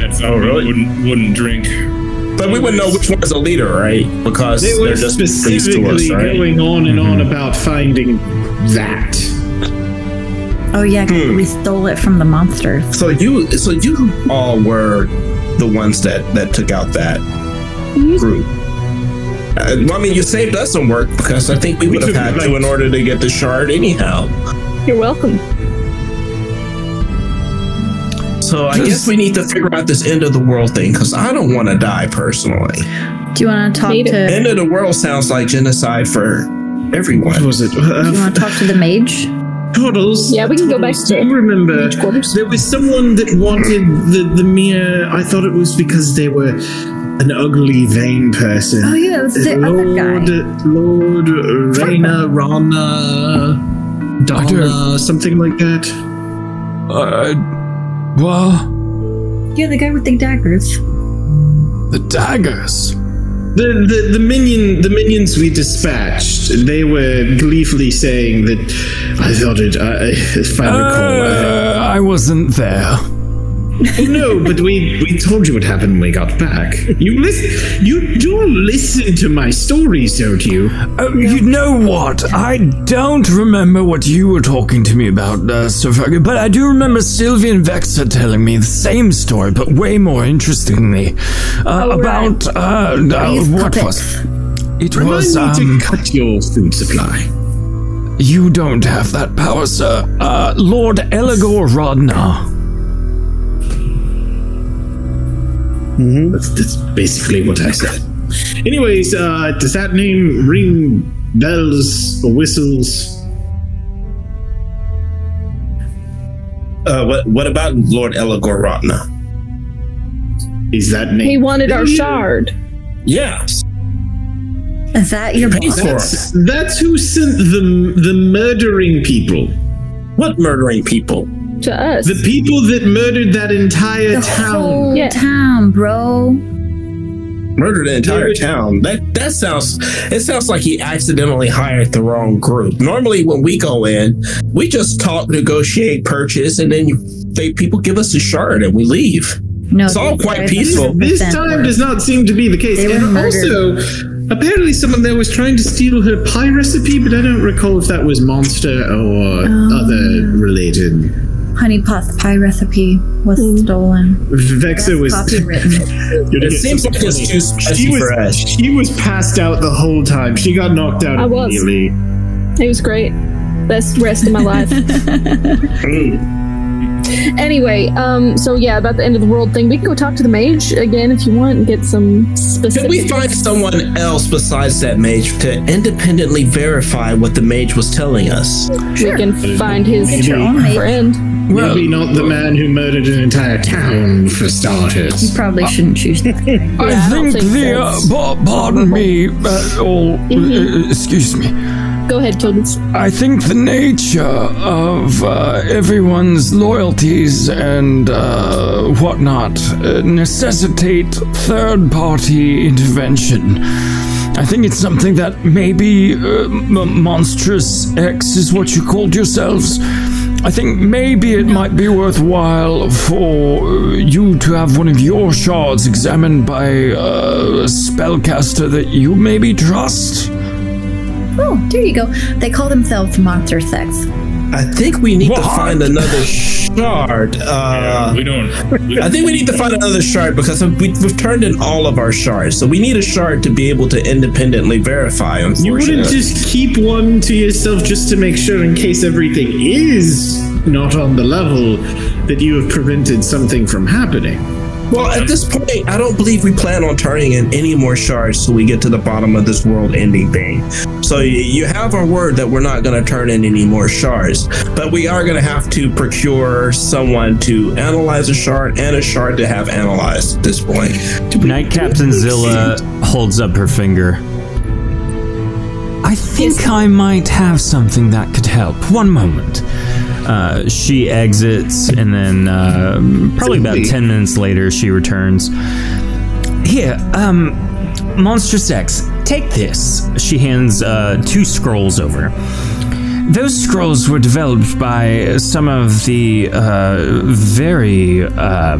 Speaker 7: That's oh, really? wouldn't, wouldn't drink.
Speaker 6: But we wouldn't know which one's the leader, right? Because
Speaker 4: They were
Speaker 6: are just police to us,
Speaker 4: specifically
Speaker 6: right? Mm-hmm.
Speaker 4: going on and on about finding that.
Speaker 5: Oh, yeah, 'cause
Speaker 4: Hmm.
Speaker 5: we stole it from the monsters.
Speaker 6: So you, so you all were the ones that that took out that group. Uh, well, I mean, you saved us some work because I think we, would have
Speaker 4: took,
Speaker 6: had
Speaker 4: like-
Speaker 6: to in order to get the shard anyhow.
Speaker 3: You're welcome.
Speaker 6: So I guess we need to figure out this end of the world thing because I don't want to die personally.
Speaker 5: Do you want to talk
Speaker 6: End
Speaker 5: to?
Speaker 6: of the world sounds like genocide for everyone. What
Speaker 4: was it? uh,
Speaker 5: Do you want to talk to the mage?
Speaker 4: Toddles.
Speaker 3: Yeah, we can go back
Speaker 4: Do you remember there was someone that wanted the, the mere? I thought it was because they were an ugly, vain person.
Speaker 5: Oh, yeah, it was the other
Speaker 4: Lord, Lord Raina Rana Donna, something like that.
Speaker 8: Uh, well,
Speaker 5: Yeah, the guy with the daggers.
Speaker 8: the daggers.
Speaker 4: The, the the minion the minions we dispatched they were gleefully saying that I thought it I, if I recall
Speaker 8: Uh, I wasn't there.
Speaker 4: no but we we told you what happened when we got back you listen you do listen to my stories don't you
Speaker 8: Uh, you know what? I don't remember what you were talking to me about, uh, Sir Fergus, but I do remember Sylvia and Vexa telling me the same story, but way more interestingly, uh, about uh, uh,
Speaker 4: Brave
Speaker 8: what
Speaker 4: puppets.
Speaker 8: was it?
Speaker 4: Remind
Speaker 8: was
Speaker 4: me to
Speaker 8: um,
Speaker 4: cut your food supply.
Speaker 8: You don't have that power, sir. Uh, Lord Eligor Rodnar. Mm-hmm.
Speaker 4: that's, that's basically what I said anyways uh, does that name ring bells or whistles
Speaker 6: Uh, what what about Lord Eligor Ratna?
Speaker 4: Is that
Speaker 3: He wanted our shard.
Speaker 6: Yes.
Speaker 5: Is that your boss?
Speaker 4: That's, that's who sent the the murdering people.
Speaker 6: What murdering people?
Speaker 3: To us.
Speaker 4: The people that murdered that entire
Speaker 5: The
Speaker 4: town.
Speaker 5: whole town, bro.
Speaker 6: Murdered the entire town. That that sounds. It sounds like he accidentally hired the wrong group. Normally, when we go in, we just talk, negotiate, purchase, and then you, they people give us a shard and we leave.
Speaker 5: No,
Speaker 6: it's all
Speaker 5: they-
Speaker 6: quite
Speaker 5: they're
Speaker 6: peaceful.
Speaker 4: This time does not seem to be the case.
Speaker 5: They were
Speaker 4: And
Speaker 5: murdered.
Speaker 4: also, apparently someone there was trying to steal her pie recipe, but I don't recall if that was monster or
Speaker 5: Um,
Speaker 4: other related.
Speaker 5: Honey pot pie recipe was
Speaker 3: Mm.
Speaker 5: stolen.
Speaker 4: Vexa was. [laughs]
Speaker 5: Copywritten.
Speaker 4: You're
Speaker 6: It
Speaker 4: gonna get
Speaker 6: seems
Speaker 4: some
Speaker 6: like it's
Speaker 4: funny.
Speaker 6: too spicy
Speaker 4: she was,
Speaker 6: for us.
Speaker 4: She was passed out the whole time. She got knocked out
Speaker 3: I was.
Speaker 4: immediately.
Speaker 3: He was great. Best rest of my
Speaker 5: [laughs]
Speaker 3: life.
Speaker 6: Hmm.
Speaker 3: anyway, um, so yeah, about the end of the world thing, we can go talk to the mage again if you want and get some specific.
Speaker 6: Could we find someone else besides that mage to independently verify what the mage was telling us?
Speaker 3: We can find his
Speaker 4: Maybe.
Speaker 3: friend.
Speaker 4: Maybe not the man who murdered an entire town, for starters.
Speaker 5: Probably shouldn't choose
Speaker 4: [laughs]
Speaker 5: that.
Speaker 8: I think, the. Uh, pa- pardon me, uh, all. Uh, excuse me.
Speaker 3: Mm-hmm. Go ahead, Childress.
Speaker 8: I think the nature of uh, everyone's loyalties and uh, whatnot uh, necessitate third party intervention. I think it's something that maybe uh, M- Monstrous X is what you called yourselves. I think maybe it might be worthwhile for uh, you to have one of your shards examined by uh, a spellcaster that you maybe trust.
Speaker 5: Oh, there you go. They call themselves Monster Sex.
Speaker 6: I think we need to find another shard. Uh,
Speaker 18: we don't.
Speaker 6: [laughs] I think we need to find another shard because we, we've turned in all of our shards, so we need a shard to be able to independently verify.
Speaker 4: You
Speaker 6: Unfortunately,
Speaker 4: wouldn't just keep one to yourself just to make sure, in case everything is not on the level, that you have prevented something from happening.
Speaker 6: Well, at this point, I don't believe we plan on turning in any more shards till we get to the bottom of this world-ending thing. So y- you have our word that we're not going to turn in any more shards, but we are going to have to procure someone to analyze a shard and a shard to have analyzed at this point.
Speaker 1: Night Captain Zilla holds up her finger. I think I might have something that could help. One moment. Uh, she exits, and then uh, probably about 10 minutes later, she returns. Here, um, Monstrous X, take this. She hands uh, two scrolls over. Those scrolls were developed by some of the uh, very uh,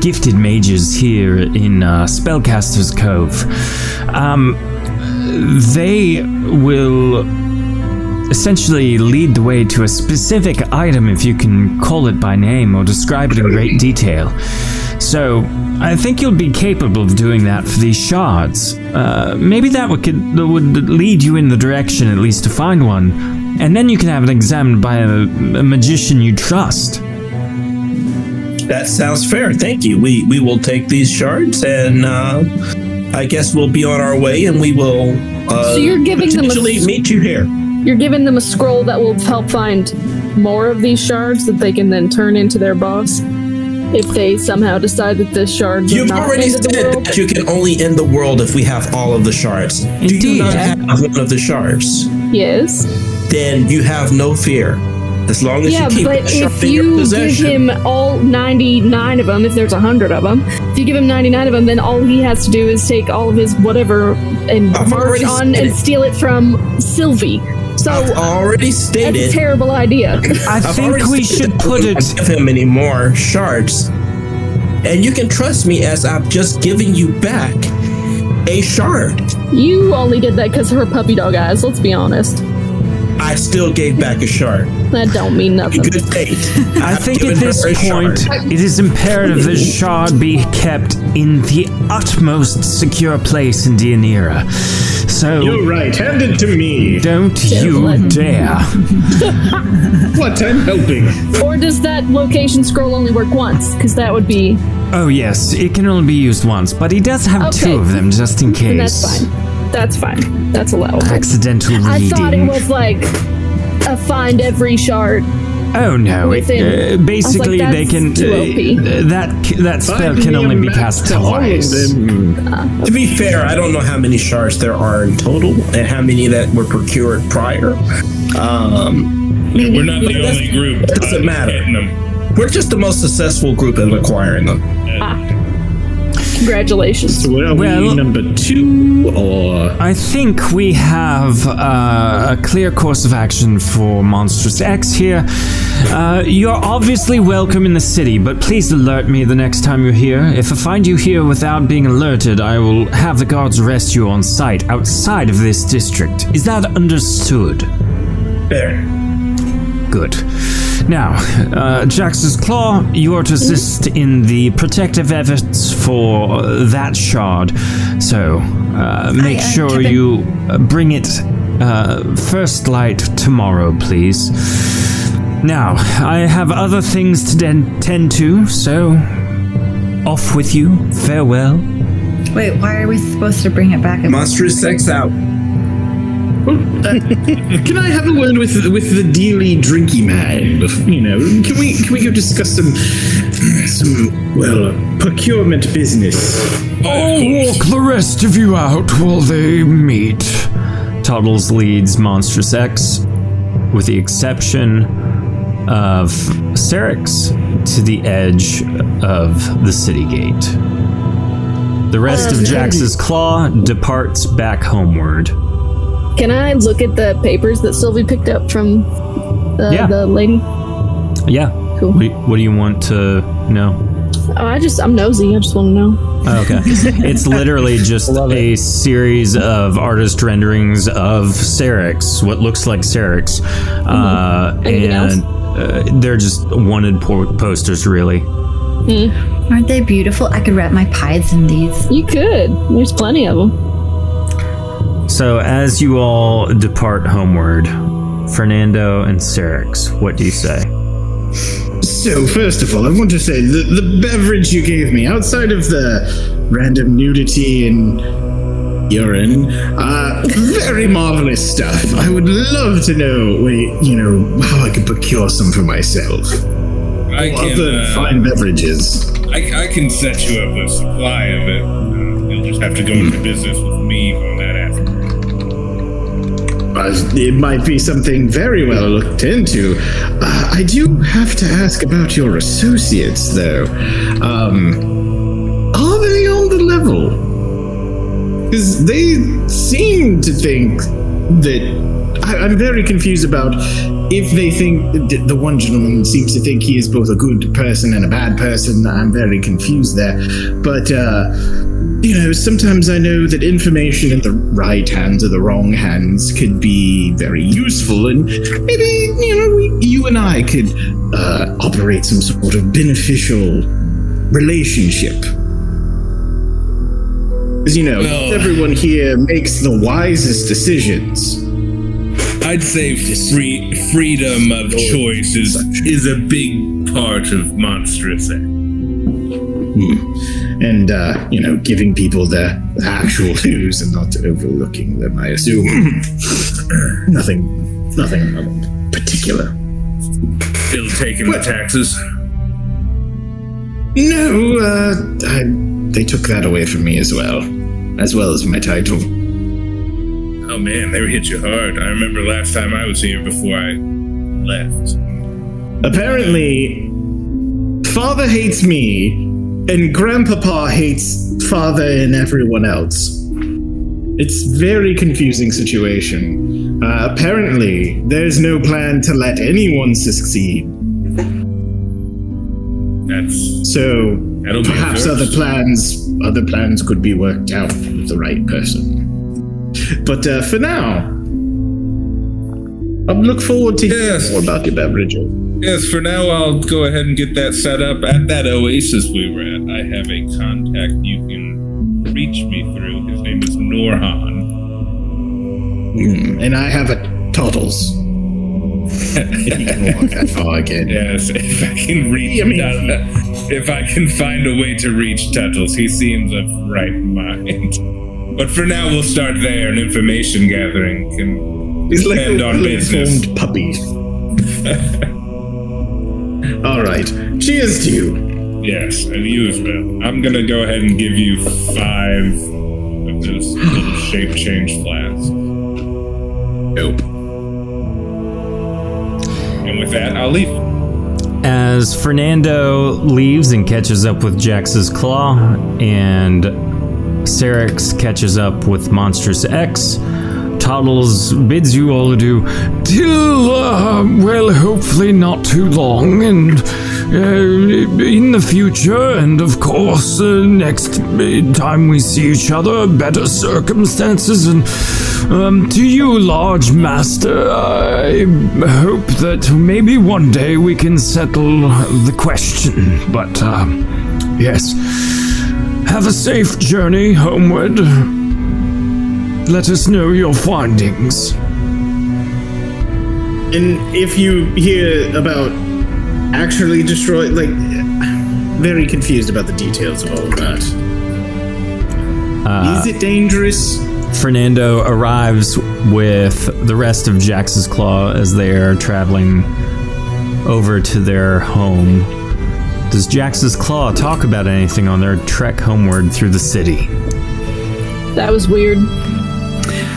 Speaker 1: gifted mages here in uh, Spellcaster's Cove. Um, they will essentially lead the way to a specific item if you can call it by name or describe it in great detail. So, I think you'll be capable of doing that for these shards. Uh, maybe that would, could, would lead you in the direction at least to find one, and then you can have it examined by a, a magician you trust.
Speaker 6: That sounds fair. Thank you. We we will take these shards, and uh, I guess we'll be on our way, and we will. Uh,
Speaker 3: So you're giving them a-
Speaker 6: potentially meet you here.
Speaker 3: You're giving them a scroll that will help find more of these shards that they can then turn into their boss if they somehow decide that this shard.
Speaker 6: You've already said that you can only end the world if we have all of the shards. Do you not have one of the shards?
Speaker 3: Yes.
Speaker 6: Then you have no fear. As long as
Speaker 3: yeah,
Speaker 6: you keep
Speaker 3: but
Speaker 6: the shard
Speaker 3: if
Speaker 6: in your
Speaker 3: you give
Speaker 6: possession.
Speaker 3: him all 99 of them, if there's 100 of them, if you give him 99 of them, then all he has to do is take all of his whatever and
Speaker 6: I've
Speaker 3: march
Speaker 6: already
Speaker 3: on
Speaker 6: said
Speaker 3: and
Speaker 6: it.
Speaker 3: steal it from Sylvie. So
Speaker 6: already stated.
Speaker 3: That's a terrible idea.
Speaker 6: [laughs] I've already stated that I don't give him any more shards, and you can trust me as I've just given you back a shard.
Speaker 3: You only did that because her puppy dog eyes. Let's be honest.
Speaker 6: I still gave back a shard.
Speaker 3: That don't mean nothing.
Speaker 6: Good faith.
Speaker 1: I
Speaker 6: I've
Speaker 1: think at
Speaker 6: given her
Speaker 1: this
Speaker 6: a
Speaker 1: point,
Speaker 6: shard.
Speaker 1: it is imperative this shard be kept in the utmost secure place in Deianira. So
Speaker 4: You're right. Hand it to me.
Speaker 1: Don't you dare!
Speaker 4: [laughs] what? I'm helping.
Speaker 3: Or does that location scroll only work once? Because that would be.
Speaker 1: Oh yes, it can only be used once, but he does have
Speaker 3: Okay.
Speaker 1: two of them just in
Speaker 3: And
Speaker 1: case.
Speaker 3: that's fine. That's fine. That's allowable.
Speaker 1: Accidental
Speaker 3: I
Speaker 1: reading.
Speaker 3: thought it was like a find every shard.
Speaker 1: Oh no! It,
Speaker 3: within- I was
Speaker 1: uh,
Speaker 3: like,
Speaker 1: basically, they
Speaker 3: that's
Speaker 1: can
Speaker 3: too OP.
Speaker 1: uh, that c- that spell can only be cast twice.
Speaker 6: To be fair, I don't know how many shards there are in total and how many that were procured prior. Um,
Speaker 7: We're not the only group. uh,
Speaker 6: It doesn't matter. We're just the most successful group in acquiring them.
Speaker 3: Congratulations.
Speaker 1: Well-
Speaker 4: number two, or
Speaker 1: I think we have uh, a clear course of action for Monstrous X here. Uh, you're obviously welcome in the city, but please alert me the next time you're here. If I find you here without being alerted, I will have the guards arrest you on sight outside of this district. Is that understood?
Speaker 6: Fair.
Speaker 1: Good. Now, uh, Jax's Claw, you are to assist in the protective efforts for uh, that shard. So, uh, make
Speaker 5: I
Speaker 1: sure
Speaker 5: tip it.
Speaker 1: you uh, bring it uh, first light tomorrow, please. Now, I have other things to den- tend to, so off with you. Farewell.
Speaker 5: Wait, why are we supposed to bring it back?
Speaker 6: Monstrous sex out.
Speaker 4: Oh, uh,
Speaker 6: [laughs]
Speaker 4: can I have a word with with the dealy drinky man? You know, can we can we go discuss some some well procurement business?
Speaker 8: I'll walk the rest of you out while they meet.
Speaker 1: Toddles leads Monstrous X, with the exception of Serix, to the edge of the city gate. The rest of
Speaker 3: Um,
Speaker 1: Jax's claw departs back homeward.
Speaker 3: Can I look at the papers that Sylvie picked up from the,
Speaker 1: Yeah.
Speaker 3: the lady? Oh,
Speaker 1: Yeah.
Speaker 3: Cool.
Speaker 1: What, what do you want to know?
Speaker 3: Oh, I just, I'm nosy. I just want to know.
Speaker 5: [laughs]
Speaker 1: Oh, okay. it's literally just a series of artist renderings of Serix, what looks like Serix. Uh,
Speaker 5: Anything else?
Speaker 1: and uh, they're just wanted po- posters, really.
Speaker 5: Aren't they beautiful? I could wrap my pies in these.
Speaker 3: Hmm. You could. There's plenty of them.
Speaker 1: So, as you all depart homeward, Fernando and Serix, what do you say?
Speaker 4: So first of all, I want to say the the beverage you gave me outside of the random nudity and urine, uh, very marvelous stuff. I would love to know, where, you know, how I could procure some for myself.
Speaker 7: I
Speaker 4: Or
Speaker 7: can,
Speaker 4: other
Speaker 7: uh,
Speaker 4: fine beverages.
Speaker 7: I, I can set you up a supply of it. Uh, you'll just have to go into business with me on that after.
Speaker 4: Uh, it might be something very well looked into. Uh, I do have to ask about your associates, though. Um, are they on the level? Because they seem to think that. I, I'm very confused about if they think. th- The one gentleman seems to think he is both a good person and a bad person. I'm very confused there. But, uh, you know, sometimes I know that information in the right hands or the wrong hands could be very useful, and maybe you know, we, you and I could uh, operate some sort of beneficial relationship. Because you know,
Speaker 7: Well-
Speaker 4: everyone here makes the wisest decisions.
Speaker 7: I'd say free, freedom of choice is, is Oh, a big part of Monstrous Act.
Speaker 4: and uh, you know giving people the actual [laughs] news and not overlooking them. I assume [clears throat]
Speaker 7: [clears throat]
Speaker 4: nothing, nothing particular.
Speaker 7: Still taking the taxes.
Speaker 4: No, uh, I, they took that away from me as well, as well as my title.
Speaker 7: Oh man, they hit you hard. I remember last time I was here before I left.
Speaker 4: Apparently, father hates me, and grandpapa hates father and everyone else. It's very confusing situation. Uh, apparently, there's no plan to let anyone succeed.
Speaker 7: That's
Speaker 4: so.
Speaker 7: That'll be a
Speaker 4: Perhaps
Speaker 7: first.
Speaker 4: other plans, other plans could be worked out with the right person. But uh, for now, I look forward to hearing more about you, beverage.
Speaker 7: Yes, for now I'll go ahead and get that set up at that oasis we were at. I have a contact you can reach me through. His name is Norhan.
Speaker 4: And I have a Toddles. if you can walk that far again.
Speaker 7: Yes, if I can reach, Tut- if I can find a way to reach Tuttles, he seems of right mind. But for now, we'll start there, and information gathering can
Speaker 4: He's like
Speaker 7: depend
Speaker 4: a
Speaker 7: on business.
Speaker 4: well-informed puppy.
Speaker 7: [laughs]
Speaker 4: All right. Cheers to you.
Speaker 7: Yes, and you as well. I'm gonna go ahead and give you five of those [gasps] little shape change flasks. Nope. And with that, I'll leave.
Speaker 1: As Fernando leaves and catches up with Jax's claw, and Cerex catches up with Monstrous X, Toddles bids you all adieu.
Speaker 8: Till, uh, well, hopefully not too long, and uh, in the future, and of course, uh, next uh, time we see each other, better circumstances. And um, to you, large master, I hope that maybe one day we can settle the question. But uh, yes, have a safe journey homeward. Let us know your findings.
Speaker 4: And if you hear about actually destroy, like, very confused about the details of all of that. Is
Speaker 1: Uh,
Speaker 4: it dangerous?
Speaker 1: Fernando arrives with the rest of Jax's Claw as they are traveling over to their home. Does Jax's Claw talk about anything on their trek homeward through the city?
Speaker 3: That was weird.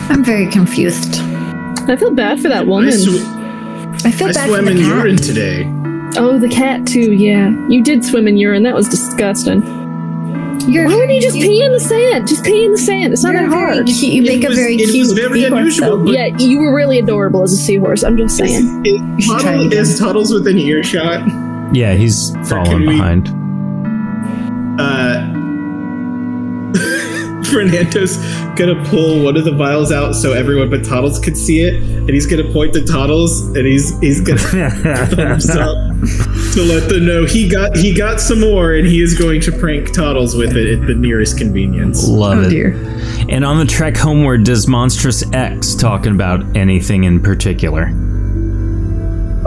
Speaker 5: I'm very confused.
Speaker 3: I feel bad for that woman.
Speaker 5: I feel
Speaker 4: I
Speaker 3: bad
Speaker 4: swam
Speaker 3: for
Speaker 4: in
Speaker 3: the cat.
Speaker 4: urine today.
Speaker 3: Oh, the cat too. Yeah, you did swim in urine. That was disgusting. Why wouldn't you just pee in the sand? Just pee in the sand. It's not that hard.
Speaker 5: you It make a was- very it was cute very seahorse, unusual, though. but-
Speaker 3: Yeah, you were really adorable as a seahorse. I'm
Speaker 5: [laughs]
Speaker 3: just saying. [laughs]
Speaker 4: Toddle, is Toddles within earshot?
Speaker 1: Yeah, he's following behind.
Speaker 4: Uh, [laughs] Fernando's gonna pull one of the vials out so everyone but Toddles could see it, and he's gonna point to Toddles, and he's he's gonna
Speaker 1: [laughs]
Speaker 4: thumbs up to let them know he got he got some more, and he is going to prank Toddles with it at the nearest convenience.
Speaker 1: Love it. And on the trek homeward, does Monstrous X talking about anything in particular?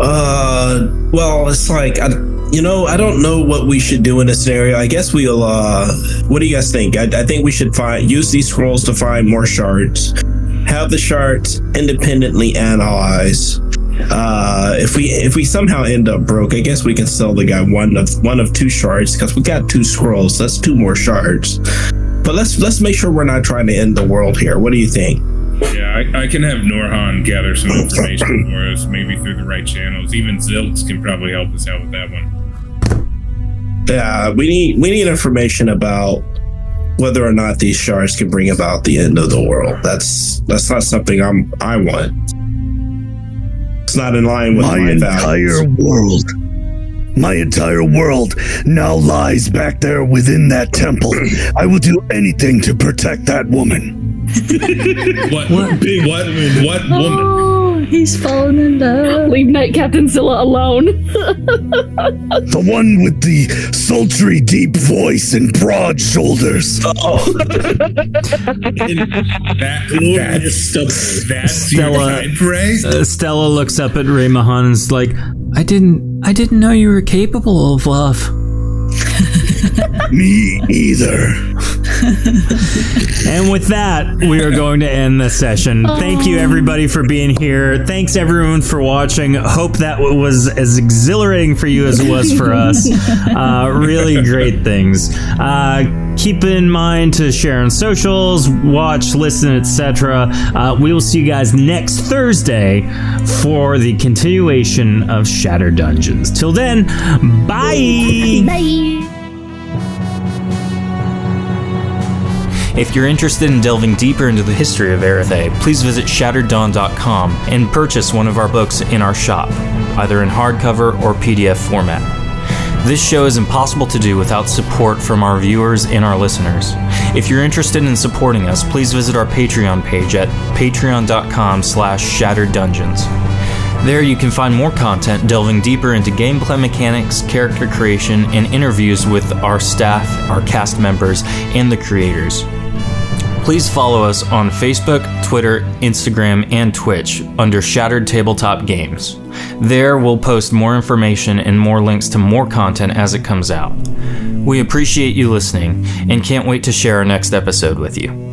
Speaker 6: Uh, well, it's like I, you know, I don't know what we should do in this scenario. I guess we'll. uh What do you guys think? I, I think we should find use these scrolls to find more shards. Have the shards independently analyze. Uh, if we if we somehow end up broke, I guess we can sell the guy one of one of two shards because we got two scrolls. That's two more shards. But let's let's make sure we're not trying to end the world here. What do you think?
Speaker 7: Yeah, I, I can have Norhan gather some information for us, maybe through the right channels. Even Zilts can probably help us out with that one.
Speaker 6: Yeah, we need we need information about whether or not these shards can bring about the end of the world. That's that's not something I'm I want. It's not in line with my,
Speaker 16: my
Speaker 6: values.
Speaker 16: entire world. My entire world now lies back there within that
Speaker 6: [clears throat]
Speaker 16: temple. I will do anything to protect that woman.
Speaker 7: What? What? What? woman?
Speaker 3: Oh, he's fallen in love. Leave Night Captain Zilla alone. [laughs]
Speaker 16: The one with the sultry, deep voice and broad shoulders.
Speaker 6: Oh.
Speaker 7: That,
Speaker 4: that's,
Speaker 7: that's
Speaker 1: Stella, uh, Stella looks up at Raymahan and is like,
Speaker 19: I didn't. I didn't know you were capable of love.
Speaker 16: Me either.
Speaker 6: And with that, we are going to end this session. Thank you, everybody, for being here. Thanks, everyone, for watching. Hope that was as exhilarating for you as it was for us. Uh, really great things. Uh, keep in mind to share on socials, watch, listen, etc. Uh, we will see you guys next Thursday for the continuation of Shatter Dungeons. Till then, bye.
Speaker 7: Bye.
Speaker 1: If you're interested in delving deeper into the history of Erethe, please visit shattereddawn.com and purchase one of our books in our shop, either in hardcover or PDF format. This show is impossible to do without support from our viewers and our listeners. If you're interested in supporting us, please visit our Patreon page at patreon.com slash shattereddungeons. There you can find more content delving deeper into gameplay mechanics, character creation, and interviews with our staff, our cast members, and the creators. Please follow us on Facebook, Twitter, Instagram, and Twitch under Shattered Tabletop Games. There we'll post more information and more links to more content as it comes out. We appreciate you listening and can't wait to share our next episode with you.